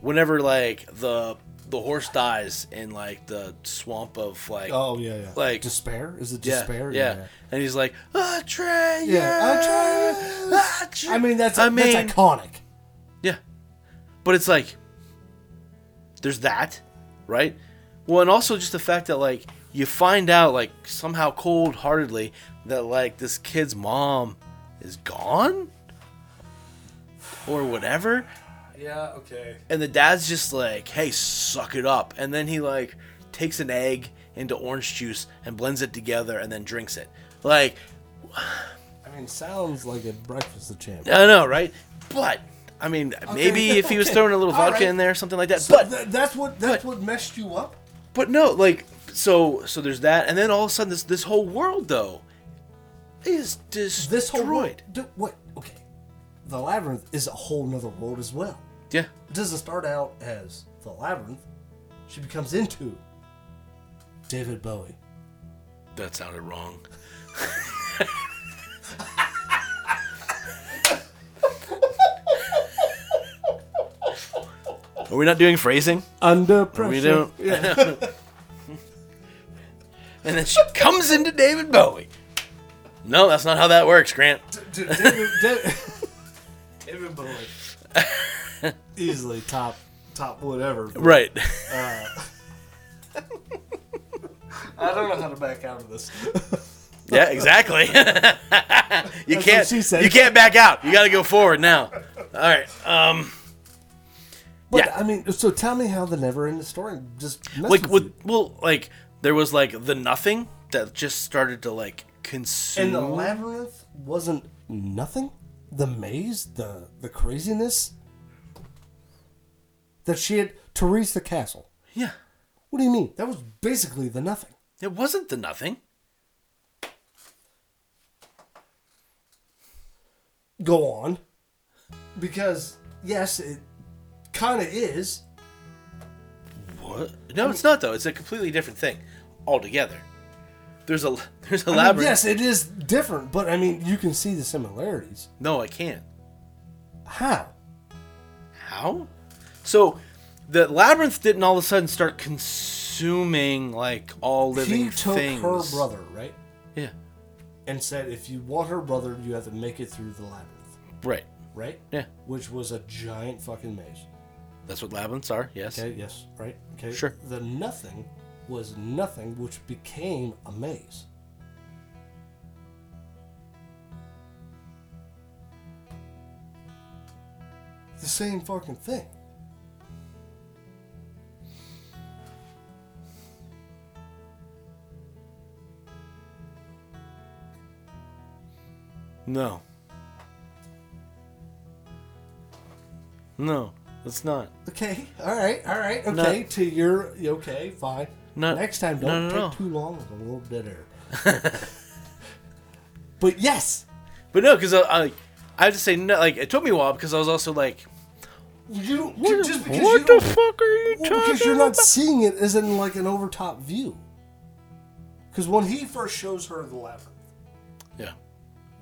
whenever like the the horse dies in like the swamp of like oh yeah, yeah. like- despair is it yeah, despair? yeah, and he's like Atreus, Yeah, Atreus. ah, I mean that's I mean that's iconic. yeah, but it's like there's that, right? Well, and also just the fact that like you find out like somehow cold heartedly that like this kid's mom is gone or whatever, Yeah. Okay. and the dad's just like, "Hey, suck it up," and then he like takes an egg into orange juice and blends it together and then drinks it. Like I mean, sounds like a breakfast of champions. I know, right? But I mean, maybe if (laughs) he was okay, throwing a little all vodka right. in there or something like that. So but tha- that's what that's what messed you up. but no, like so so there's that, and then all of a sudden this this whole world though is destroyed. This whole world. d- What? Okay. The labyrinth is a whole nother world as well. Yeah, It doesn't start out as the labyrinth. She becomes into David Bowie. that sounded wrong. Are we not doing phrasing? Under We don't. and then she comes into David Bowie. No, that's not how that works, Grant. David, David, (laughs) David Bowie. (laughs) Easily top top whatever. Right. I don't know how to back out of this. (laughs) Yeah, exactly. (laughs) you can't. she said. You can't back out. You got to go forward now. All right. Um, But Yeah. I mean, so tell me how the never ending story just messed like with with you. well, like there was like the nothing that just started to like consume. And the labyrinth wasn't nothing. The maze, the the craziness that she had to reach the castle. yeah, What do you mean? That was basically the nothing. it wasn't the nothing. Go on, because yes, it kind of is. What? No, it's not though. It's a completely different thing altogether. There's a there's a I mean, labyrinth. yes, it is different, but I mean, you can see the similarities. No, I can't. How? How? So the labyrinth didn't all of a sudden start consuming like all living he took things. her brother, right, Yeah. and said, "If you want her brother, you have to make it through the labyrinth." Right. Right? Yeah. Which was a giant fucking maze. That's what labyrinths are. Yes. Okay, yes, right? Okay. Sure. The nothing was nothing, which became a maze. The same fucking thing. No. No, it's not. Okay, all right, all right, No. okay. To your okay, fine. No, Next time, no, no, don't take no. too long with a little dead air. (laughs) but yes, But no, because I, I, I have to say no. Like it took me a while because I was also like, you don't what, just because what you the don't fuck are you Well, talking because you're not about? seeing it as in like an overtop view. Because when he first shows her the labyrinth, Yeah.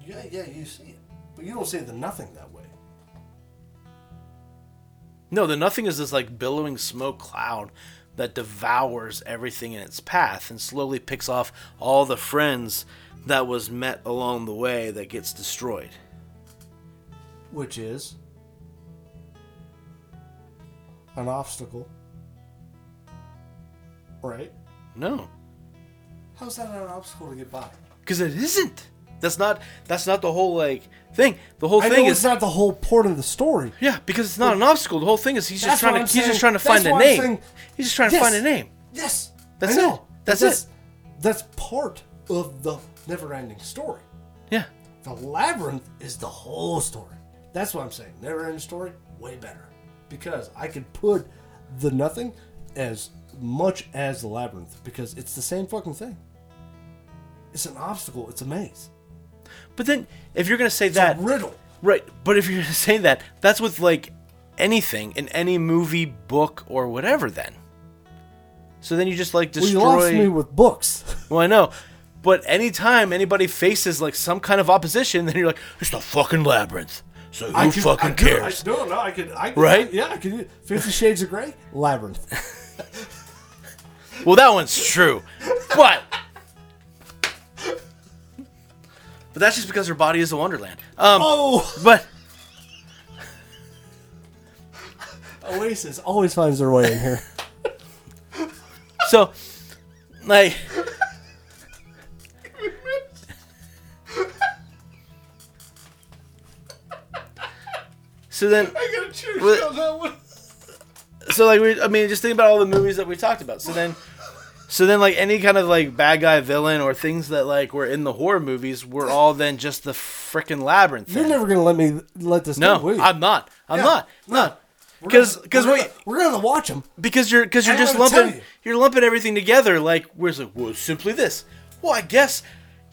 yeah, yeah, you see it, but you don't see the nothing that way. No, the nothing is this like billowing smoke cloud that devours everything in its path and slowly picks off all the friends that was met along the way that gets destroyed. Which is an obstacle. Right? No, How's that an obstacle to get by? because it isn't. That's not. That's not the whole like thing. The whole I thing know is it's not the whole point of the story. yeah, because it's not an obstacle. The whole thing is he's just That's trying what to. I'm He's saying. just trying to That's find a what I'm name. saying. He's just trying to Yes. find a name. Yes. That's I know. it. That's that's it. That's part of the never-ending story. Yeah. The labyrinth is the whole story. That's what I'm saying. Never ending story, way better. Because I could put the nothing as much as the labyrinth because it's the same fucking thing. It's an obstacle, it's a maze. But then, if you're gonna say It's that, a riddle. Right, but if you're gonna (laughs) say that, that's with like anything in any movie, book, or whatever. Then, so then you just like Well, you destroy. lost me with books. Well, I know, but anytime anybody faces like some kind of opposition, (laughs) then you're like, it's the fucking labyrinth. So who I could- fucking I could- cares? I, no, no, I could. I could Right? yeah, I could. Fifty Shades of Grey, labyrinth. Well, that one's true, but (laughs) but that's just because her body is a wonderland. Um, Oh, but Oasis always finds their way in here. so like. So then, gotta choose (laughs) Well- on that one. so like we, I mean, just think about all the movies that we talked about. So then, so then like any kind of like bad guy villain or things that like were in the horror movies were all then just the freaking labyrinth. You're thing. never gonna let me let this go, will no, you? I'm not. I'm Yeah, not. no. Not We're because gonna- because we're wait gonna- we're gonna watch them. because you're because you're I'm just gonna tell lumping you. you. are lumping everything together like we're just like well it's simply this well i guess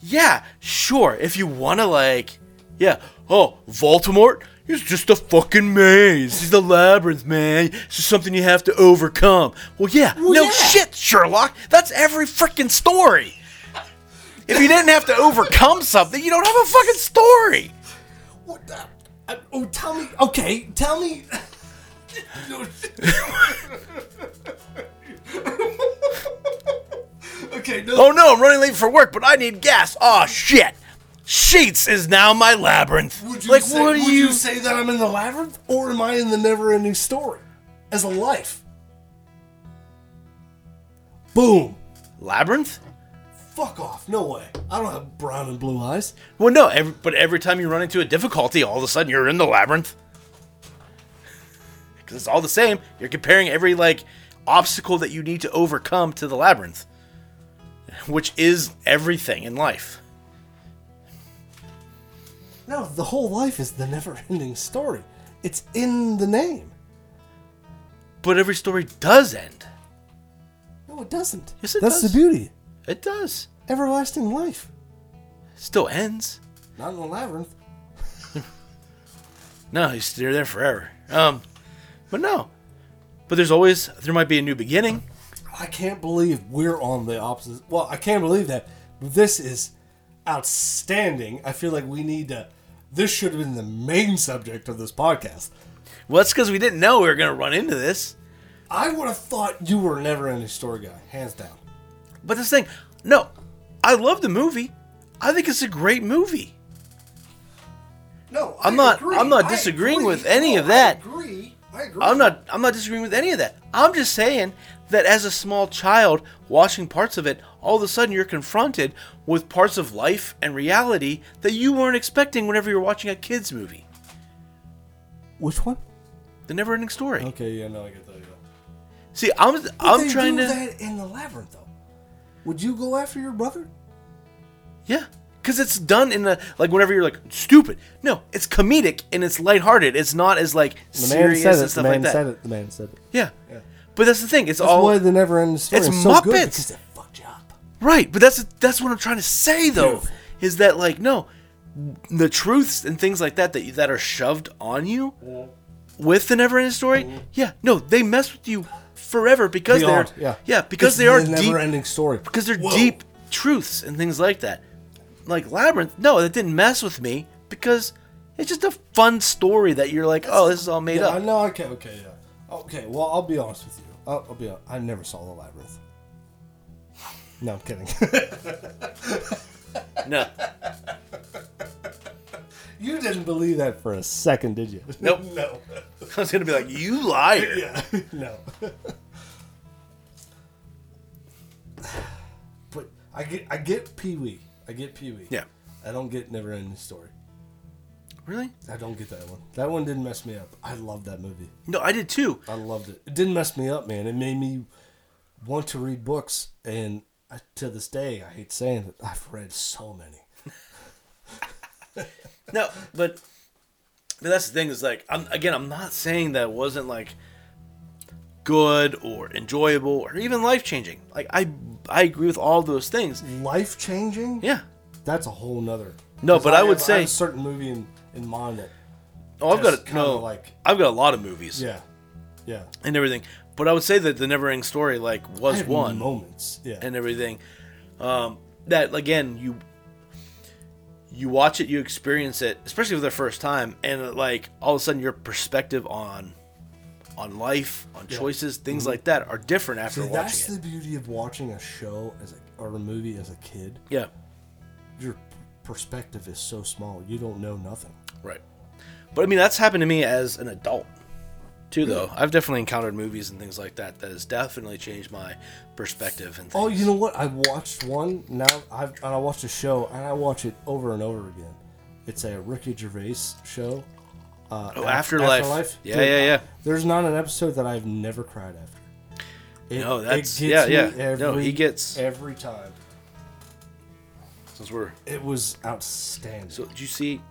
yeah sure if you want to like yeah oh voldemort is just a fucking maze he's the labyrinth man it's just something you have to overcome well yeah no yeah. shit sherlock that's every freaking story if you didn't have to overcome something you don't have a fucking story What the? I, oh, tell me. Okay, tell me. Okay, no. oh no i'm running late for work but i need gas oh shit sheets is now my labyrinth Would you say, would you... say that I'm in the labyrinth, or am I in the never-ending story as a life? Boom. labyrinth Fuck off. No way. I don't have brown and blue eyes. Well, no, every, but every time you run into a difficulty, all of a sudden you're in the labyrinth. Because it's all the same. You're comparing every like obstacle that you need to overcome to the labyrinth, which is everything in life. No, the whole life is the never-ending story. It's in the name. But every story does end. No, it doesn't. Yes, it That's does. the beauty. It does. Everlasting life. It still ends. Not in the labyrinth. No, you stay there forever. Um, but no. But there's always there might be a new beginning. I can't believe we're on the opposite. Well, I can't believe that. This is outstanding. I feel like we need to. This should have been the main subject of this podcast. Well, that's because we didn't know we were gonna run into this. I would have thought you were never any story guy, hands down. But this thing, no, I love the movie. I think it's a great movie. No, I'm not- agree. I'm not I disagreeing agree. with any No, of I that. agree. I agree. I'm not I'm not disagreeing with any of that. I'm just saying that as a small child watching parts of it, all of a sudden you're confronted with parts of life and reality that you weren't expecting whenever you're watching a kids movie. Which one? The never ending story. Okay, yeah, no, I get that. Yeah. See, I'm I'm Oh. they trying do to that in the labyrinth, though. Would you go after your brother? Yeah. Cause it's done in the like whenever you're like stupid. No, it's comedic and it's lighthearted. It's not as like serious and stuff like that. it. The man said it. Yeah. But that's the thing. It's That's all why the never ending story It's is so good Muppets. because it fucked you up. Right, but that's that's what I'm trying to say though, Beautiful. is that like no, the truths and things like that that that are shoved on you Mm-hmm. with the never-ending story. Yeah, no, they mess with you forever because Beyond, they're yeah, because they are deep never-ending story. because they're deep truths and things like that. Like labyrinth, no, that didn't mess with me because it's just a fun story that you're like, oh, this is all made Yeah, I up. know. Okay, okay, yeah. Okay, well, I'll be honest with you. I'll, I'll be. hon- I never saw the labyrinth. No, (laughs) I'm kidding. No, (laughs) You didn't believe that for a second, did you? Nope. No. I was gonna be like, you liar. (laughs) Yeah. (laughs) no. (sighs) but I get I get Pee Wee. I get Pee Wee. Yeah. I don't get Never Ending Story. (laughs) Really? I don't get that one. That one didn't mess me up. I love that movie. No, I did too. I loved it. It didn't mess me up, man. It made me want to read books, and I, to this day, I hate saying it. I've read so many. No, but but that's the thing is like I'm again I'm not saying that it wasn't like good or enjoyable or even life changing. Like I I agree with all those things. Life changing. Yeah. That's a whole nother. No, 'Cause but I would have- say- have a certain movie in, in mind that. Oh, I've Just got a, no, kinda like- I've got a lot of movies Yeah. Yeah. and everything. But I would say that the Never Ending Story like I was had one moments. Yeah. and everything. Um, that again you you watch it, you experience it, especially for the first time, and uh, like all of a sudden your perspective on on life, on choices, things like that are different after Mm-hmm. See, that's watching it. the beauty of watching a show as a, or a movie as a kid. Yeah, Your p- perspective is so small. You don't know nothing. right. But I mean, that's happened to me as an adult too, though. I've definitely encountered movies and things like that that has definitely changed my perspective and things. Oh, you know what? I watched one now. I've and I watched a show and I watch it over and over again. It's a Ricky Gervais show. Uh, Oh, Af- Afterlife. Yeah, yeah, yeah. There's not an episode that I've never cried after. It, No, it that's- gets yeah, me yeah. No, he gets- every time. Since we're It was outstanding. so, did you see?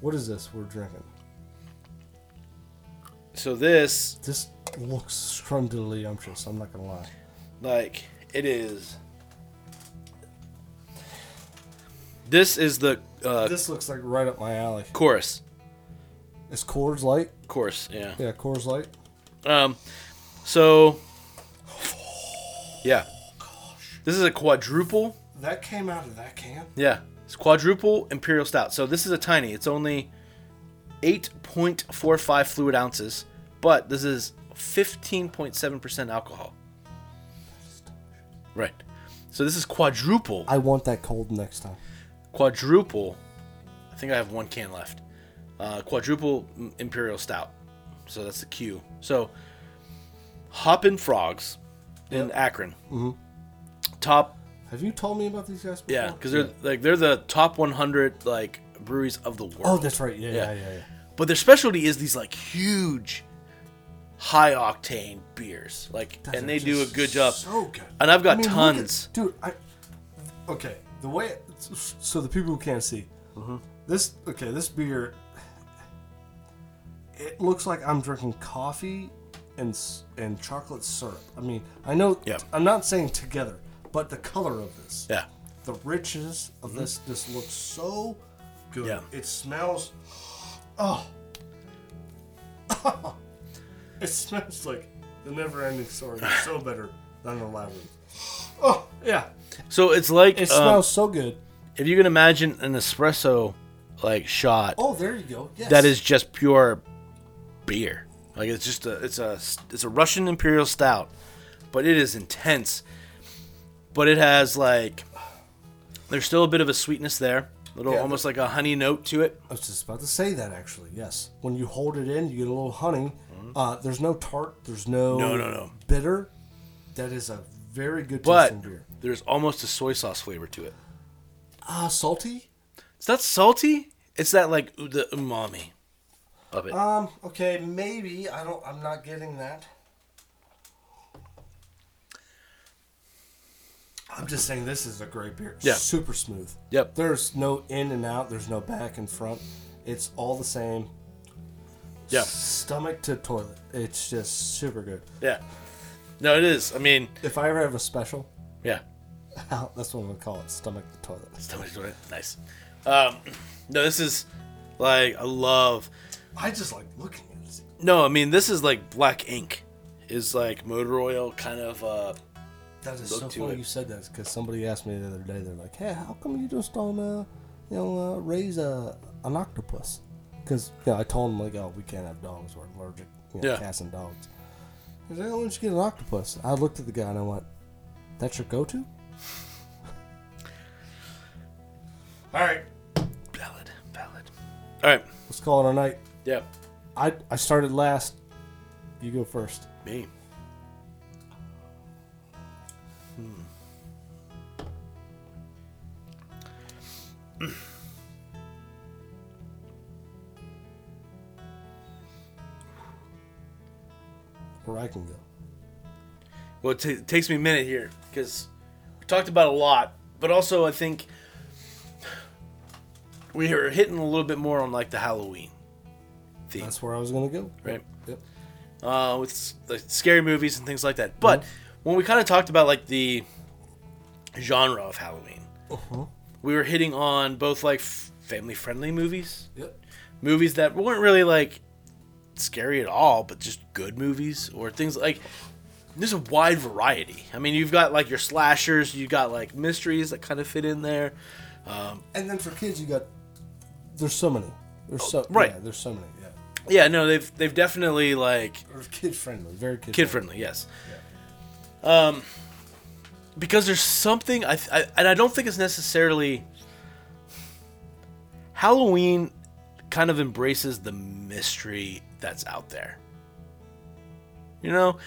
what is this we're drinking? So this This looks scrumdiddlyumptious. I'm not gonna lie. like it is. This is the uh, This looks like right up my alley. chorus. It's Coors Light. Chorus, yeah. Yeah, Coors Light. Um, so yeah, this is a quadruple. That came out of that can. Yeah, it's quadruple imperial stout. So this is a tiny. It's only eight point four five fluid ounces, but this is fifteen point seven percent alcohol. Right. So this is quadruple. I want that cold next time. Quadruple. I think I have one can left. Uh, quadruple m- imperial stout. So that's the Q. So Hoppin' Frogs in Akron. Mm-hmm. Top Have you told me about these guys? Before? Yeah, because they're like they're the top 100 like breweries of the world. Oh, that's right. Yeah, yeah, yeah. yeah, But their specialty is these like huge, high octane beers. Like, That's and they just do a good job. So good. And I've got I mean, look at- tons. dude. I okay. The way so the people who can't see Mm-hmm. this. Okay, this beer. It looks like I'm drinking coffee and s- and chocolate syrup. I mean, I know. Yeah. I'm not saying together, but the color of this. Yeah, the richness of this. This looks so good. Mm-hmm. Yeah. It smells. Oh. (laughs) it smells like the never-ending story. is so better than the labyrinth. Oh yeah. so it's like It um, smells so good. if you can imagine an espresso like shot Oh, there you go. Yes. that is just pure beer. Like it's just a it's a it's a Russian imperial stout, but it is intense. But it has like there's still a bit of a sweetness there, little Yeah, almost like a honey note to it. I was just about to say that actually. Yes. When you hold it in, you get a little honey. Uh, there's no tart. There's no. Mm-hmm. No, no, no. Bitter. That is a very good But tasting beer. there's almost a soy sauce flavor to it. Ah, salty. It's not salty. It's that like u- the umami of it. Um. Okay. Maybe I don't. I'm not getting that. I'm just saying this is a great beer. Yeah. Super smooth. Yep. There's no in and out. There's no back and front. It's all the same. Yeah. Stomach to toilet. It's just super good. yeah. No, it is. I mean, If I ever have a special, (laughs) yeah. that's what I'm gonna call it. Stomach to toilet. Somebody's doing it. Nice. Um, no, this is like I love. I just like looking at this. No, I mean this is like black ink. Is like motor oil kind of uh That is Look so to funny it. you said that because somebody asked me the other day. They're like, "Hey, how come you just don't, uh, you know, uh, raise a an octopus?" Because you know, I told them like, "Oh, we can't have dogs. We're allergic. You know, Yeah. cats and dogs." He's like, "Why don't you get an octopus?" I looked at the guy and I went, "That's your go-to." ballad, ballad. All right. Let's call it a night. Yeah. I I started last. You go first. Me. Or I can go. Well, it, ta it takes me a minute here because we talked about a lot, but also I think we are hitting a little bit more on like the Halloween, That's where I was gonna go. right? Yep. Uh, with s- like scary movies and things like that. But when we kind of talked about like the genre of Halloween, Uh-huh. we were hitting on both like f- family-friendly movies, Yep. movies that weren't really like scary at all, but just good movies or things like there's a wide variety. I mean, you've got like your slashers, you got like mysteries that kind of fit in there. And then for kids, you got. There's so many. There's so Oh, right. Yeah, there's so many. Yeah. Yeah, no, they've they've definitely like Or kid friendly. Very kid. kid friendly, yes. Um, because there's something I, th- I and I don't think it's necessarily Halloween kind of embraces the mystery that's out there. You know,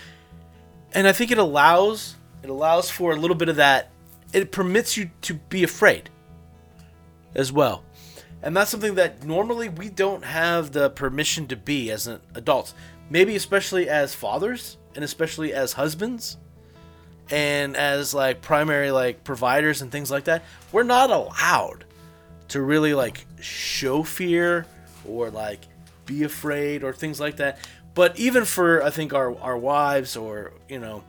and I think it allows it allows for a little bit of that. It permits you to be afraid as well. And that's something that normally we don't have the permission to be as an adults. Maybe especially as fathers and especially as husbands and as like primary like providers and things like that. We're not allowed to really like show fear or like be afraid or things like that. But even for I think our our wives or you know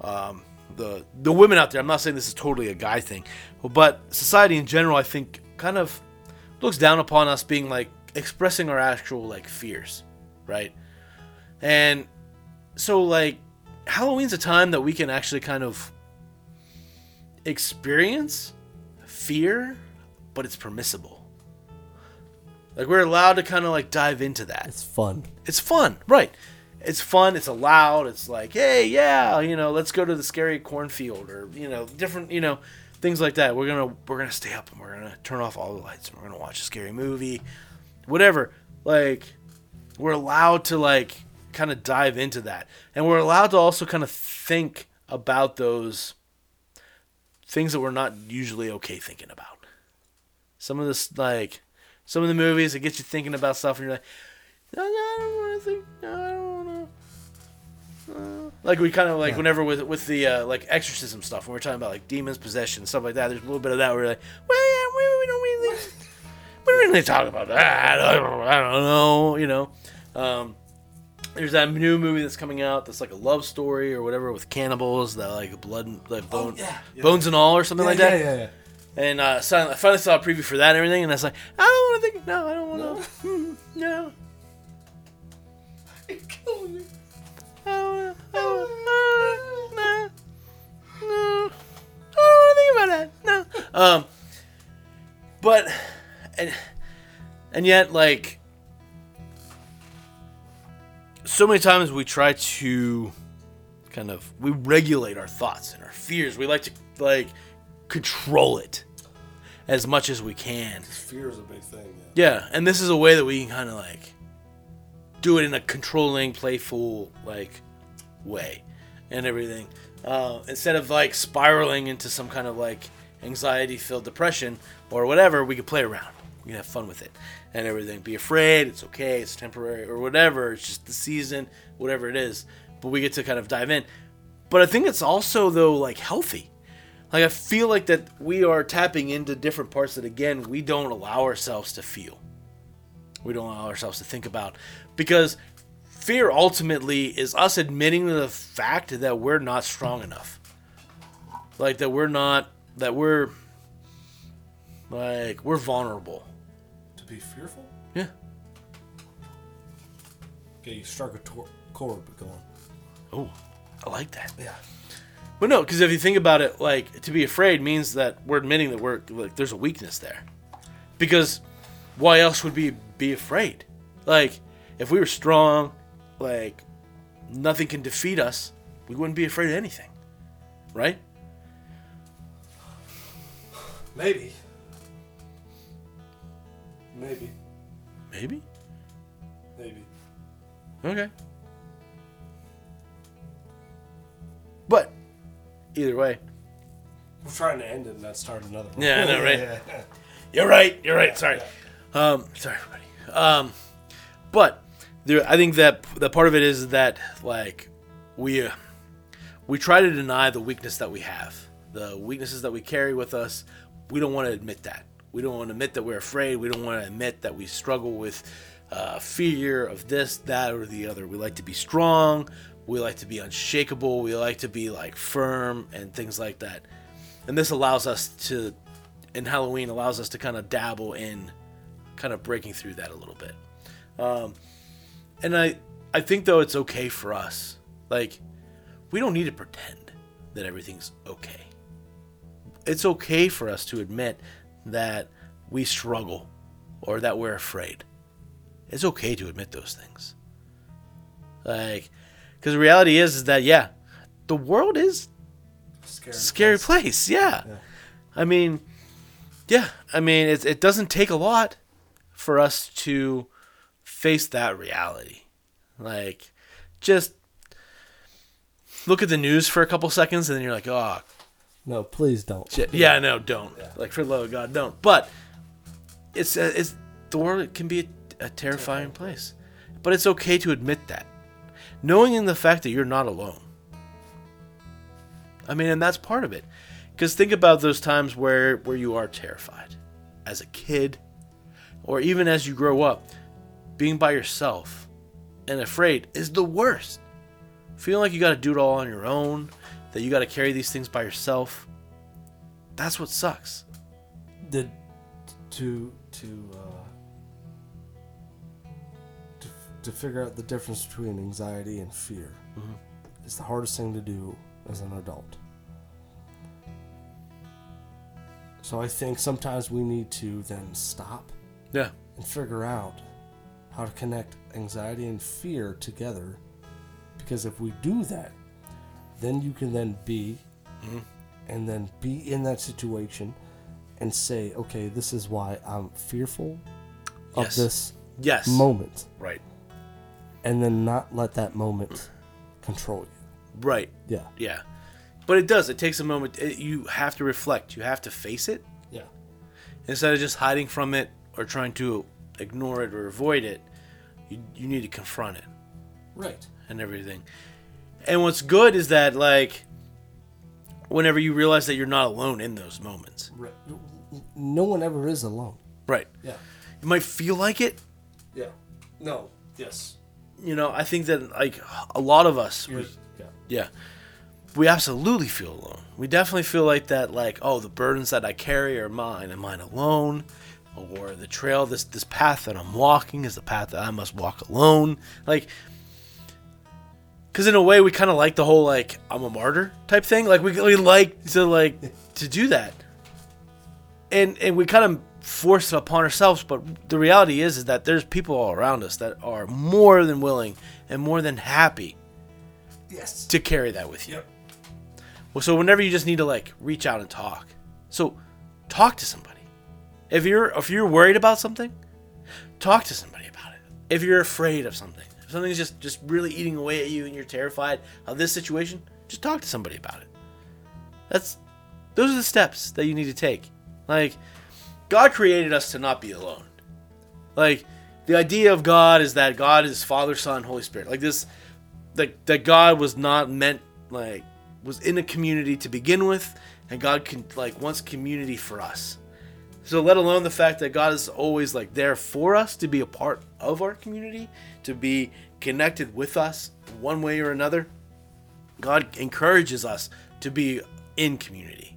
um, the the women out there, I'm not saying this is totally a guy thing, but society in general, I think, kind of looks down upon us being like expressing our actual like fears, right? And so like Halloween's a time that we can actually kind of experience fear, but it's permissible. Like we're allowed to kind of like dive into that It's fun. it's fun, right? It's fun. It's allowed. It's like, hey, yeah, you know, let's go to the scary cornfield, or you know, different, you know, things like that. We're gonna we're gonna stay up and we're gonna turn off all the lights and we're gonna watch a scary movie, whatever. Like, we're allowed to like kind of dive into that, and we're allowed to also kind of think about those things that we're not usually okay thinking about. Some of this, like, some of the movies, it gets you thinking about stuff, and you're like. No, no, I don't want to think. No, I don't want to. Like we kind of like whenever with with the uh, like exorcism stuff, when we're talking about like demons, possession, stuff like that. There's a little bit of that where you're like, well, yeah, we, we don't really, we don't really talk about that. I don't, I don't know, you know. Um, there's that new movie that's coming out that's like a love story or whatever with cannibals that like blood, and- like bone, yeah, yeah. bones and all or something like yeah, that. yeah, yeah. And uh, so I finally saw a preview for that and everything, and I was like, I don't want to think. No, I don't want to. (laughs) No. I don't wanna- I don't wanna- no, no, I don't wanna think about that, no. Um, but and and yet, like, so many times we try to kind of we regulate our thoughts and our fears. We like to like control it as much as we can. Fear is a big thing. Yeah. Yeah, and this is a way that we can kind of like do it in a controlling, playful like way, and everything. Uh, instead of like spiraling into some kind of like anxiety-filled depression or whatever, we can play around. We can have fun with it and everything. Be afraid. It's okay. It's temporary or whatever. It's just the season, whatever it is. But we get to kind of dive in. But I think it's also though like healthy. Like I feel like that we are tapping into different parts that again we don't allow ourselves to feel. We don't allow ourselves to think about because fear ultimately is us admitting to the fact that we're not strong enough. Like that we're not that we're like we're vulnerable. To be fearful. Yeah. Okay, you struck a tor- chord, but go on. Oh, I like that. Yeah. But no, because if you think about it, like to be afraid means that we're admitting that we're like there's a weakness there, because why else would we be afraid? Like if we were strong, like nothing can defeat us, we wouldn't be afraid of anything, right? Maybe. Maybe. Maybe? Maybe. Okay. But either way, We're trying to end it and not start another one. Yeah, I (laughs) know, right? You're right. You're right. Sorry. Um, sorry, everybody. Um, but there, I think that the part of it is that like we uh, we try to deny the weakness that we have, the weaknesses that we carry with us. We don't want to admit that. We don't want to admit that we're afraid. We don't want to admit that we struggle with uh, fear of this, that, or the other. We like to be strong. We like to be unshakable. We like to be like firm and things like that. And this allows us to and Halloween allows us to kind of dabble in kind of breaking through that a little bit. Um, and I I think though it's okay for us. Like we don't need to pretend that everything's okay. It's okay for us to admit that we struggle or that we're afraid. It's okay to admit those things. Like cuz the reality is is that yeah, the world is Scary. scary place. Yeah. I mean, yeah. I mean, it, it doesn't take a lot for us to face that reality. Like, just look at the news for a couple seconds and then you're like, oh, No, please don't. shit. Yeah, no, don't. Like, for the love of God, don't. But it's, uh, it's the world can be a, a terrifying place. But it's okay to admit that. Knowing in the fact that you're not alone. I mean, and that's part of it. Because think about those times where where you are terrified, as a kid, or even as you grow up, being by yourself and afraid is the worst. Feeling like you got to do it all on your own, that you got to carry these things by yourself. That's what sucks. The, to to uh, to to figure out the difference between anxiety and fear is the hardest thing to do as an adult. So I think sometimes we need to then stop Yeah. and figure out how to connect anxiety and fear together. Because if we do that, then you can then be Mm-hmm. and then be in that situation and say, okay, this is why I'm fearful of Yes. this Yes. moment. right. And then not let that moment control you. Right. Yeah. Yeah. But it does. It takes a moment. It- you have to reflect. You have to face it Yeah. instead of just hiding from it or trying to ignore it or avoid it. You, you need to confront it. Right. and everything. And what's good is that like whenever you realize that you're not alone in those moments. right. No one ever is alone. Right. Yeah. You might feel like it, Yeah. No. Yes. you know, I think that like a lot of us we- yeah. yeah. We absolutely feel alone. We definitely feel like that like oh the burdens that I carry are mine. Am mine alone? Or the trail this this path that I'm walking is the path that I must walk alone. Like because in a way we kind of like the whole like i'm a martyr type thing like we, we like to like to do that and and we kind of force it upon ourselves but the reality is is that there's people all around us that are more than willing and more than happy Yes. to carry that with you well so whenever you just need to like reach out and talk so talk to somebody if you're if you're worried about something talk to somebody about it. If you're afraid of something, if something's just just really eating away at you and you're terrified of this situation, just talk to somebody about it. That's those are the steps that you need to take. Like God created us to not be alone. Like the idea of God is that God is Father, Son, Holy Spirit. Like this like that God was not meant like was in a community to begin with and God can like wants community for us. So let alone the fact that God is always like there for us to be a part of our community, to be connected with us one way or another. God encourages us to be in community.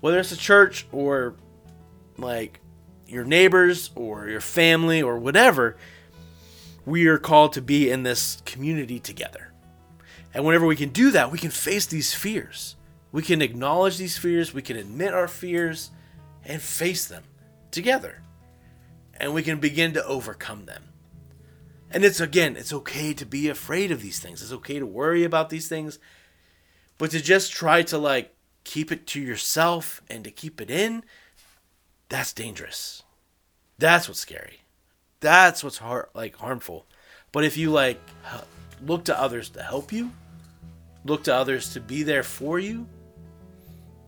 Whether it's a church or like your neighbors or your family or whatever, we are called to be in this community together. And whenever we can do that, we can face these fears. We can acknowledge these fears, we can admit our fears and face them together. And we can begin to overcome them. And it's again, it's okay to be afraid of these things. It's okay to worry about these things. But to just try to like keep it to yourself and to keep it in, that's dangerous. That's what's scary. That's what's har like harmful. But if you like h- look to others to help you, look to others to be there for you,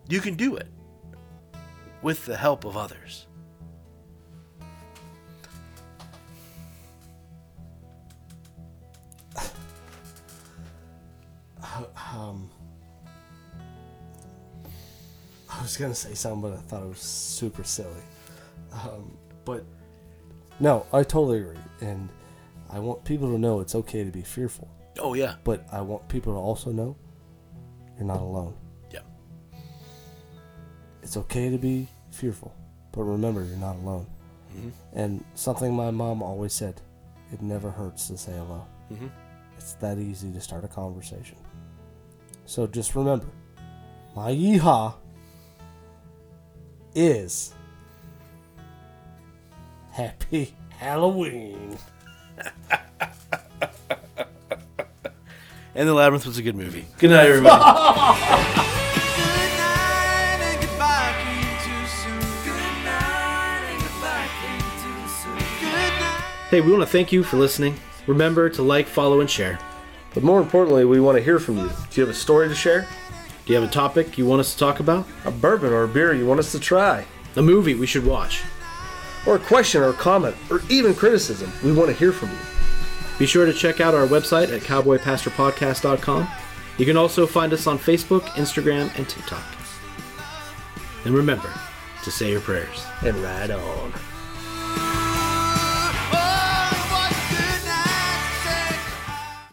you can do it with the help of others. I was gonna say something, but I thought it was super silly. Um, but no, I totally agree, and I want people to know it's okay to be fearful, Oh yeah, but I want people to also know you're not alone. yeah, It's okay to be fearful, but remember you're not alone. Mm-hmm. And something my mom always said: it never hurts to say hello. Mm-hmm. It's that easy to start a conversation. So just remember, my yeehaw is happy Halloween. and the labyrinth was a good movie. Good night, everybody. Good night and goodbye came too soon. Good night and goodbye came too soon. Good night. Hey, we want to thank you for listening. Remember to like, follow, and share. But more importantly, we want to hear from you. Do you have a story to share? Do you have a topic you want us to talk about? A bourbon or a beer you want us to try? A movie we should watch? Or a question or a comment or even criticism? We want to hear from you. Be sure to check out our website at cowboypastorpodcast.com. You can also find us on Facebook, Instagram, and TikTok. And remember to say your prayers. And right on.